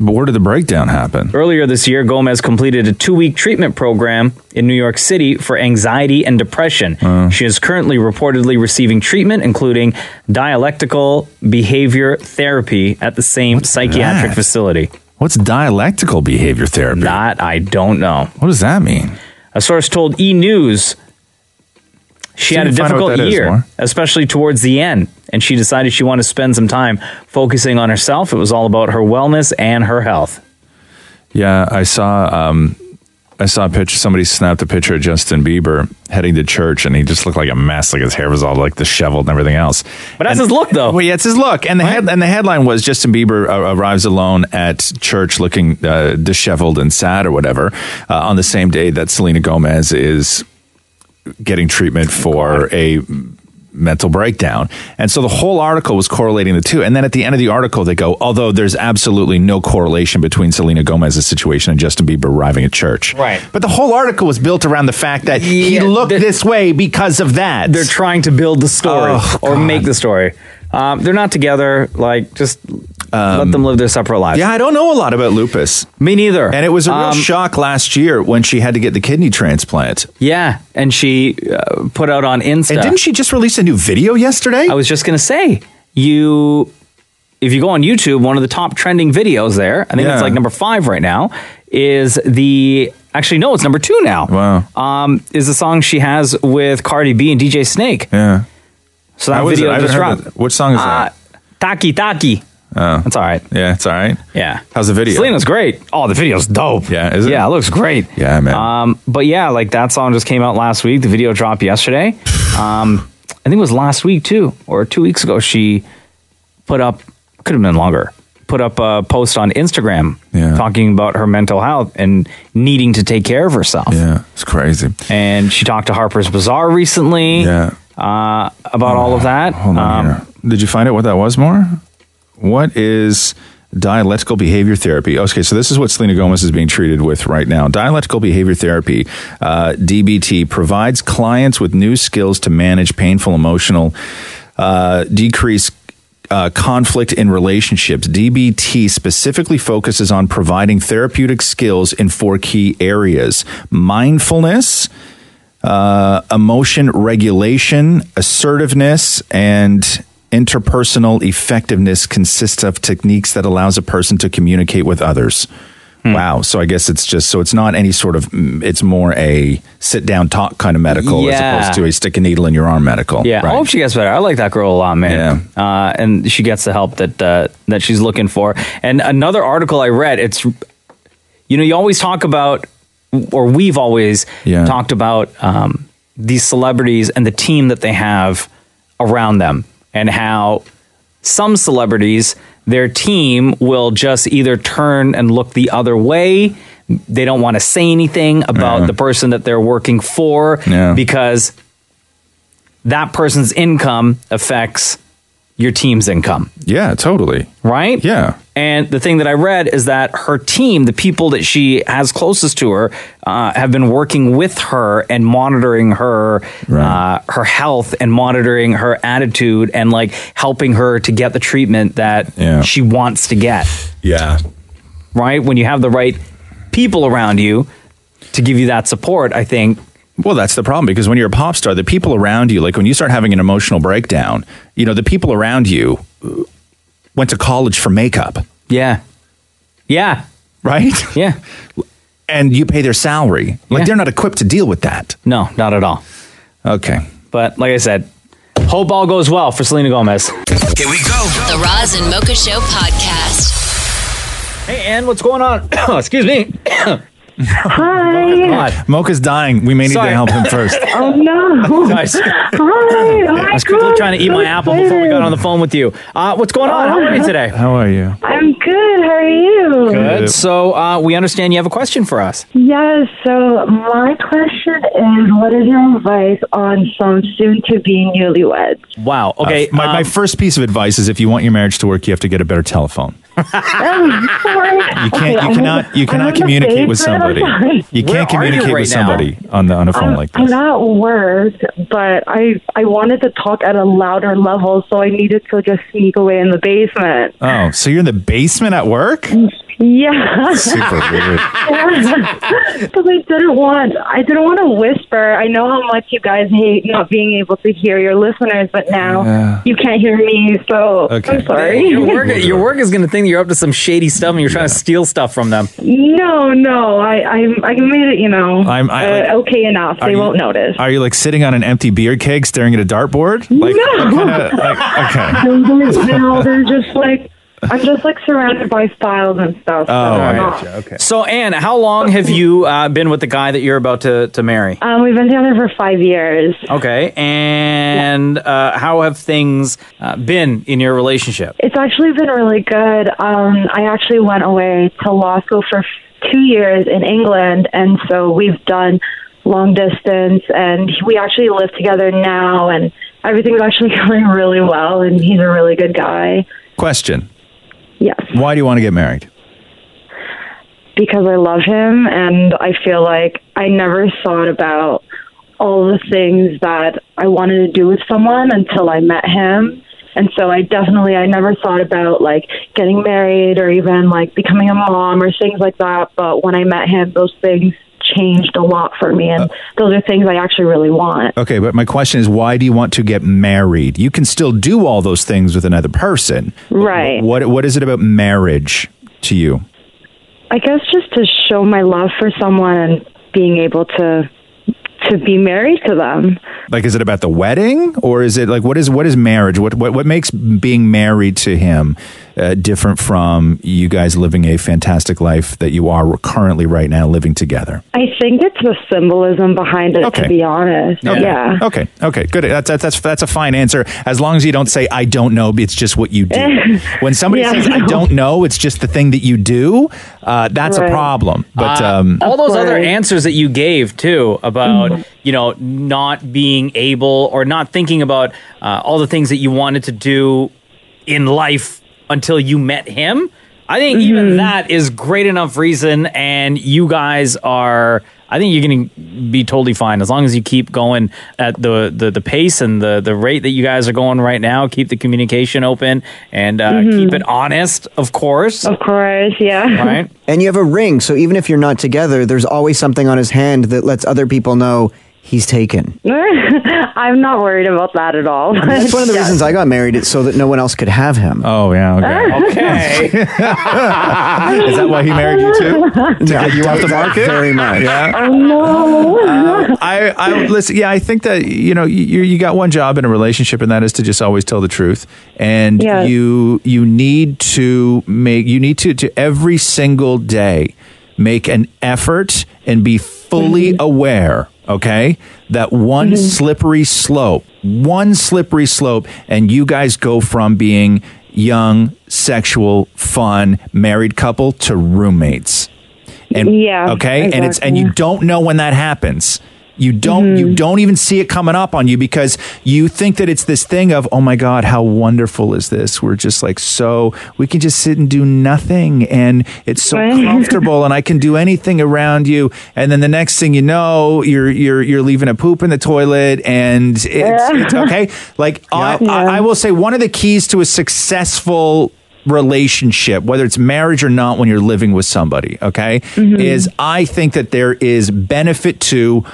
But where did the breakdown happen? Earlier this year, Gomez completed a two week treatment program in New York City for anxiety and depression. Oh. She is currently reportedly receiving treatment, including dialectical behavior therapy at the same psychiatric that? facility. What's dialectical behavior therapy? That I don't know. What does that mean? A source told E News See she had a if you find out what difficult that is, year, Lauren. especially towards the end, and she decided she wanted to spend some time focusing on herself. It was all about her wellness and her health. Yeah, I saw um I saw a picture somebody snapped a picture of Justin Bieber heading to church and he just looked like a mess, like his hair was all like disheveled and everything else. But that's his look though. Well yeah, it's his look. And the head and the headline was Justin Bieber uh, arrives alone at church looking uh, disheveled and sad or whatever, uh, on the same day that Selena Gomez is getting treatment for a mental breakdown. And so the whole article was correlating the two. And then at the end of the article, they go, although there's absolutely no correlation between Selena Gomez's situation and Justin Bieber arriving at church. Right. But the whole article was built around the fact that he looked this way because of that. Oh, They're trying to build the story or make the story. Um, they're not together. Like, just Um, let them live their separate lives. Yeah, I don't know a lot about lupus. Me neither. And it was a real Um, shock last year when she had to get the kidney transplant. Yeah, and she uh, put out on Insta. And didn't she just release a new video yesterday? I was just gonna say you. If you go on YouTube, one of the top trending videos there, I think Yeah. it's like number five right now, is the actually no, it's number two now. Wow, um, is the song she has with Cardi B and DJ Snake. Yeah, so that How is it? video I haven't just heard dropped. that. Which song is that? Uh, Taki Taki. Oh. That's all right. Yeah, it's all right. Yeah. How's the video? Selena's great. Oh, the video's dope. Yeah, is it? Yeah, it looks great. Yeah, man. Um, but yeah, like that song just came out last week. The video dropped yesterday. Um, I think it was last week too, or two weeks ago. She put up, could have been longer, put up a post on Instagram talking about her mental health and needing to take care of herself. Yeah, it's crazy. And she talked to Harper's Bazaar recently. Yeah. Uh, about all of that. Um, Hold on here. Did you find out what that was more? What is dialectical behavior therapy? Okay, so this is what Selena Gomez is being treated with right now. Dialectical behavior therapy, uh, DBT, provides clients with new skills to manage painful emotional, uh, decrease uh, conflict in relationships. DBT specifically focuses on providing therapeutic skills in four key areas mindfulness, uh, emotion regulation, assertiveness, and interpersonal effectiveness consists of techniques that allows a person to communicate with others. Hmm. Wow. So I guess it's just so it's not any sort of it's more a sit down talk kind of medical Yeah. as opposed to a stick a needle in your arm medical. Yeah, I Right. hope she gets better. I like that girl a lot, man. Uh, and she gets the help that uh, that she's looking for. And another article I read, it's you know you always talk about, or we've always talked about um, these celebrities and the team that they have around them, and how some celebrities their team will just either turn and look the other way. They don't want to say anything about the person that they're working for Yeah. because that person's income affects your team's income. Yeah, totally. Right? Yeah. And the thing that I read is that her team, the people that she has closest to her, uh, have been working with her and monitoring her, uh, her health and monitoring her attitude and like helping her to get the treatment that she wants to get. Yeah. Right? When you have the right people around you to give you that support, I think Well, that's the problem because when you're a pop star, the people around you, like when you start having an emotional breakdown, you know, the people around you uh, went to college for makeup. Yeah. Yeah. Right? Yeah. And you pay their salary. Like they're not equipped to deal with that. No, not at all. Okay. But like I said, hope all goes well for Selena Gomez. Here we go. The Roz and Mocha Show podcast. Hey, Ann, what's going on? Excuse me. Hi. Mocha's dying. We may need Sorry. to help him first. Oh no! Nice. Hi. I Oh was quickly trying to eat my apple before we got on the phone with you. Uh, what's going on? How are you today? How are you? I'm good. How are you? Good. So uh, we understand you have a question for us. Yes. So my question is, what is your advice on some soon-to-be newlyweds? Wow. Okay. Uh, my, my first piece of advice is if you want your marriage to work, you have to get a better telephone. Oh, sorry. You Okay, can't. I'm you cannot. on- You I'm on cannot the Um, communicate phase with for it, I'm somebody. sorry. You can't communicate with somebody on the on a phone I'm, like I'm not work, but I I wanted to talk at a louder level, so I needed to just sneak away in the basement. Oh, so you're in the basement at work? Yeah. Super weird. Because I didn't want, I didn't want to whisper. I know how much you guys hate not being able to hear your listeners, but now Yeah. you can't hear me, so I'm sorry. Your work, your work is going to think that you're up to some shady stuff and you're trying to steal stuff from them. no, no, I, I, I made it. You know, I'm- I- uh, like- okay enough. They won't notice. Are you like sitting on an empty beer keg, staring at a dartboard? Like, No. what kinda- like, okay. No, they're, no, they're just like I'm just like surrounded by files and Oh, stuff. so I'm not- Okay. So, Ann, how long have you uh, been with the guy that you're about to, to marry? Um, we've been together for five years. Okay. And uh, how have things uh, been in your relationship? It's actually been really good. Um, I actually went away to law school for f- two years in England, and so we've done long distance, and we actually live together now, and everything's actually going really well, and he's a really good guy Question. Yes. Why do you want to get married? because I love him, and I feel like I never thought about all the things that I wanted to do with someone until I met him. And so I definitely I never thought about like getting married or even like becoming a mom or things like that, but when I met him those things changed a lot for me and those are things I actually really want. Okay, but my question is, why do you want to get married? You can still do all those things with another person. Right. What What is it about marriage to you? I guess just to show my love for someone and being able to to be married to them. Like, is it about the wedding, or is it like what is what is marriage? What what what makes being married to him uh, different from you guys living a fantastic life that you are currently right now living together? I think it's the symbolism behind it to be honest. Okay. Yeah. Okay. Okay. Good. That's, that's that's that's a fine answer. As long as you don't say I don't know, it's just what you do. when somebody Yeah, says I I know. don't know, it's just the thing that you do. Uh, that's Right. a problem. But Uh, um, all those other answers that you gave too about you know not being able or not thinking about uh, all the things that you wanted to do in life until you met him. I think even that is great enough reason, and you guys are. I think you're going to be totally fine as long as you keep going at the, the, the pace and the, the rate that you guys are going right now. Keep the communication open and uh, Mhm. keep it honest, of course. Of course, yeah. Right. And you have a ring, so even if you're not together, there's always something on his hand that lets other people know he's taken. I'm not worried about that at all. That's one of the reasons I got married. It's so that no one else could have him. Oh yeah. Okay. Is that why he married you too? To get you off the market? Very much. Yeah. Um, Oh no. I, I listen. Yeah, I think that you know you you got one job in a relationship, and that is to just always tell the truth. And Yes. you you need to make you need to to every single day make an effort and be fully Mm-hmm. aware. Okay, that one slippery slope, one slippery slope, and you guys go from being young, sexual, fun, married couple to roommates. And Yeah, okay, and it's and exactly. Mm-hmm. you don't know when that happens. You don't you don't even see it coming up on you because you think that it's this thing of, "Oh my god, how wonderful is this? We're just like so we can just sit and do nothing and it's so comfortable and I can do anything around you." And then the next thing you know, you're you're you're leaving a poop in the toilet and it's, it's okay. Like I, I, I will say one of the keys to a successful relationship, whether it's marriage or not, when you're living with somebody, okay, is I think that there is benefit to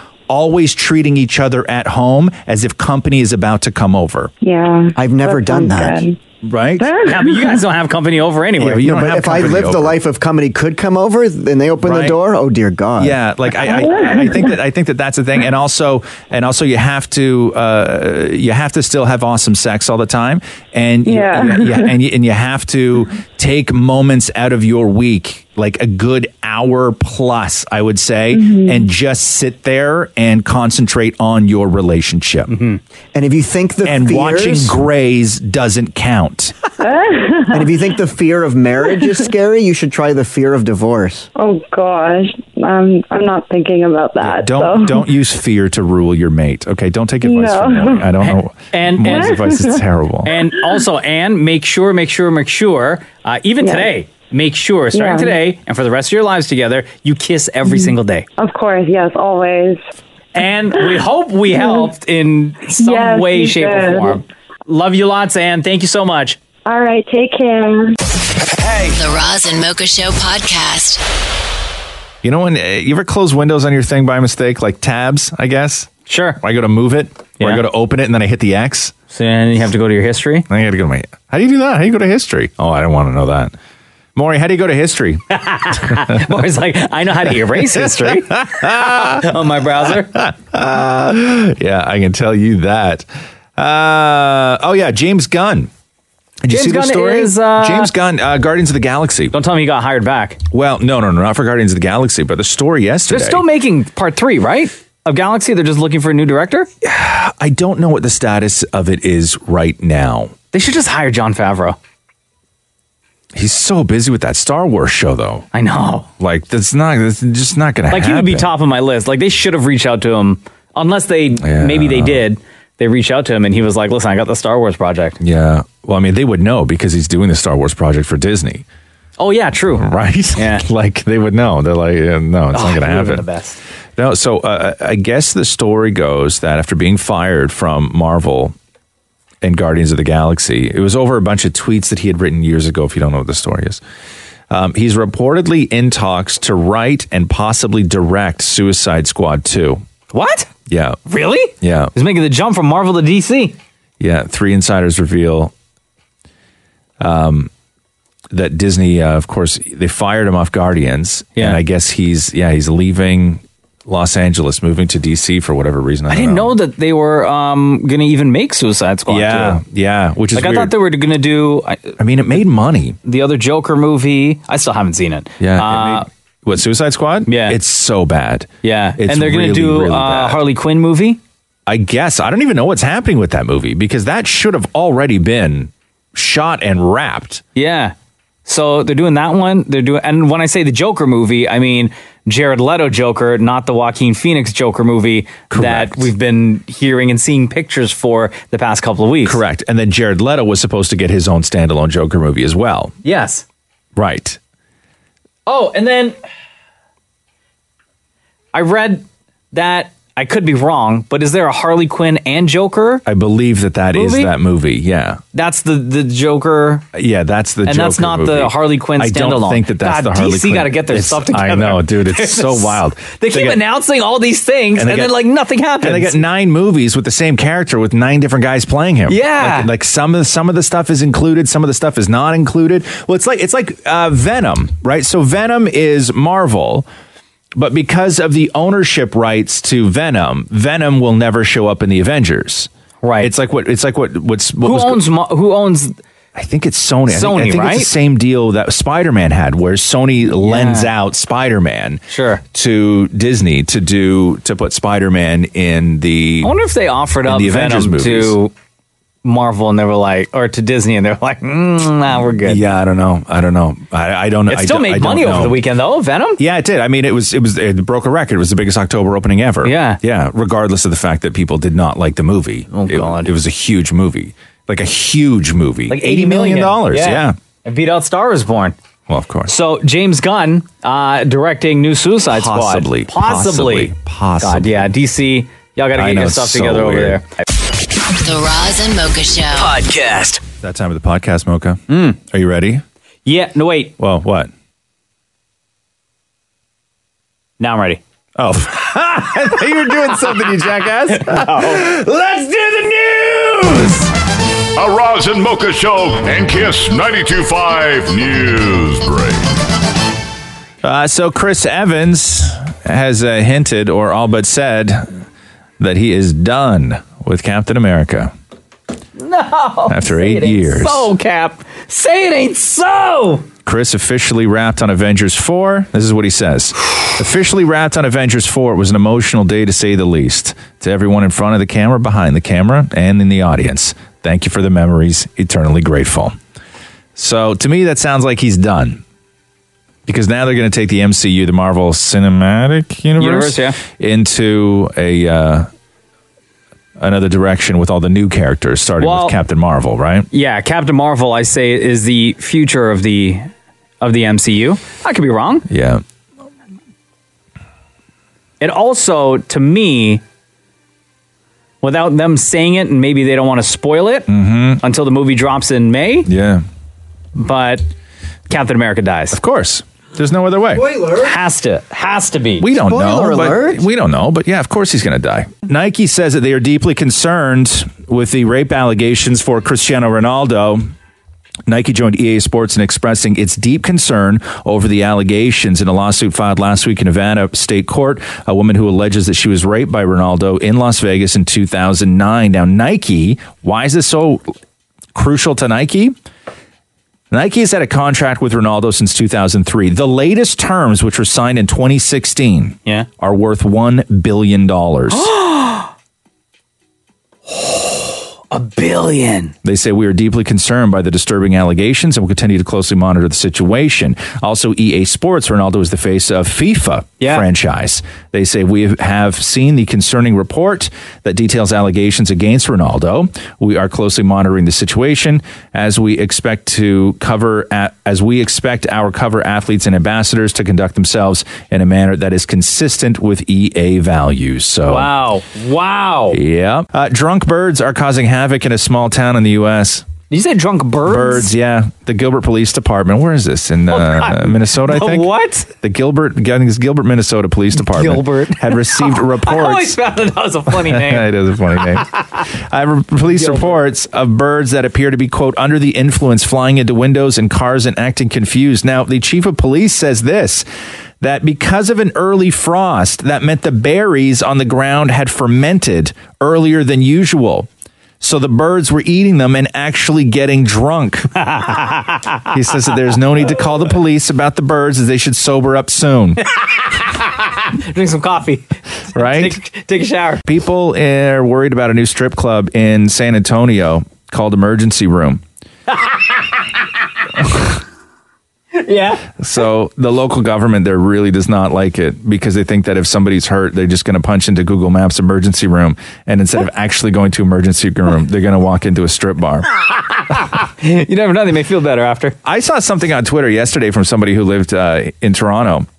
always treating each other at home as if company is about to come over. Yeah. I've never done that. Right? yeah, but you guys don't have company over anyway. Yeah, no, but if I lived the life of comedy could come over, then they open the Right. door. Oh dear God! Yeah, like I, I, I think that I think that that's the thing, and also and also you have to uh, you have to still have awesome sex all the time, and you- Yeah. and you, and, you, and you have to take moments out of your week, like a good hour plus, I would say, and just sit there and concentrate on your relationship. Mm-hmm. And if you think the and watching fears- Grays doesn't count. and if you think the fear of marriage is scary, you should try the fear of divorce. Oh gosh, um, I'm not thinking about that. Don't so. don't use fear to rule your mate. Okay, don't take advice from No. Maury. I don't know. and, Maury's and advice is terrible. And also, and make sure, make sure, make sure. Uh, even Yeah. today, make sure starting Yeah. Mm-hmm. today and for the rest of your lives together, you kiss every single day. Of course, yes, always. And we hope we helped in some Mm-hmm. Yes, way, you shape, did. or form. Love you lots, Anne. Thank you so much. All right, take care. The Roz and Mocha Show podcast. You know when uh, you ever close windows on your thing by mistake, like tabs, I guess. Sure. I go to move it, or I Yeah. go to open it, and then I hit the X. So then you have to go to your history. I got to go to my. How do you do that? How do you go to history? Oh, I don't want to know that. Maury, how do you go to history? Maury's like, I know how to erase history on my browser. yeah, I can tell you that. Uh, oh yeah, James Gunn. Did James you see the Gunn story? is, uh, James Gunn, uh, Guardians of the Galaxy. Don't tell me he got hired back. Well, no, no, no, not for Guardians of the Galaxy, but the story yesterday. They're still making part three, right? Of Galaxy, they're just looking for a new director. I don't know what the status of it is right now. They should just hire John Favreau. He's so busy with that Star Wars show, though. I know. Like that's not. That's just not going to like happen. he would be top of my list. Like they should have reached out to him, unless they maybe they did. They reached out to him and he was like, "Listen, I got the Star Wars project." Yeah. Well, I mean, they would know because he's doing the Star Wars project for Disney, Oh yeah, true. right? Yeah. like they would know. They're like, yeah, no, it's Oh, not going to he would've happen. been the best. No. So uh, I guess the story goes that after being fired from Marvel and Guardians of the Galaxy, it was over a bunch of tweets that he had written years ago. If you don't know what the story is. Um, he's reportedly in talks to write and possibly direct Suicide Squad 2. What? Yeah. Really? Yeah. He's making the jump from Marvel to DC. Yeah, three insiders reveal um, that Disney, uh, of course, they fired him off Guardians, and I guess he's yeah he's leaving Los Angeles, moving to DC for whatever reason. I, I don't didn't know that they were um, going to even make Suicide Squad. Yeah, 2. yeah, which is like I weird. thought they were going to do. I, I mean, it made money. The other Joker movie, I still haven't seen it. Yeah, Uh, it made- what Suicide Squad? Yeah, it's so bad. Yeah, It's and they're going really, to do really uh, bad. Harley Quinn movie. I guess I don't even know what's happening with that movie because that should have already been shot and wrapped. Yeah. So they're doing that one. They're doing, and when I say the Joker movie, I mean Jared Leto Joker, not the Joaquin Phoenix Joker movie that we've been hearing and seeing pictures for the past couple of weeks. Correct. And then Jared Leto was supposed to get his own standalone Joker movie as well. Yes. Right. Oh, and then I read that I could be wrong, but is there a Harley Quinn and Joker? I believe that that is Movie? that movie. Yeah. That's the the Joker. Yeah, that's the And that's Joker not movie. the Harley Quinn I don't standalone. think that that's God, the Harley DC Quinn. gotta get their It's- stuff together. I know, dude. It's It's so just- wild. They keep got- announcing all these things, And and, they then got- like nothing happens. And they got nine movies with the same character with nine different guys playing him. Yeah. like, like some of the, some of the stuff is included, some of the stuff is not included. Well, it's like it's like uh, Venom, right? So Venom is Marvel, but because of the ownership rights to Venom, Venom will never show up in the Avengers. Right. It's like what it's like what what's what who was- owns Mo- who owns? I think it's Sony. I think- Sony, I think, right? it's the same deal that Spider Man had, where Sony lends out Spider Man sure. to Disney to do to put Spider Man in the. I wonder if they offered in up the Avengers Venom movies. to Marvel, and they were like, or to Disney, and they're like, mm, nah, we're good. Yeah, I don't know. I don't know. I, I don't know. It I still don't- made I don't money over know. the weekend though. Venom. Yeah, it did. I mean, it was it was it broke a record. It was the biggest October opening ever. Yeah, yeah. Regardless of the fact that people did not like the movie, oh it, god, it was a huge movie, like a huge movie, Like eighty million dollars. Yeah. And beat out Star Is Born. Well, of course. So James Gunn uh, directing new Suicide Possibly. Squad. Possibly. Possibly. God, yeah. DC, y'all got to I get know, your it's stuff so together over weird. there. The Roz and Mocha Show podcast. That time of the podcast, Mocha. Are you ready? Hmm. Yeah. No, wait. Well, what? Now I'm ready. Oh, I thought you were doing something, you jackass. Oh. Oh. Let's do the news! A Roz and Mocha Show and Kiss 92.5 News Break. Uh, so Chris Evans has uh, hinted or all but said that he is done with Captain America. No. After Say eight it ain't years. So, Cap. Say it ain't so. Chris officially wrapped on Avengers 4. This is what he says. officially wrapped on Avengers 4 was an emotional day to say the least. To everyone in front of the camera, behind the camera, and in the audience. Thank you for the memories. Eternally grateful. So to me, that sounds like he's done. Because now they're going to take the MCU, the Marvel Cinematic Universe, Universe, yeah. into a uh, another direction with all the new characters, starting Well- with Captain Marvel, right? Yeah, Captain Marvel, I say, is the future of the of the MCU. I could be wrong. Yeah. It also, to me, without them saying it, and maybe they don't want to spoil it until the movie drops in May. Mm-hmm. Yeah. But Captain America dies. Of course. There's no other way. Spoiler. Has to. Has to be. We don't know. but- we don't know, but yeah, of course he's going to die. Nike says that they are deeply concerned with the rape allegations for Cristiano Ronaldo. Nike joined EA Sports in expressing its deep concern over the allegations in a lawsuit filed last week in Nevada state court. A woman who alleges that she was raped by Ronaldo in Las Vegas in 2009. Now, Nike, why is this so crucial to Nike? Nike has had a contract with Ronaldo since 2003. The latest terms, which were signed in 2016, yeah. are worth $1 billion. A billion. They say we are deeply concerned by the disturbing allegations and will continue to closely monitor the situation. Also, EA Sports, Ronaldo is the face of FIFA franchise. They say we have seen the concerning report that details allegations against Ronaldo. We are closely monitoring the situation as we expect to cover a- as we expect our cover athletes and ambassadors to conduct themselves in a manner that is consistent with EA values. So Wow. Wow. yeah. Uh, drunk birds are causing havoc in a small town in the U.S. Did you say drunk birds? Oh, Birds, yeah. The Gilbert Police Department. Where is this? In uh, Minnesota, I The think. what? The Gilbert, I think it's Gilbert, Minnesota Police Department. Gilbert. Oh, Had received I always reports. found that that was a funny name. it is a funny name. I have police reports of birds that appear to be, quote, under the influence, flying into windows and cars and acting confused. Now, the chief of police says this that because of an early frost, that meant the berries on the ground had fermented earlier than usual. So the birds were eating them and actually getting drunk. he says that there's no need to call the police about the birds as they should sober up soon. Drink some coffee. Right? take, take a shower. People are worried about a new strip club in San Antonio called Emergency Room. Yeah. So the local government there really does not like it because they think that if somebody's hurt, they're just going to punch into Google Maps emergency room, and instead of actually going to emergency room, they're going to walk into a strip bar. you never know; they may feel better after. I saw something on Twitter yesterday from somebody who lived uh, in Toronto,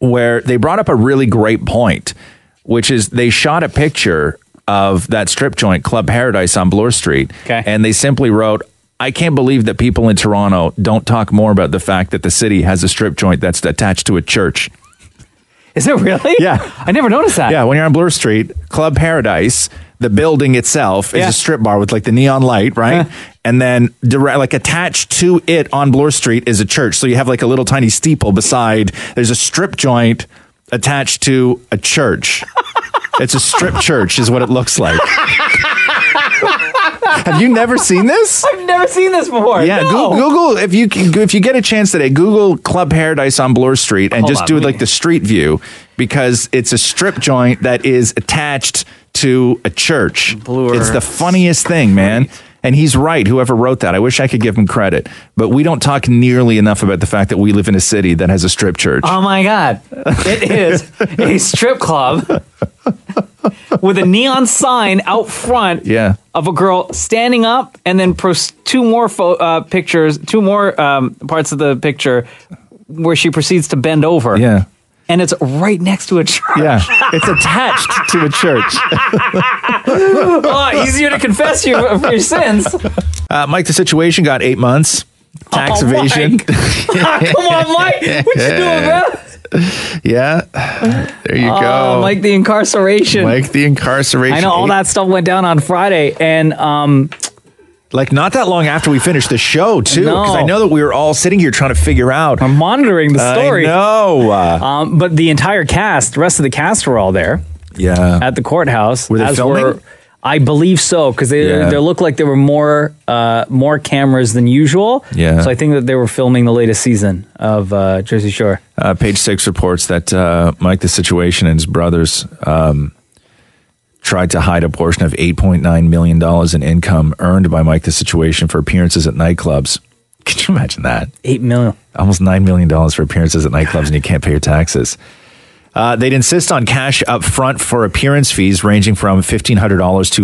where they brought up a really great point, which is they shot a picture of that strip joint, Club Paradise on Bloor Street, and they simply wrote. I can't believe that people in Toronto don't talk more about the fact that the city has a strip joint that's attached to a church. Is it really? Yeah. I never noticed that. Yeah, when you're on Bloor Street, Club Paradise, the building itself is Yeah. Uh-huh. a strip bar with like the neon light, right? and then direct, like attached to it on Bloor Street is a church. So you have like a little tiny steeple beside. There's a strip joint attached to a church. it's a strip church, is what it looks like. Have you never seen this? I've never seen this before. Yeah, No. Google, Google if you can- if you get a chance today, Google Club Paradise on Bloor Street and Hold just on, do let me- like the street view because it's a strip joint that is attached to a church. It's the funniest thing, man. And he's right. Whoever wrote that, I wish I could give him credit, but we don't talk nearly enough about the fact that we live in a city that has a strip church. Oh my god! It is a strip club with a neon sign out front. Yeah. Of a girl standing up, and then pros- two more fo- uh, pictures, two more um, parts of the picture where she proceeds to bend over. Yeah. And it's right next to a church. Yeah, it's attached to a church. oh, easier to confess your, for your sins. Uh, Mike, the situation got eight months. Tax Oh, evasion. Mike. Come on, Mike. What you doing, bro? Yeah. There you Oh, go. Mike the incarceration. Mike the incarceration. I know all that stuff went down on Friday, and um, like not that long after we finished the show too No. because i know that we were all sitting here trying to figure out Uh, i'm monitoring the story. no Um, but the entire cast, the rest of the cast, were all there. Yeah, at the courthouse. Were they filming? I believe so because they Yeah. there looked like there were more uh, more cameras than usual. Yeah. So I think that they were filming the latest season of uh, Jersey Shore. uh, page six reports that uh, mike the situation and his brothers um, tried to hide a portion of $8.9 million in income earned by mike the situation for appearances at nightclubs can you imagine that eight million almost $9 million for appearances at nightclubs and you can't pay your taxes Uh, they'd insist on cash up front for appearance fees ranging from $1,500 to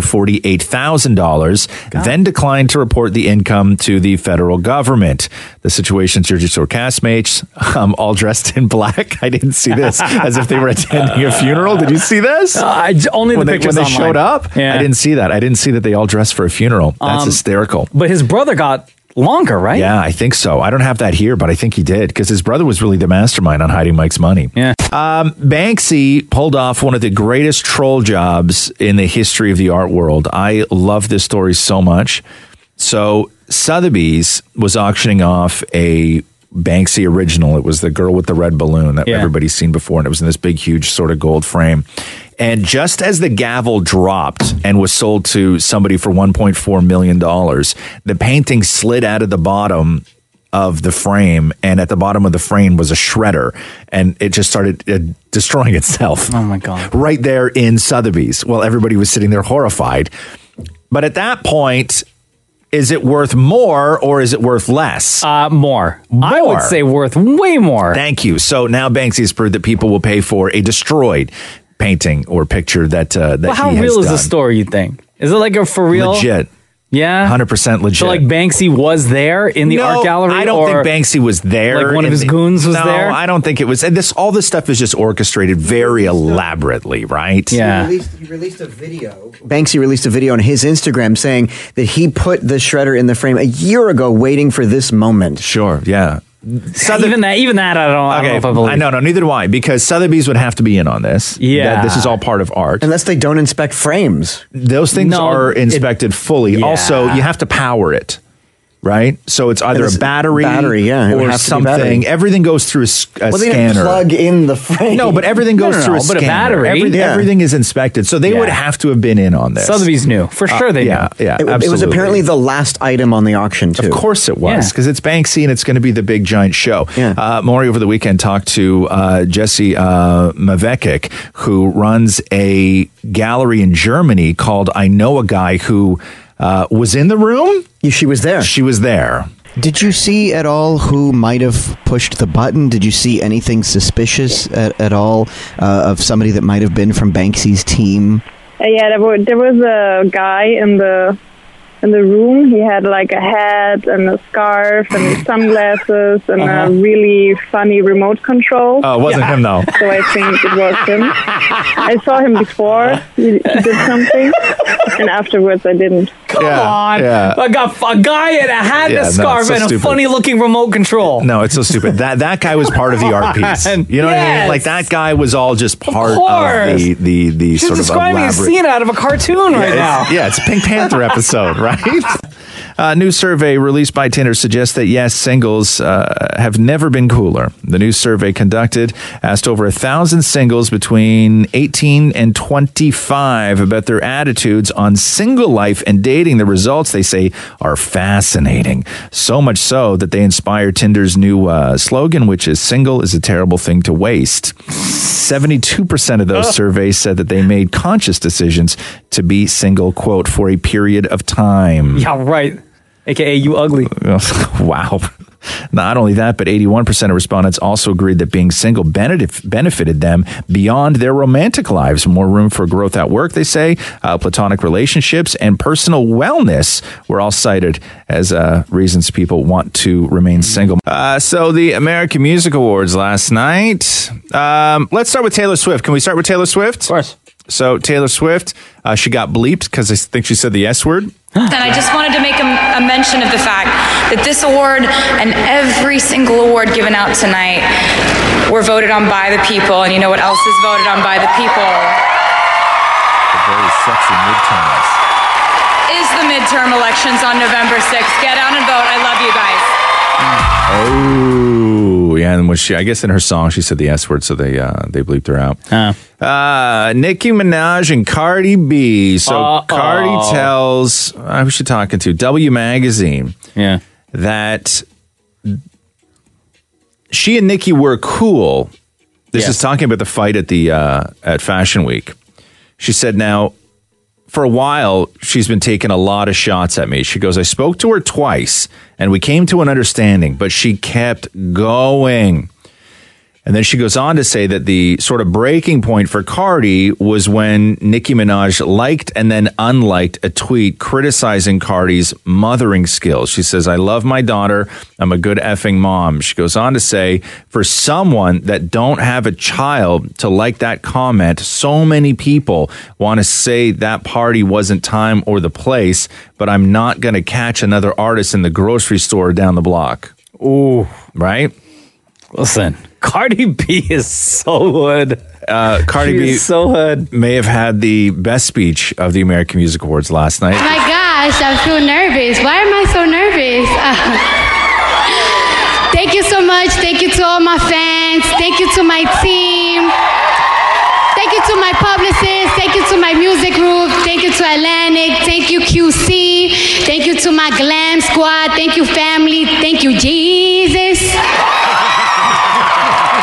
$48,000, then decline to report the income to the federal government. The situation's Jersey Shore castmates, um, all dressed in black. I didn't see this, as if they were attending a funeral. Did you see this? Uh, I j- only the when they, pictures when they online. showed up? Yeah. I didn't see that. I didn't see that they all dressed for a funeral. That's Um, hysterical. But his brother got longer, right? Yeah, I think so. I don't have that here, but I think he did because his brother was really the mastermind on hiding Mike's money. Yeah. Um, Banksy pulled off one of the greatest troll jobs in the history of the art world. I love this story so much. So Sotheby's was auctioning off a Banksy original. It was the girl with the red balloon that Yeah. everybody's seen before, and it was in this big, huge sort of gold frame. And just as the gavel dropped and was sold to somebody for $1.4 million, the painting slid out of the bottom of the frame. And at the bottom of the frame was a shredder. And it just started uh, destroying itself. Oh, my God. Right there in Sotheby's. Well, everybody was sitting there horrified. But at that point, is it worth more or is it worth less? Uh, more. I would say worth way more. Thank you. So now Banksy has proved that people will pay for a destroyed painting or picture that uh, that Well, how he has real is done. the story? You think is it like a for real? Legit. Yeah, hundred percent legit. So like Banksy was there in the No, art gallery. I don't or- think Banksy was there. Like one of in his the- goons was no, there? I don't think it was. And this all this stuff is just orchestrated very elaborately, right? He released, he released a video. Banksy released a video on his Instagram saying that he put the shredder in the frame a year ago, waiting for this moment. Sure. Yeah. even that, even that, I don't. I don't know if I believe. no, no, neither do I, because Sotheby's would have to be in on this. Yeah. That this is all part of art. Unless they don't inspect frames. Those things No, are it- inspected fully. Yeah. Also, you have to power it, right? So it's either it's a battery, battery, yeah, it would or have to be battery. something. Everything goes through a, s- a well, they didn't scanner. plug in the frame. No, but everything goes through a scanner. Every- Yeah. Everything is inspected, so they would have to have been in on this. Uh, Sotheby's knew. For sure they yeah, knew. Yeah, Uh, It- it was apparently the last item on the auction. Too. Of course it was, Yeah. because it's Banksy and it's going to be the big giant show. Uh, Maury over the weekend talked to uh, Jesse uh, Mavekic, who runs a gallery in Germany called I Know a Guy Who uh, was in the room. She was there. She was there. Did you see at all who might have pushed the button? Did you see anything suspicious at, at all uh, of somebody that might have been from Banksy's team? Uh, yeah, there, were, there was a guy in the in the room. He had like a hat and a scarf and sunglasses and Uh-huh. a really funny remote control. Oh, it wasn't him, though. So I think it was him. I saw him before he, he did something, and afterwards I didn't. Come on. yeah. I got f- a guy in a hat, Yeah, and no, a it's scarf, so and a stupid. funny looking remote control. No, it's so stupid. That that guy was part of the art piece. You know what I mean? Yes. Like that guy was all just part of, course. the the the She's sort of describing elaborate. a scene out of a cartoon right yeah, now. it's, yeah, it's a Pink Panther episode, right? Uh, A new survey released by Tinder suggests that yes, singles uh, have never been cooler. The new survey conducted asked over a thousand singles between 18 and 25 about their attitudes on single life and dating. The results, they say, are fascinating. So much so that they inspire Tinder's new uh, slogan, which is "Single is a terrible thing to waste." Seventy-two percent of those surveys said that they made conscious decisions to be single, quote, for a period of time. Yeah, right. AKA you ugly. wow. Not only that, but 81% of respondents also agreed that being single benefit, benefited them beyond their romantic lives. More room for growth at work, they say. Uh, platonic relationships and personal wellness were all cited as uh, reasons people want to remain single. Uh, so, the American Music Awards last night. Um, let's start with Taylor Swift. Can we start with Taylor Swift? Of course. So, Taylor Swift, uh, she got bleeped because I think she said the S word. And I just wanted to make a, a mention of the fact that this award and every single award given out tonight were voted on by the people. And you know what else is voted on by the people? Very sexy midterms. Is the midterm elections on November 6th. Get out and vote. I love you guys. Oh, yeah. And when she, I guess in her song, she said the S word, so they uh, they bleeped her out. Uh, Nicki Minaj and Cardi B. So Uh-oh. Cardi tells, I was she talking to? W Magazine. Yeah. That she and Nicki were cool. This is talking about the fight at the uh, at Fashion Week. She said, "Now, for a while, she's been taking a lot of shots at me." She goes, "I spoke to her twice, and we came to an understanding, but she kept going." And then she goes on to say that the sort of breaking point for Cardi was when Nicki Minaj liked and then unliked a tweet criticizing Cardi's mothering skills. She says, I love my daughter. I'm a good effing mom. She goes on to say, for someone that don't have a child to like that comment, so many people want to say that party wasn't time or the place, but I'm not going to catch another artist in the grocery store down the block. Ooh. Right? Listen, Cardi B is so good. Uh, Cardi She B is so hood. may have had the best speech of the American Music Awards last night. My gosh, I feel nervous. Why am I so nervous? Thank you so much. Thank you to all my fans. Thank you to my team. Thank you to my publicist. Thank you to my music group. Thank you to Atlantic. Thank you, QC. Thank you to my glam squad. Thank you, family. Thank you, Jesus.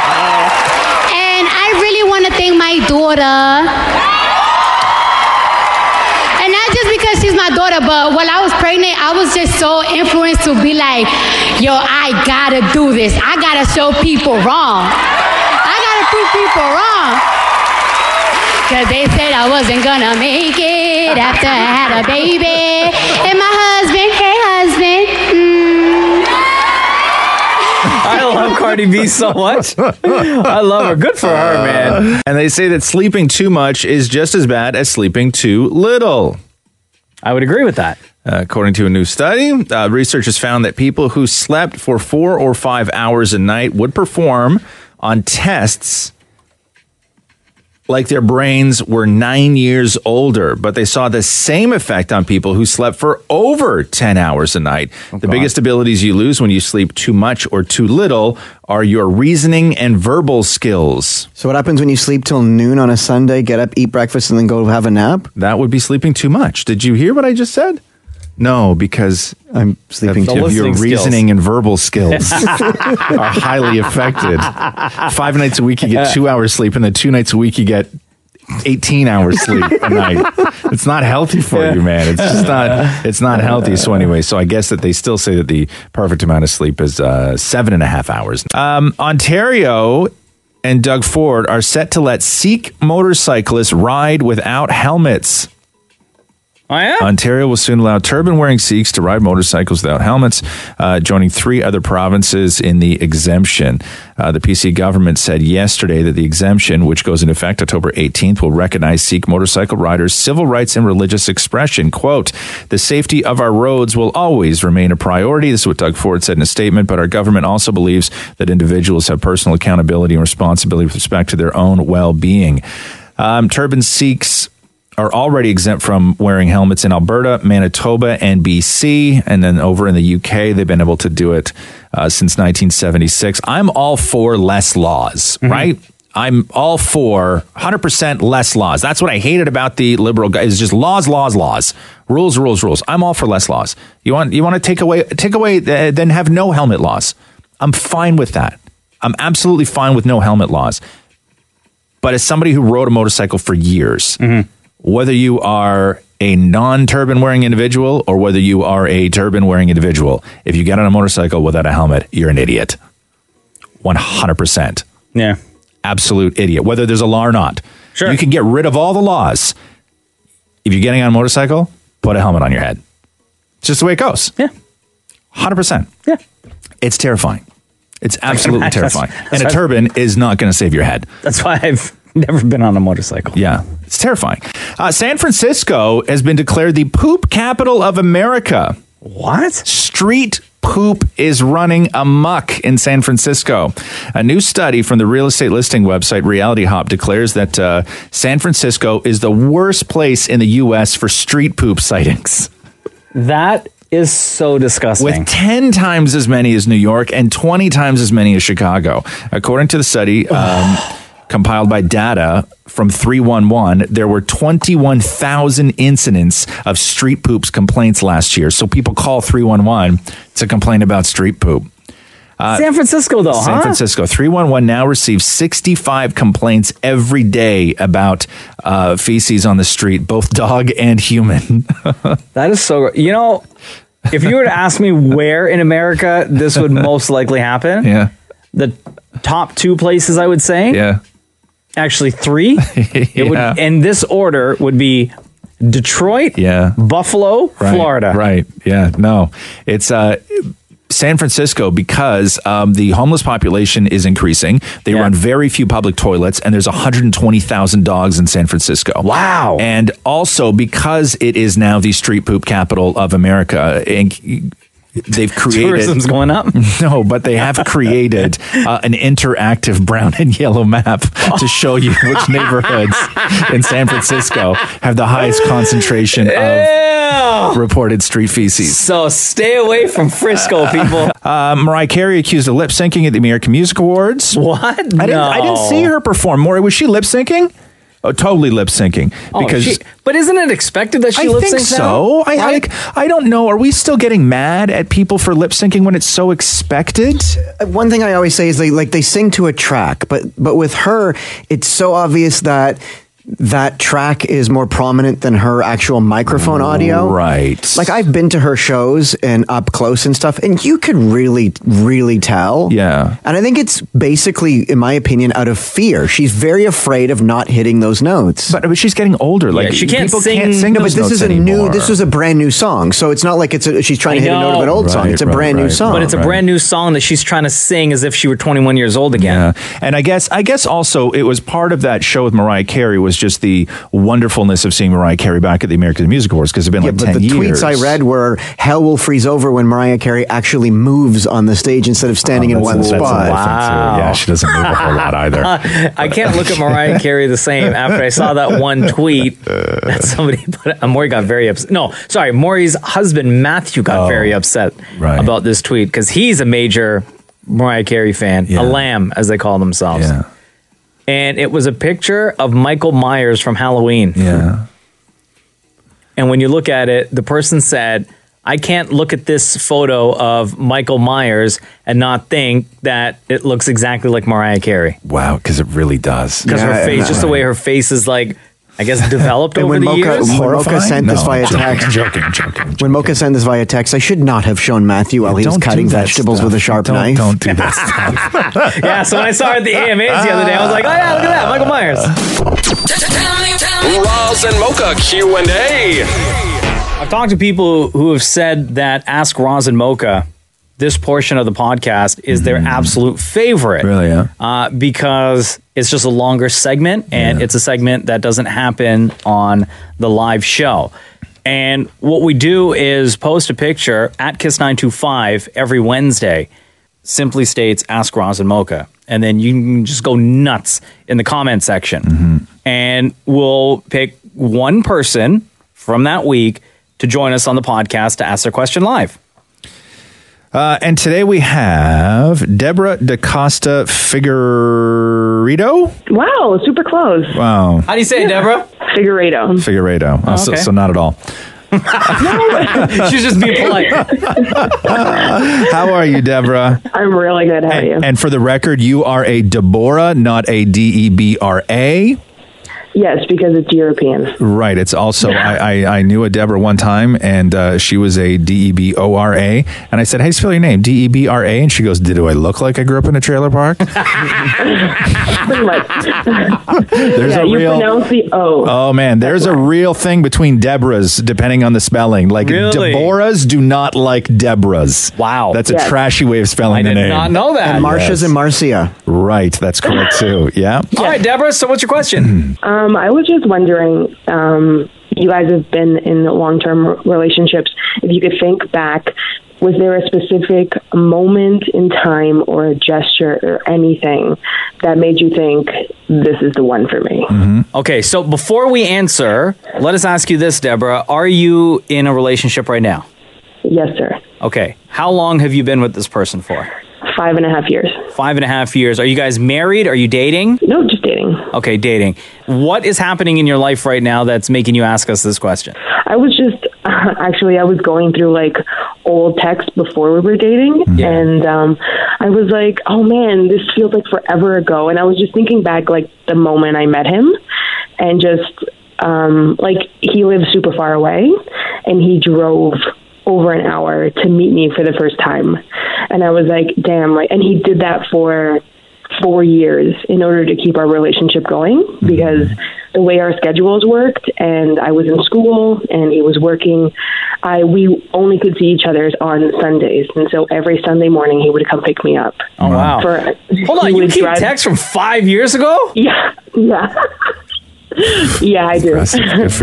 and I really want to thank my daughter. And not just because she's my daughter, but while I was pregnant, I was just so influenced to be like, yo, I gotta do this. I gotta show people wrong. I gotta prove people wrong. Cause they said I wasn't gonna make it after I had a baby. And my husband, hey husband. mm. I love Cardi B so much. I love her. Good for her, man. And they say that sleeping too much is just as bad as sleeping too little. Uh, I would agree with that. according to a new study, uh, researchers found that people who slept for four or five hours a night would perform on tests like their brains were nine years older, but they saw the same effect on people who slept for over 10 hours a night. the biggest abilities you lose when you sleep too much or too little are your reasoning and verbal skills. So what happens when you sleep till noon on a Sunday, get up, eat breakfast, and then go have a nap? That would be sleeping too much. Did you hear what I just said? No, because I'm sleeping of too much. Your Listening reasoning skills. and verbal skills are highly affected. Five nights a week, you get two hours sleep, and then two nights a week, you get 18 hours sleep a night. It's not healthy for you, man. It's just not. It's not healthy. So anyway, so I guess that they still say that the perfect amount of sleep is uh, seven and a half hours. Um, Ontario and Doug Ford are set to let Sikh motorcyclists ride without helmets. Oh, yeah? Ontario will soon allow turban wearing Sikhs to ride motorcycles without helmets, uh, joining three other provinces in the exemption. Uh, the PC government said yesterday that the exemption, which goes into effect October 18th, will recognize Sikh motorcycle riders' civil rights and religious expression. Quote, the safety of our roads will always remain a priority. This is what Doug Ford said in a statement, but our government also believes that individuals have personal accountability and responsibility with respect to their own well being. Um, turban Sikhs are already exempt from wearing helmets in Alberta, Manitoba, and BC. And then over in the UK, they've been able to do it uh, since 1976. I'm all for less laws, right? I'm all for 100% less laws. That's what I hated about the liberal guy is just laws, laws, laws, rules, rules, rules. I'm all for less laws. You want you want to take away take away uh, then have no helmet laws. I'm fine with that. I'm absolutely fine with no helmet laws but as somebody who rode a motorcycle for years, whether you are a non turban wearing individual or whether you are a turban wearing individual, if you get on a motorcycle without a helmet, you're an idiot. 100%. Yeah. Absolute idiot, whether there's a law or not. Sure. You can get rid of all the laws. If you're getting on a motorcycle, put a helmet on your head. It's just the way it goes. Yeah. 100%. Yeah. It's terrifying. It's absolutely imagine. terrifying. That's- And a that's- turban is not going to save your head. That's why I've never been on a motorcycle. Yeah, it's terrifying. Uh, San Francisco has been declared the poop capital of America. What? Street poop is running amok in San Francisco. A new study from the real estate listing website Reality Hop declares that uh, San Francisco is the worst place in the U.S. for street poop sightings. That is so disgusting. With 10 times as many as New York and 20 times as many as Chicago. According to the study um, compiled by data from 311, there were 21,000 incidents of street poops complaints last year. So people call 311 to complain about street poop. Uh, San Francisco, though, San huh? Francisco 311 now receives 65 complaints every day about uh, feces on the street, both dog and human. That is so. You know, if you were to ask me where in America this would most likely happen, yeah, the top two places I would say, yeah, actually three. It would, Yeah. and this order would be Detroit, yeah, Buffalo, Florida. Right. Yeah. No, it's uh, San Francisco because um, the homeless population is increasing. They run very few public toilets, and there's 120,000 dogs in San Francisco. Wow. And also because it is now the street poop capital of America, and they've created Tourism's going up. No, but they have created uh, an interactive brown and yellow map to show you which neighborhoods in San Francisco have the highest concentration of reported street feces. So stay away from Frisco, people. Uh, Mariah Carey accused of lip syncing at the American Music Awards. What? I didn't. I didn't No. see her perform. Maury, was she lip syncing? Oh, totally lip syncing Oh, because she- but isn't it expected that she I lip think syncs so. now? I like. I don't know. Are we still getting mad at people for lip syncing when it's so expected? One thing I always say is they like they sing to a track, but but with her, it's so obvious that that track is more prominent than her actual microphone audio. Right. Like I've been to her shows and up close and stuff, and you could really, really tell. Yeah. And I think it's basically, in my opinion, out of fear. She's very afraid of not hitting those notes. But, but she's getting older. Like she can't people can't sing- sing No, but those this is notes a anymore. new. This was a brand new song, so it's not like it's a, she's trying to hit a note of an old song. It's a brand new song. But it's a brand new song that she's trying to sing as if she were 21 years old again. Yeah. And I guess I guess also it was part of that show with Mariah Carey was just the wonderfulness of seeing Mariah Carey back at the American Music Awards because it's been Yeah, like but ten the years. tweets I read were "Hell will freeze over" when Mariah Carey actually moves on the stage instead of standing in Oh, That's- one that's spot. another thing, too. Yeah, she doesn't move a whole lot either. I can't look at Mariah Carey the same after I saw that one tweet that somebody put. Uh, Maury got very upset. No, sorry, Maury's husband Matthew got very upset about this tweet because he's a major Mariah Carey fan, a lamb as they call themselves. And it was a picture of Michael Myers from Halloween. Yeah. And when you look at it, the person said, I can't look at this photo of Michael Myers and not think that it looks exactly like Mariah Carey. Wow, because it really does. Because her face, just the way her face is like, I guess developed And over when the Mocha, years. when Mocha sent this via text, When Mocha sent this via text, I should not have shown Matthew while he was don't do cutting that vegetables stuff. with a sharp Don't- knife. don't do that. yeah, so when I saw her at the AMAs the other day, I was like, oh yeah, look at that, Michael Myers. Roz and Mocha Q&A. I've talked to people who have said that Ask Roz and Mocha, this portion of the podcast, is their absolute favorite. Mm. Really, yeah. Uh, because it's just a longer segment and it's a segment that doesn't happen on the live show. And what we do is post a picture at Kiss925 every Wednesday. Simply states Ask Roz and Mocha. And then you can just go nuts in the comment section. And we'll pick one person from that week to join us on the podcast to ask their question live. Uh, and today we have Deborah DaCosta Figueredo. Wow, super close. Wow. How do you say it, Deborah? Figueredo. Figueredo. Oh, so, Okay. so not at all. She's just being polite. How are you, Deborah? I'm really good. How are you? And for the record, you are a Deborah, not a D E B R A. Yes, because it's European. Right. It's also I, I I knew a Deborah one time, and uh, she was a D E B O R A, and I said, "Hey, spell your name D E B R A," and she goes, "Did do I look like I grew up in a trailer park?" Pretty much. There's yeah, a you real- pronounce the O. Oh man, there's a real thing between Deborahs depending on the spelling. Like Really? Deborahs do not like Deborahs. Wow, that's Yes. a trashy way of spelling I the did name. not know that. And Marcia's and Marcia. Right, that's correct too. Yeah. All right, Deborah, so what's your question? Um, I was just wondering, um, you guys have been in long-term relationships. If you could think back, was there a specific moment in time or a gesture or anything that made you think this is the one for me? Okay, so before we answer, let us ask you this, Deborah. Are you in a relationship right now? Yes, sir. Okay. How long have you been with this person for? Five and a half years. Five and a half years. Are you guys married? Are you dating? No, just dating. Okay, dating. What is happening in your life right now that's making you ask us this question? I was just actually I was going through like old texts before we were dating, and um, I was like, "Oh man, this feels like forever ago." And I was just thinking back, like the moment I met him, and just um, like he lives super far away, and he drove over an hour to meet me for the first time, and I was like, "Damn!" Like, and he did that for four years in order to keep our relationship going because the way our schedules worked and I was in school and he was working I we only could see each other's on Sundays and so every Sunday morning he would come pick me up Oh, wow. For- Hold he on, you would keep drive- texts from five years ago? Yeah, yeah. yeah I do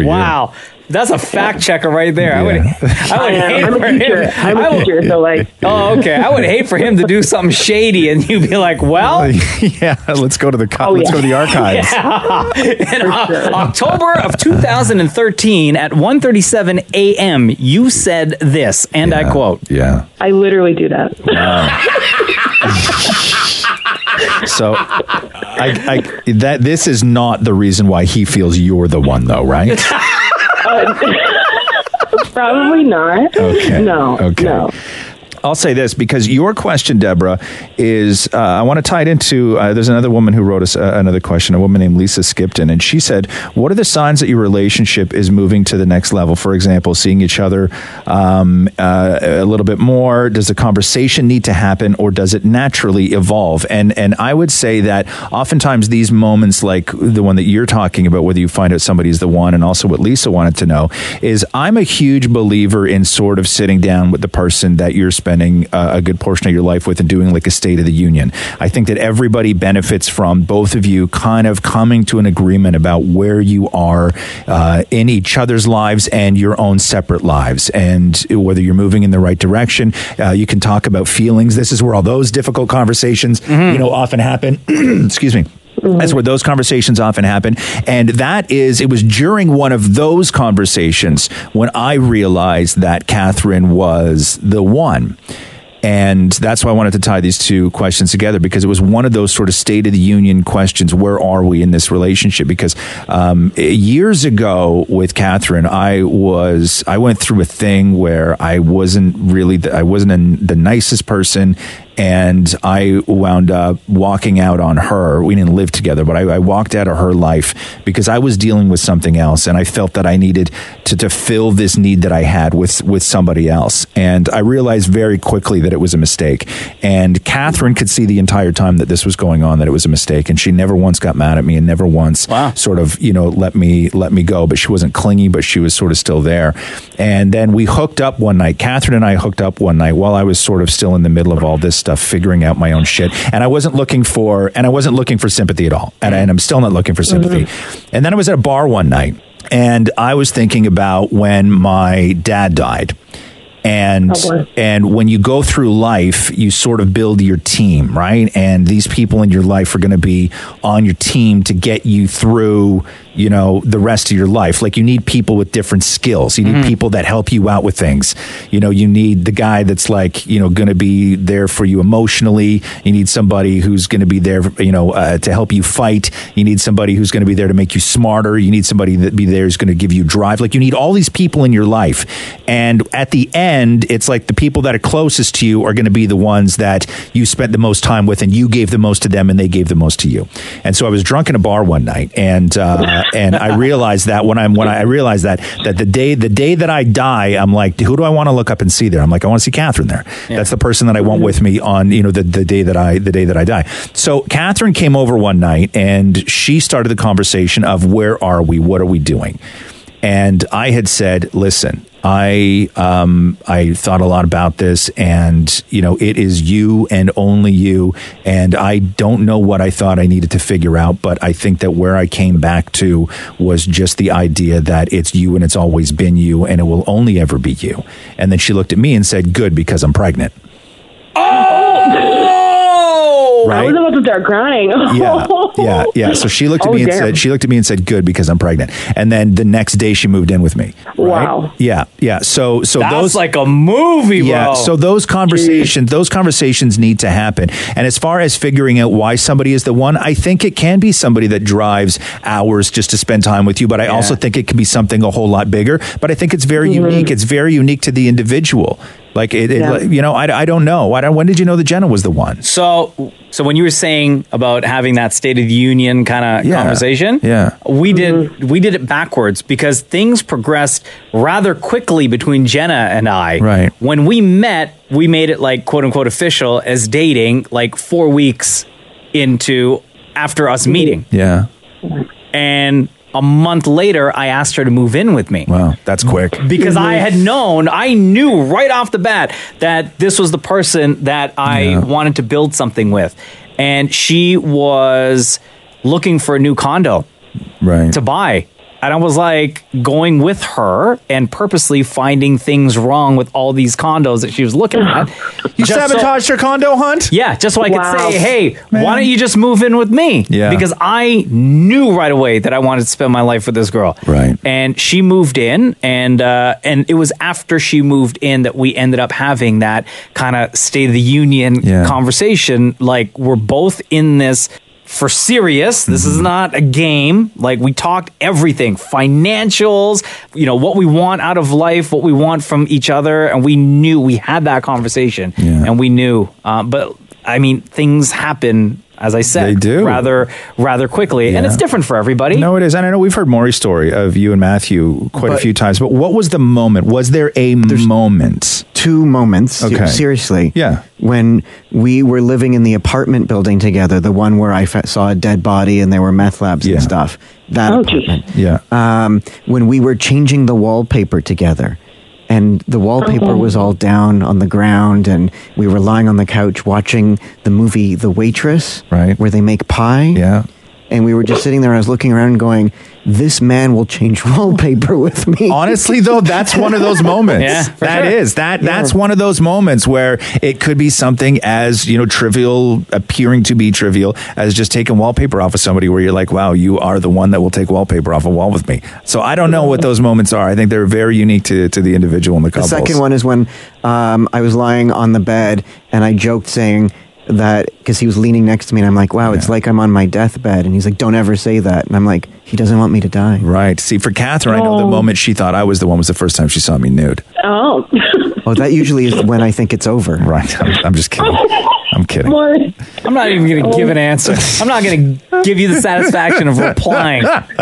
wow. That's a fact checker right there. I would, I would I am. hate I'm a for teacher. him. I'm a I would- teacher, so like Oh, okay. I would hate for him to do something shady and you'd be like, well. yeah, let's go to the Oh, co- let's yeah. go to the archives. Yeah. In O- October of 2013 at 1:37 a.m., you said this, and I quote, "Yeah, I literally do that So I, I that this is not the reason why he feels you're the one though, right? Uh, probably not no Okay. no I'll say this because your question, Deborah, is uh, I want to tie it into. Uh, there's another woman who wrote us uh, another question, a woman named Lisa Skipton, and she said, "What are the signs that your relationship is moving to the next level? For example, seeing each other um, uh, a little bit more. Does the conversation need to happen, or does it naturally evolve?" And and I would say that oftentimes these moments, like the one that you're talking about, whether you find out somebody's the one, and also what Lisa wanted to know is, I'm a huge believer in sort of sitting down with the person that you're spending uh, a good portion of your life with and doing like a State of the Union. I think that everybody benefits from both of you kind of coming to an agreement about where you are uh, in each other's lives and your own separate lives, and whether you're moving in the right direction. Uh, you can talk about feelings. This is where all those difficult conversations, you know, often happen. Excuse me. That's where those conversations often happen. And that is, it was during one of those conversations when I realized that Catherine was the one. And that's why I wanted to tie these two questions together because it was one of those sort of state of the union questions. Where are we in this relationship? Because um, years ago with Catherine, I was I went through a thing where I wasn't really the, I wasn't an, the nicest person, and I wound up walking out on her. We didn't live together, but I, I walked out of her life because I was dealing with something else, and I felt that I needed to, to fill this need that I had with with somebody else. And I realized very quickly that it was a mistake. And Catherine could see the entire time that this was going on that it was a mistake, and she never once got mad at me and never once sort of you know let me let me go. But she wasn't clingy, but she was sort of still there. And then we hooked up one night. Catherine and I hooked up one night while I was sort of still in the middle of all this stuff, figuring out my own shit. And I wasn't looking for and I wasn't looking for sympathy at all. And, I, and I'm still not looking for sympathy. And then I was at a bar one night, and I was thinking about when my dad died and and when you go through life you sort of build your team right and these people in your life are going to be on your team to get you through you know the rest of your life like you need people with different skills you need people that help you out with things you know you need the guy that's like you know going to be there for you emotionally you need somebody who's going to be there you know uh, to help you fight you need somebody who's going to be there to make you smarter you need somebody that be there who's going to give you drive like you need all these people in your life and at the end it's like the people that are closest to you are going to be the ones that you spent the most time with and you gave the most to them and they gave the most to you and so i was drunk in a bar one night and uh, and i realized that when i'm when i realized that that the day the day that i die i'm like who do i want to look up and see there i'm like i want to see catherine there that's the person that i want with me on you know the, the day that i the day that i die so catherine came over one night and she started the conversation of where are we what are we doing and I had said, "Listen, I um, I thought a lot about this, and you know, it is you and only you, and I don't know what I thought I needed to figure out, but I think that where I came back to was just the idea that it's you and it's always been you, and it will only ever be you." And then she looked at me and said, "Good, because I'm pregnant." Oh, I Right. was about to start crying. Yeah, yeah, yeah. So she looked at Oh, me and damn. said, she looked at me and said, "Good, because I'm pregnant." And then the next day, she moved in with me. Wow. Yeah, yeah. So, so That's those like a movie, Yeah. bro. So those conversations, those conversations need to happen. And as far as figuring out why somebody is the one, I think it can be somebody that drives hours just to spend time with you. But I also think it can be something a whole lot bigger. But I think it's very unique. It's very unique to the individual. Like it, it Mm-hmm. Yeah. you know, I, I don't know. I don't, when did you know that Jenna was the one? So, so when you were saying about having that State of the Union kind of Yeah. conversation, Yeah. we did Mm-hmm. we did it backwards because things progressed rather quickly between Jenna and I. Right. When we met, we made it like quote unquote official as dating like four weeks into after us meeting, Yeah. and a month later, I asked her to move in with me. Wow, that's quick. because I had known, I knew right off the bat that this was the person that I wanted to build something with. And she was looking for a new condo right. to buy. And I was like going with her and purposely finding things wrong with all these condos that she was looking at. You Just so- sabotaged her condo hunt? yeah, just so I Wow. could say, hey, Man. why don't you just move in with me? Yeah. Because I knew right away that I wanted to spend my life with this girl. Right. And she moved in, and uh, and it was after she moved in that we ended up having that kind of State of the Union conversation. Like we're both in this for serious. This is not a game. Like we talked everything, financials, you know, what we want out of life, what we want from each other, and we knew we had that conversation, and we knew. Uh, but I mean, things happen. As I said, they do rather rather quickly, and it's different for everybody. No, it is. And I know we've heard Maury's story of you and Matthew quite a But- few times, but what was the moment? Was there a moment? Two moments. Okay. Seriously. Yeah. When we were living in the apartment building together, the one where I fa- saw a dead body and there were meth labs and stuff. That apartment. Yeah. Um, when we were changing the wallpaper together. And the Uh-huh. wallpaper was all down on the ground, and we were lying on the couch watching the movie The Waitress, right? Where they make pie. Yeah. and we were just sitting there. And I was looking around and going, "This man will change wallpaper with me." Honestly, though, that's one of those moments. Yeah, That for is sure. that. Yeah. That's one of those moments where it could be something as you know trivial, appearing to be trivial, as just taking wallpaper off of somebody, where you're like, "Wow, you are the one that will take wallpaper off a wall with me." So I don't know what those moments are. I think they're very unique to, to the individual and the The couple. second one is when um, I was lying on the bed and I joked saying that because he was leaning next to me and I'm like, wow, it's like I'm on my deathbed. And he's like, don't ever say that. And I'm like, he doesn't want me to die. Right. See, for Catherine, I know the Oh. moment she thought I was the one was the first time she saw me nude. Oh. Oh, that usually is when I think it's over. Right. I'm, I'm just kidding. I'm kidding. I'm not even going to give an answer. I'm not going to give you the satisfaction of replying.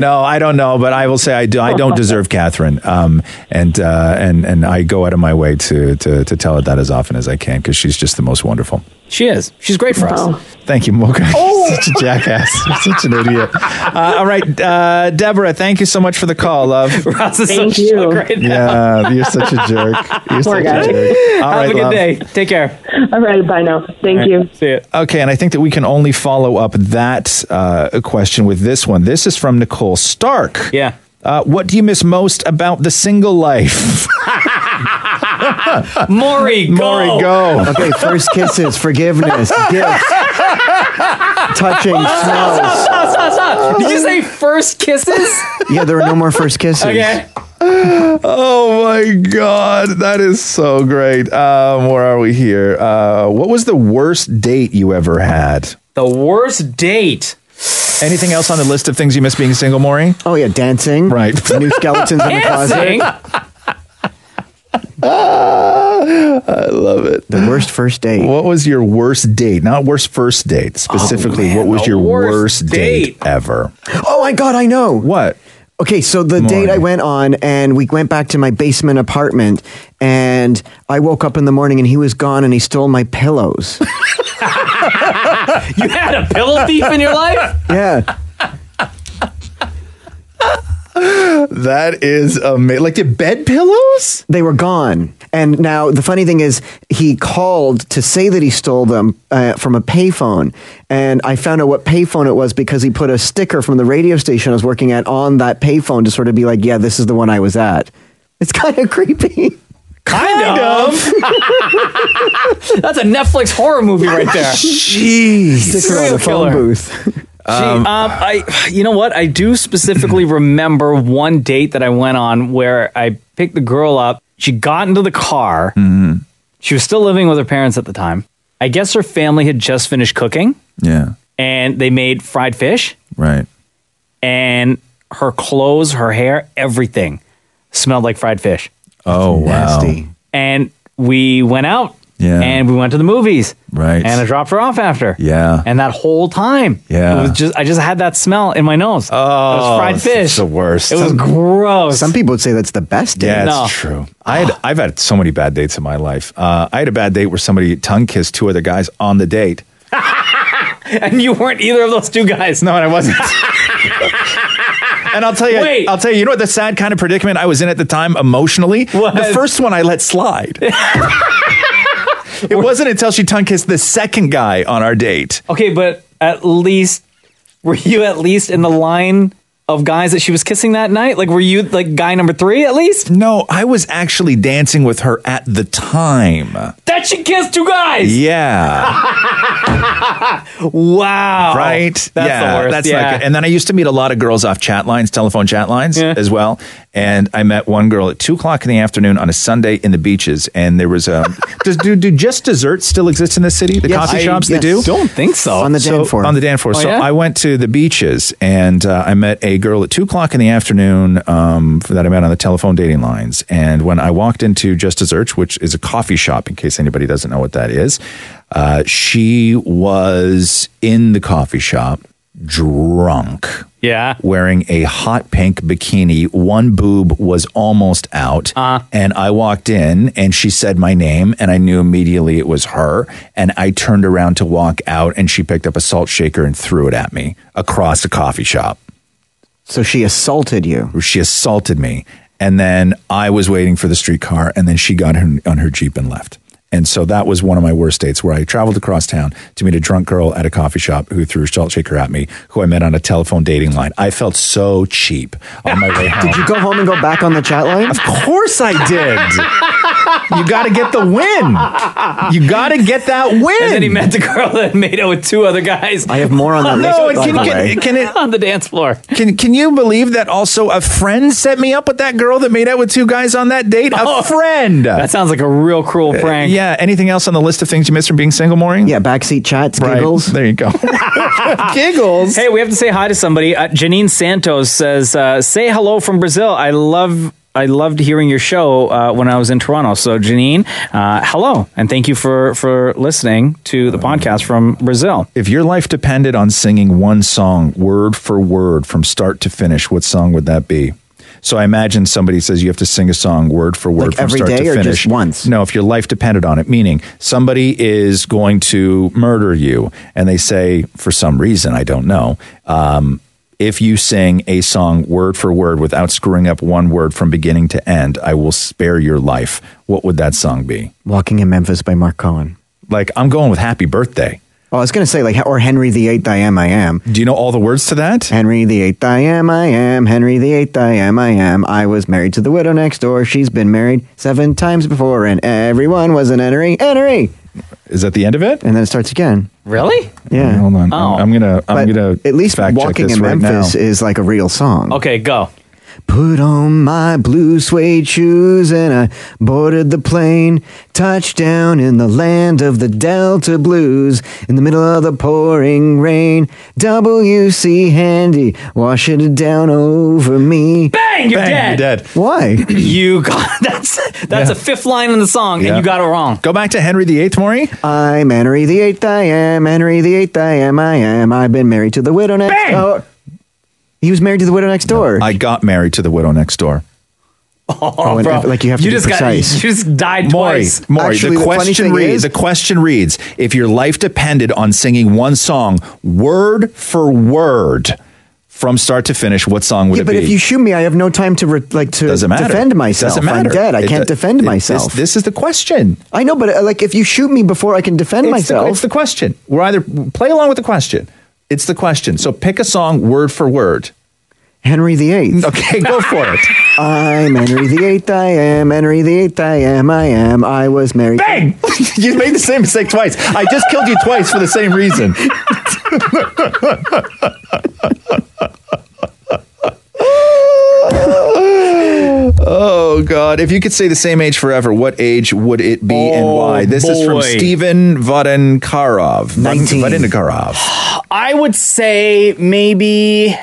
no, I don't know, but I will say I do. I don't deserve Catherine, um, and uh, and and I go out of my way to to, to tell her that as often as I can because she's just the most wonderful. She is. She's great for us. Oh! Thank you, Mocha. Such a jackass. You're Such an idiot. Uh, all right, uh, Deborah. Thank you so much for the call, love. Ross is so Thank you. shook right now. Yeah, you're such a jerk. You're Poor such guy. a jerk. Have a good day. Take care. All right. Bye now. Thank All you. right. Okay, and I think that we can only follow up that uh, question with this one. This is from Nicole Stark. Yeah. Uh, what do you miss most about the single life? Maury, go. go. Okay, first kisses, forgiveness, gifts, touching, Stop, smells. stop, stop, stop. Did you say first kisses? Yeah, there are no more first kisses. Okay. oh my god, that is so great. Um, where are we here? Uh, what was the worst date you ever had? The worst date. Anything else on the list of things you miss being single, Maury? Oh yeah, dancing. Right. New skeletons in the closet. Dancing? I love it. The worst first date. What was your worst date? Not worst first date. Specifically, what was your worst, date, ever? Oh my god, I know. What? Okay, so the date I went on and we went back to my basement apartment and I woke up in the morning and he was gone and he stole my pillows. you had a pillow thief in your life? yeah. That is amazing. Like the bed pillows? They were gone. And now the funny thing is he called to say that he stole them uh, from a payphone and I found out what payphone it was because he put a sticker from the radio station I was working at on that payphone to sort of be like, yeah, this is the one I was at. It's kind of creepy. Kind of. That's a Netflix horror movie right there. Jeez. Sticker on the phone booth. Gee, um, I, you know what? I do specifically remember one date that I went on where I picked the girl up. She got into the car. She was still living with her parents at the time. I guess her family had just finished cooking Yeah. and they made fried fish. Right. And her clothes, her hair, everything smelled like fried fish. Oh wow. And we went out. Yeah. And we went to the movies. Right. And I dropped her off after. Yeah. And that whole time. Yeah. It was just I just had that smell in my nose. Oh. It was fried it's- it's fish. the worst. It was Some- gross. Some people would say that's the best date. Yeah, it's true. I had, I've had so many bad dates in my life. Uh, I had a bad date where somebody tongue kissed two other guys on the date. and you weren't either of those two guys. No, and I wasn't. And I'll tell you, Wait. I'll tell you, you know what the sad kind of predicament I was in at the time emotionally? The first one I let slide. it wasn't until she tongue kissed the second guy on our date. okay, but at least were you at least in the line of guys that she was kissing that night? Like were you like guy number three at least? No, I was actually dancing with her at the time. That she kissed two guys. Yeah. wow. Right? Oh, That's yeah, the worst. That's yeah. not good. And then I used to meet a lot of girls off chat lines, telephone chat lines as well. And I met one girl at two o'clock in the afternoon on a Sunday in the beaches. And there was um, a does do do just desserts still exist in this city? The Yes. coffee I- shops yes. they do. Don't think so. On the So- Danforth. On the Danforth. Oh, so yeah? I went to the beaches and uh, I met a girl at two o'clock in the afternoon um, that I met on the telephone dating lines. And when I walked into Just Desserts, which is a coffee shop, in case anybody doesn't know what that is, uh, she was in the coffee shop drunk. Yeah. Wearing a hot pink bikini. One boob was almost out. And I walked in and she said my name and I knew immediately it was her. And I turned around to walk out and she picked up a salt shaker and threw it at me across a coffee shop. So she assaulted you. She assaulted me. And then I was waiting for the streetcar and then she got on on her Jeep and left. And so that was one of my worst dates where I traveled across town to meet a drunk girl at a coffee shop who threw a salt shaker at me, who I met on a telephone dating line. I felt so cheap on my way home. Did you go home and go back on the chat line? Of course I did. you got to get the win. You got to get that win. And then he met the girl that made out with two other guys. Oh, I have more on that No, and can, can, can it on the dance floor? Can can you believe that? Also, a friend set me up with that girl that made out with two guys on that date. A friend. That Oh, sounds like a real cruel prank. yeah. Anything else on the list of things you missed from being single, Maureen? Yeah, backseat chats, giggles. There you go. Giggles. Hey, we have to say hi to somebody. Uh, Janine Santos says, uh, "Say hello from Brazil. I love." I loved hearing your show uh, when I was in Toronto. So, Janine, uh, hello, and thank you for for listening to Um, the podcast from Brazil. If your life depended on singing one song word for word from start to finish, what song would that be? So I imagine somebody says you have to sing a song word for word Like from every start day to or finish. just once? No, if your life depended on it, meaning somebody is going to murder you, and they say for some reason I don't know. Um, if you sing a song word for word without screwing up one word from beginning to end, I will spare your life. What would that song be? Walking in Memphis by Mark Cohen. Like I'm going with Happy Birthday. Oh, I was going to say like or Henry the Eighth. I am. I am. Do you know all the words to that? Henry the Eighth. I am. I am. Henry the Eighth. I am. I am. I was married to the widow next door. She's been married seven times before, and everyone was an Henry. Henry. Is that the end of it? And then it starts again. Really? Yeah. Hold on. I'm, I'm gonna. I'm gonna. At least fact check Walking this in right Memphis now. is like a real song. Okay, go. Put on my blue suede shoes and I boarded the plane. Touchdown in the land of the Delta Blues. In the middle of the pouring rain. WC Handy, wash it down over me. Bang! You're Bang, dead. you're Why? You got that's that's Yeah. a fifth line in the song, and you got it wrong. Go back to Henry VIII, Maury. I'm Henry the Eighth. I am Henry the Eighth. I am. I am. I've been married to the widow next door. He was married to the widow next door. I got married to the widow next door. Oh, and bro. if- like, you have to you be just precise. Got, you just died Maury, twice. Maury, the question reads: the question reads, if your life depended on singing one song word for word from start to finish, what song would yeah, it but be? if you shoot me, I have no time to re- like to Doesn't matter. defend myself. Doesn't matter. I'm dead. I It can't do- defend it- this- myself. This, is the question. I know, but uh, like if you shoot me before I can defend It's the- myself, it's the question. We're either play along with the question. It's the question. So pick a song word for word. Henry VIII. Okay, go for it. I'm Henry the Eighth. I am Henry the Eighth. I am. I am. I was married. Bang! you made the same mistake twice. I just killed you twice for the same reason. oh God! If you could stay the same age forever, what age would it be and why? This is from boy. Stephen Vadenkarov. 19. Vadenkarov. I would say maybe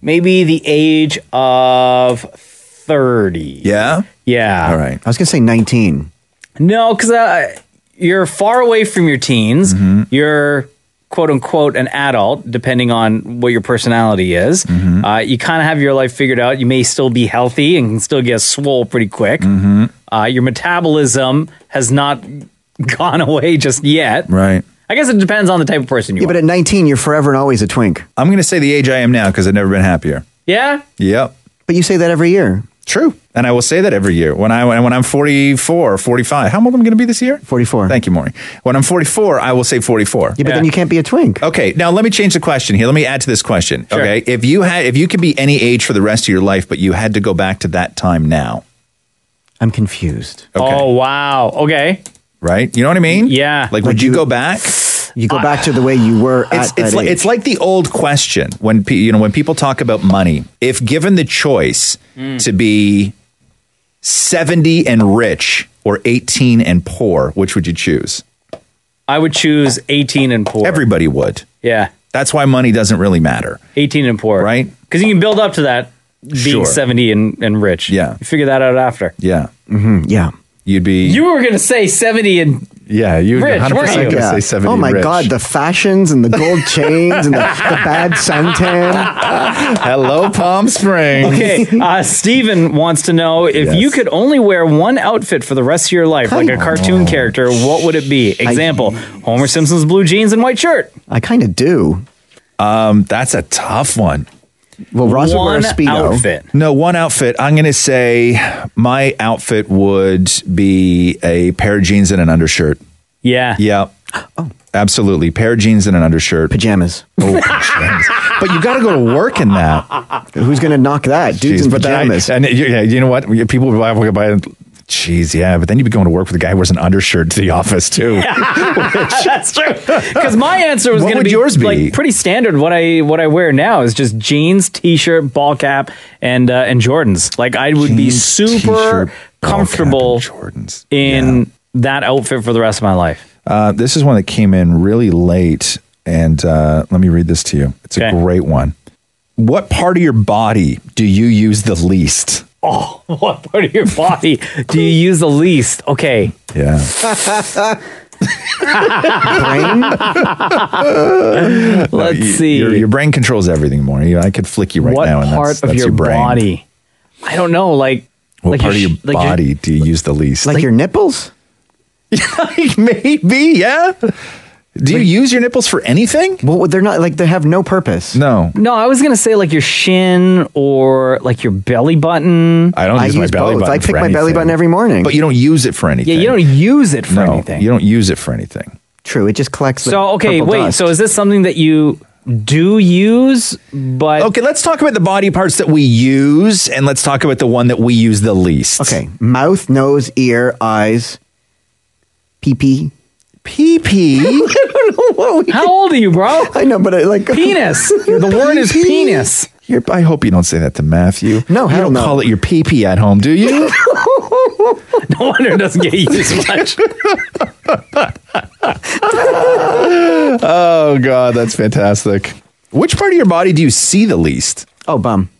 maybe the age of thirty. Yeah. Yeah. All right. I was gonna say nineteen. No, because uh, you're far away from your teens. Mm-hmm. You're quote unquote an adult, depending on what your personality is. Mm-hmm. Uh, you kind of have your life figured out. You may still be healthy and can still get swole pretty quick. Mm-hmm. Mm-hmm. Uh, your metabolism has not gone away just yet. Right. I guess it depends on the type of person you Yeah, are. but at nineteen, you're forever and always a twink. I'm going to say the age I am now because I've never been happier. Yeah. Yep. But you say that every year. True. And I will say that every year. When I when I'm 44 or 45, how old am I going to be this year? 44. Thank you, Maury. When I'm 44, I will say 44. Yeah, but then you can't be a twink. Okay, now let me change the question here. Let me add to this question. Okay, if you had, if you could be any age for the rest of your life, but you had to go back to that time now, I'm confused. Oh wow. Okay. right? You know what I mean? Yeah. Like, would you, go back? You go back to the way you were It's at it's that like, age. it's like the old question when pe- you know when people talk about money. If given the choice to be seventy and rich or eighteen and poor, which would you choose? I would choose 18 and poor. Everybody would. Yeah. That's why money doesn't really matter. 18 and poor. Right? Because you can build up to that being Sure. 70 and, and rich. Yeah. You figure that out after. Yeah. Mm-hmm. Yeah. You'd be. You were going to say 70 and yeah, you Rich, weren't 100% you? gonna say 70 oh my rich. god, the fashions and the gold chains and the, the bad suntan. Hello, Palm Springs. Okay. Uh, Steven wants to know if you could only wear one outfit for the rest of your life, like a cartoon character, what would it be? Example Homer Simpson's blue jeans and white shirt. I kind of do. Um, that's a tough one. Well, Roz would wear a one Speedo. outfit. No, one outfit. I'm going to say my outfit would be a pair of jeans and an undershirt. Yeah. Yeah. Oh. Absolutely. Pair of jeans and an undershirt. Pajamas. Oh, pajamas. but you got to go to work in that. Who's going to knock that? Dudes in pajamas. and you, yeah, you know what? People would buy, would buy Jeez, yeah, but then you'd be going to work with a guy who wears an undershirt to the office too. That's true. Because my answer was What going to would be, yours be? like pretty standard. What I what I wear now is just jeans, t-shirt, ball cap, and uh, and Jordans. Like I would be super comfortable Jordans in that outfit for the rest of my life. Uh, this is one that came in really late, and uh, let me read this to you. It's a great one. What part of your body do you use the least? Oh, what part of your body do you use the least? Okay. Yeah. Let's No, you- see. Your, your brain controls everything more. You know, I could flick you right What now, and part that's, of that's your brain. body? I don't know. Like What like part of your sh- like body do you use the least? Like, your nipples? Maybe, yeah. Do you use your nipples for anything? Well, they're not like they have no purpose. No. No, I was gonna say like your shin or like your belly button. I don't use, my belly button. for anything. but you don't use it for anything. you don't use it for No, anything. You don't use it for anything. True, it just collects. So okay, wait. So is this something that you do use? But okay, let's talk about the body parts that we use, and let's talk about the one that we use the least. Okay, mouth, nose, ear, eyes, pee pee. Pee pee. How old are you, bro? I know, but I, like penis. the word is penis. You're, I hope you don't say that to Matthew. No, you don't call it your pee pee at home, do you? no wonder it doesn't get used much. oh God, that's fantastic. Which part of your body do you see the least? Oh, bum.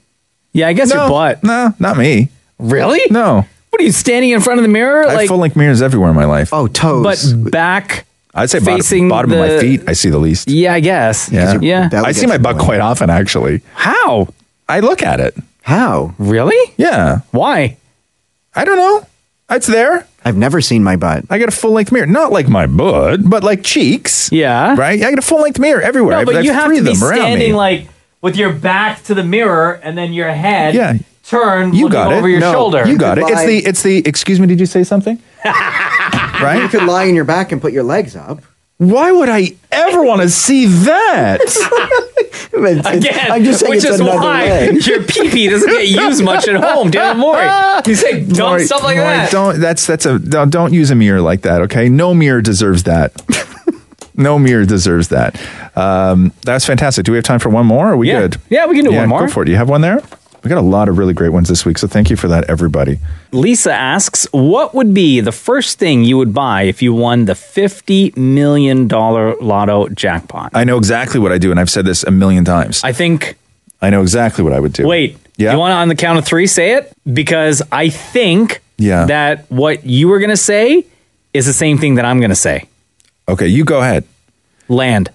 Yeah, I guess no, your butt. No, not me. Really? No. What are you standing in front of the mirror? I have like full length mirrors everywhere in my life. Oh, toes. but back. I'd say facing bottom, bottom of my the- feet. I see the least. Yeah, I guess. Yeah, Yeah. I see my butt quite often, actually. How? I look at it. How? Really? Yeah. Why? I don't know. It's there. I've never seen my butt. I got a full length mirror, not like my butt, but like cheeks. Yeah. Right. I got a full length mirror everywhere. No, I- I but you have three to of be them around me. standing like with your back to the mirror and then your head Yeah. turned You looking got it. over your No, shoulder. You got it. It's the it's the excuse me, did you say something? right? You could lie on your back and put your legs up. Why would I ever want to see that? Again, I'm just saying which it's is another why way. your pee-pee doesn't get used much at home, damn Maury. You say dumb Maury, stuff like Maury, that. Don't that's that's a don't, don't use a mirror like that, okay? No mirror deserves that. no mirror deserves that. Um, that was fantastic. Do we have time for one more? Are we Yeah. good? Yeah, we can do one more. Go for it. Do you have one there? We got a lot of really great ones this week, so thank you for that, everybody. Lisa asks, what would be the first thing you would buy if you won the $50 million lotto jackpot? I know exactly what I do, and I've said this a million times. I think. I know exactly what I would do. Wait, you want to on the count of three say it? Because I think Yeah. that what you were going to say is the same thing that I'm going to say. Okay, you go ahead. Land.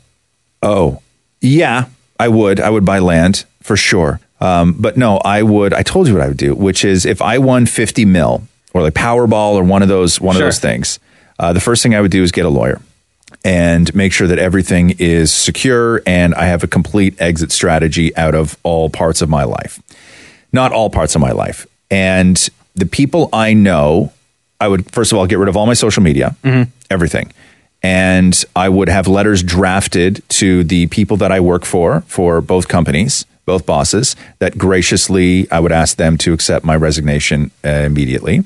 Oh, yeah, I would. I would buy land for sure. Um, but no, I would. I told you what I would do, which is if I won fifty mil or like Powerball or one of those one Sure. of those things, uh, the first thing I would do is get a lawyer and make sure that everything is secure and I have a complete exit strategy out of all parts of my life not all parts of my life. And the people I know, I would first of all get rid of all my social media, Mm-hmm. everything. And I would have letters drafted to the people that I work for, for both companies, both bosses, that graciously I would ask them to accept my resignation uh, immediately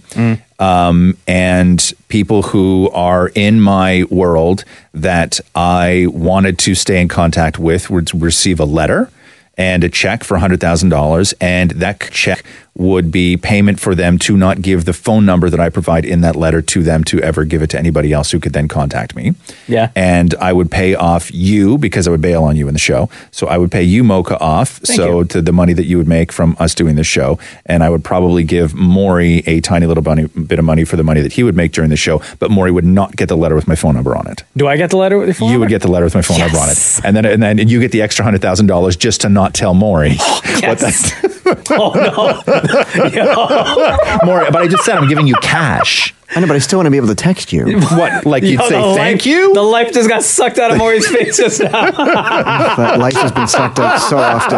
um, and people who are in my world that I wanted to stay in contact with would receive a letter and a check for $100,000. And that check would be payment for them to not give the phone number that I provide in that letter to them to ever give it to anybody else who could then contact me Yeah. and I would pay off you because I would bail on you in the show. So I would pay you Mocha off. so to the money that you would make from us doing this show, and I would probably give Maury a tiny little bunny, bit of money for the money that he would make during the show. But Maury would not get the letter with my phone number on it. Do I get the letter with your phone? You would get the letter with my phone number on it, and then and then you get the extra hundred thousand dollars just to not tell Maury. what that, oh no. Oh, Maury, but I just said I'm giving you cash. I know, but I still want to be able to text you. What? Like Yo, the life- you? The life just got sucked out of Maury's face just now. That life has been sucked up so often. oh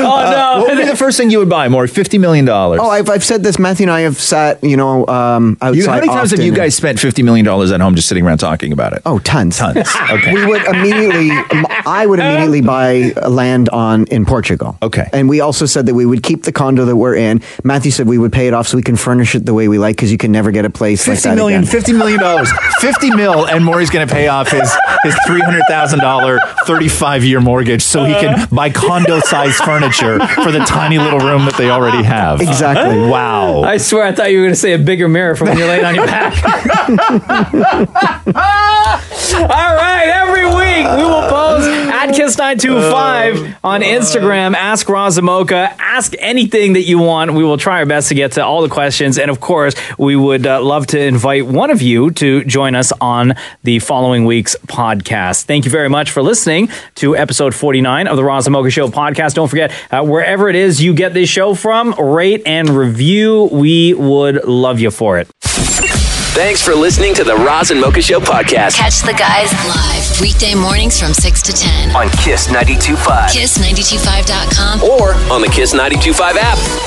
no! Uh, What would be the first thing you would buy, Maury? Fifty million dollars. Oh, I've, I've said this. Matthew and I have sat, you know, um, outside. You, how many times have often you and- guys spent fifty million dollars at home just sitting around talking about it? Oh, tons, tons. Um, Okay. We would immediately. I would immediately buy land on in Portugal. Okay. And we also said that we would keep the condo that we're in. Matthew said we would pay it off so we can furnish it the way we like because you can never get a place like Fifty that million, again. fifty million dollars, fifty mil, and Maury's going to pay off his his three hundred thousand dollar thirty five year mortgage so he can buy condo sized furniture for the tiny little room that they already have. Exactly. Wow. I swear, I thought you were going to say a bigger mirror from when you're laying on your back. All right, every week we will post at Kiss925 on Instagram. Ask Razamoka. Ask anything that you want. We will try our best to get to all the questions. And of course, we would uh, love to invite one of you to join us on the following week's podcast. Thank you very much for listening to episode 49 of the Razamoka Show podcast. Don't forget, uh, wherever it is you get this show from, rate and review. We would love you for it. Thanks for listening to the Roz and Mocha Show podcast Catch the guys live weekday mornings from 6 to 10. on Kiss 92.5 Kiss925.com or on the Kiss 92.5 app.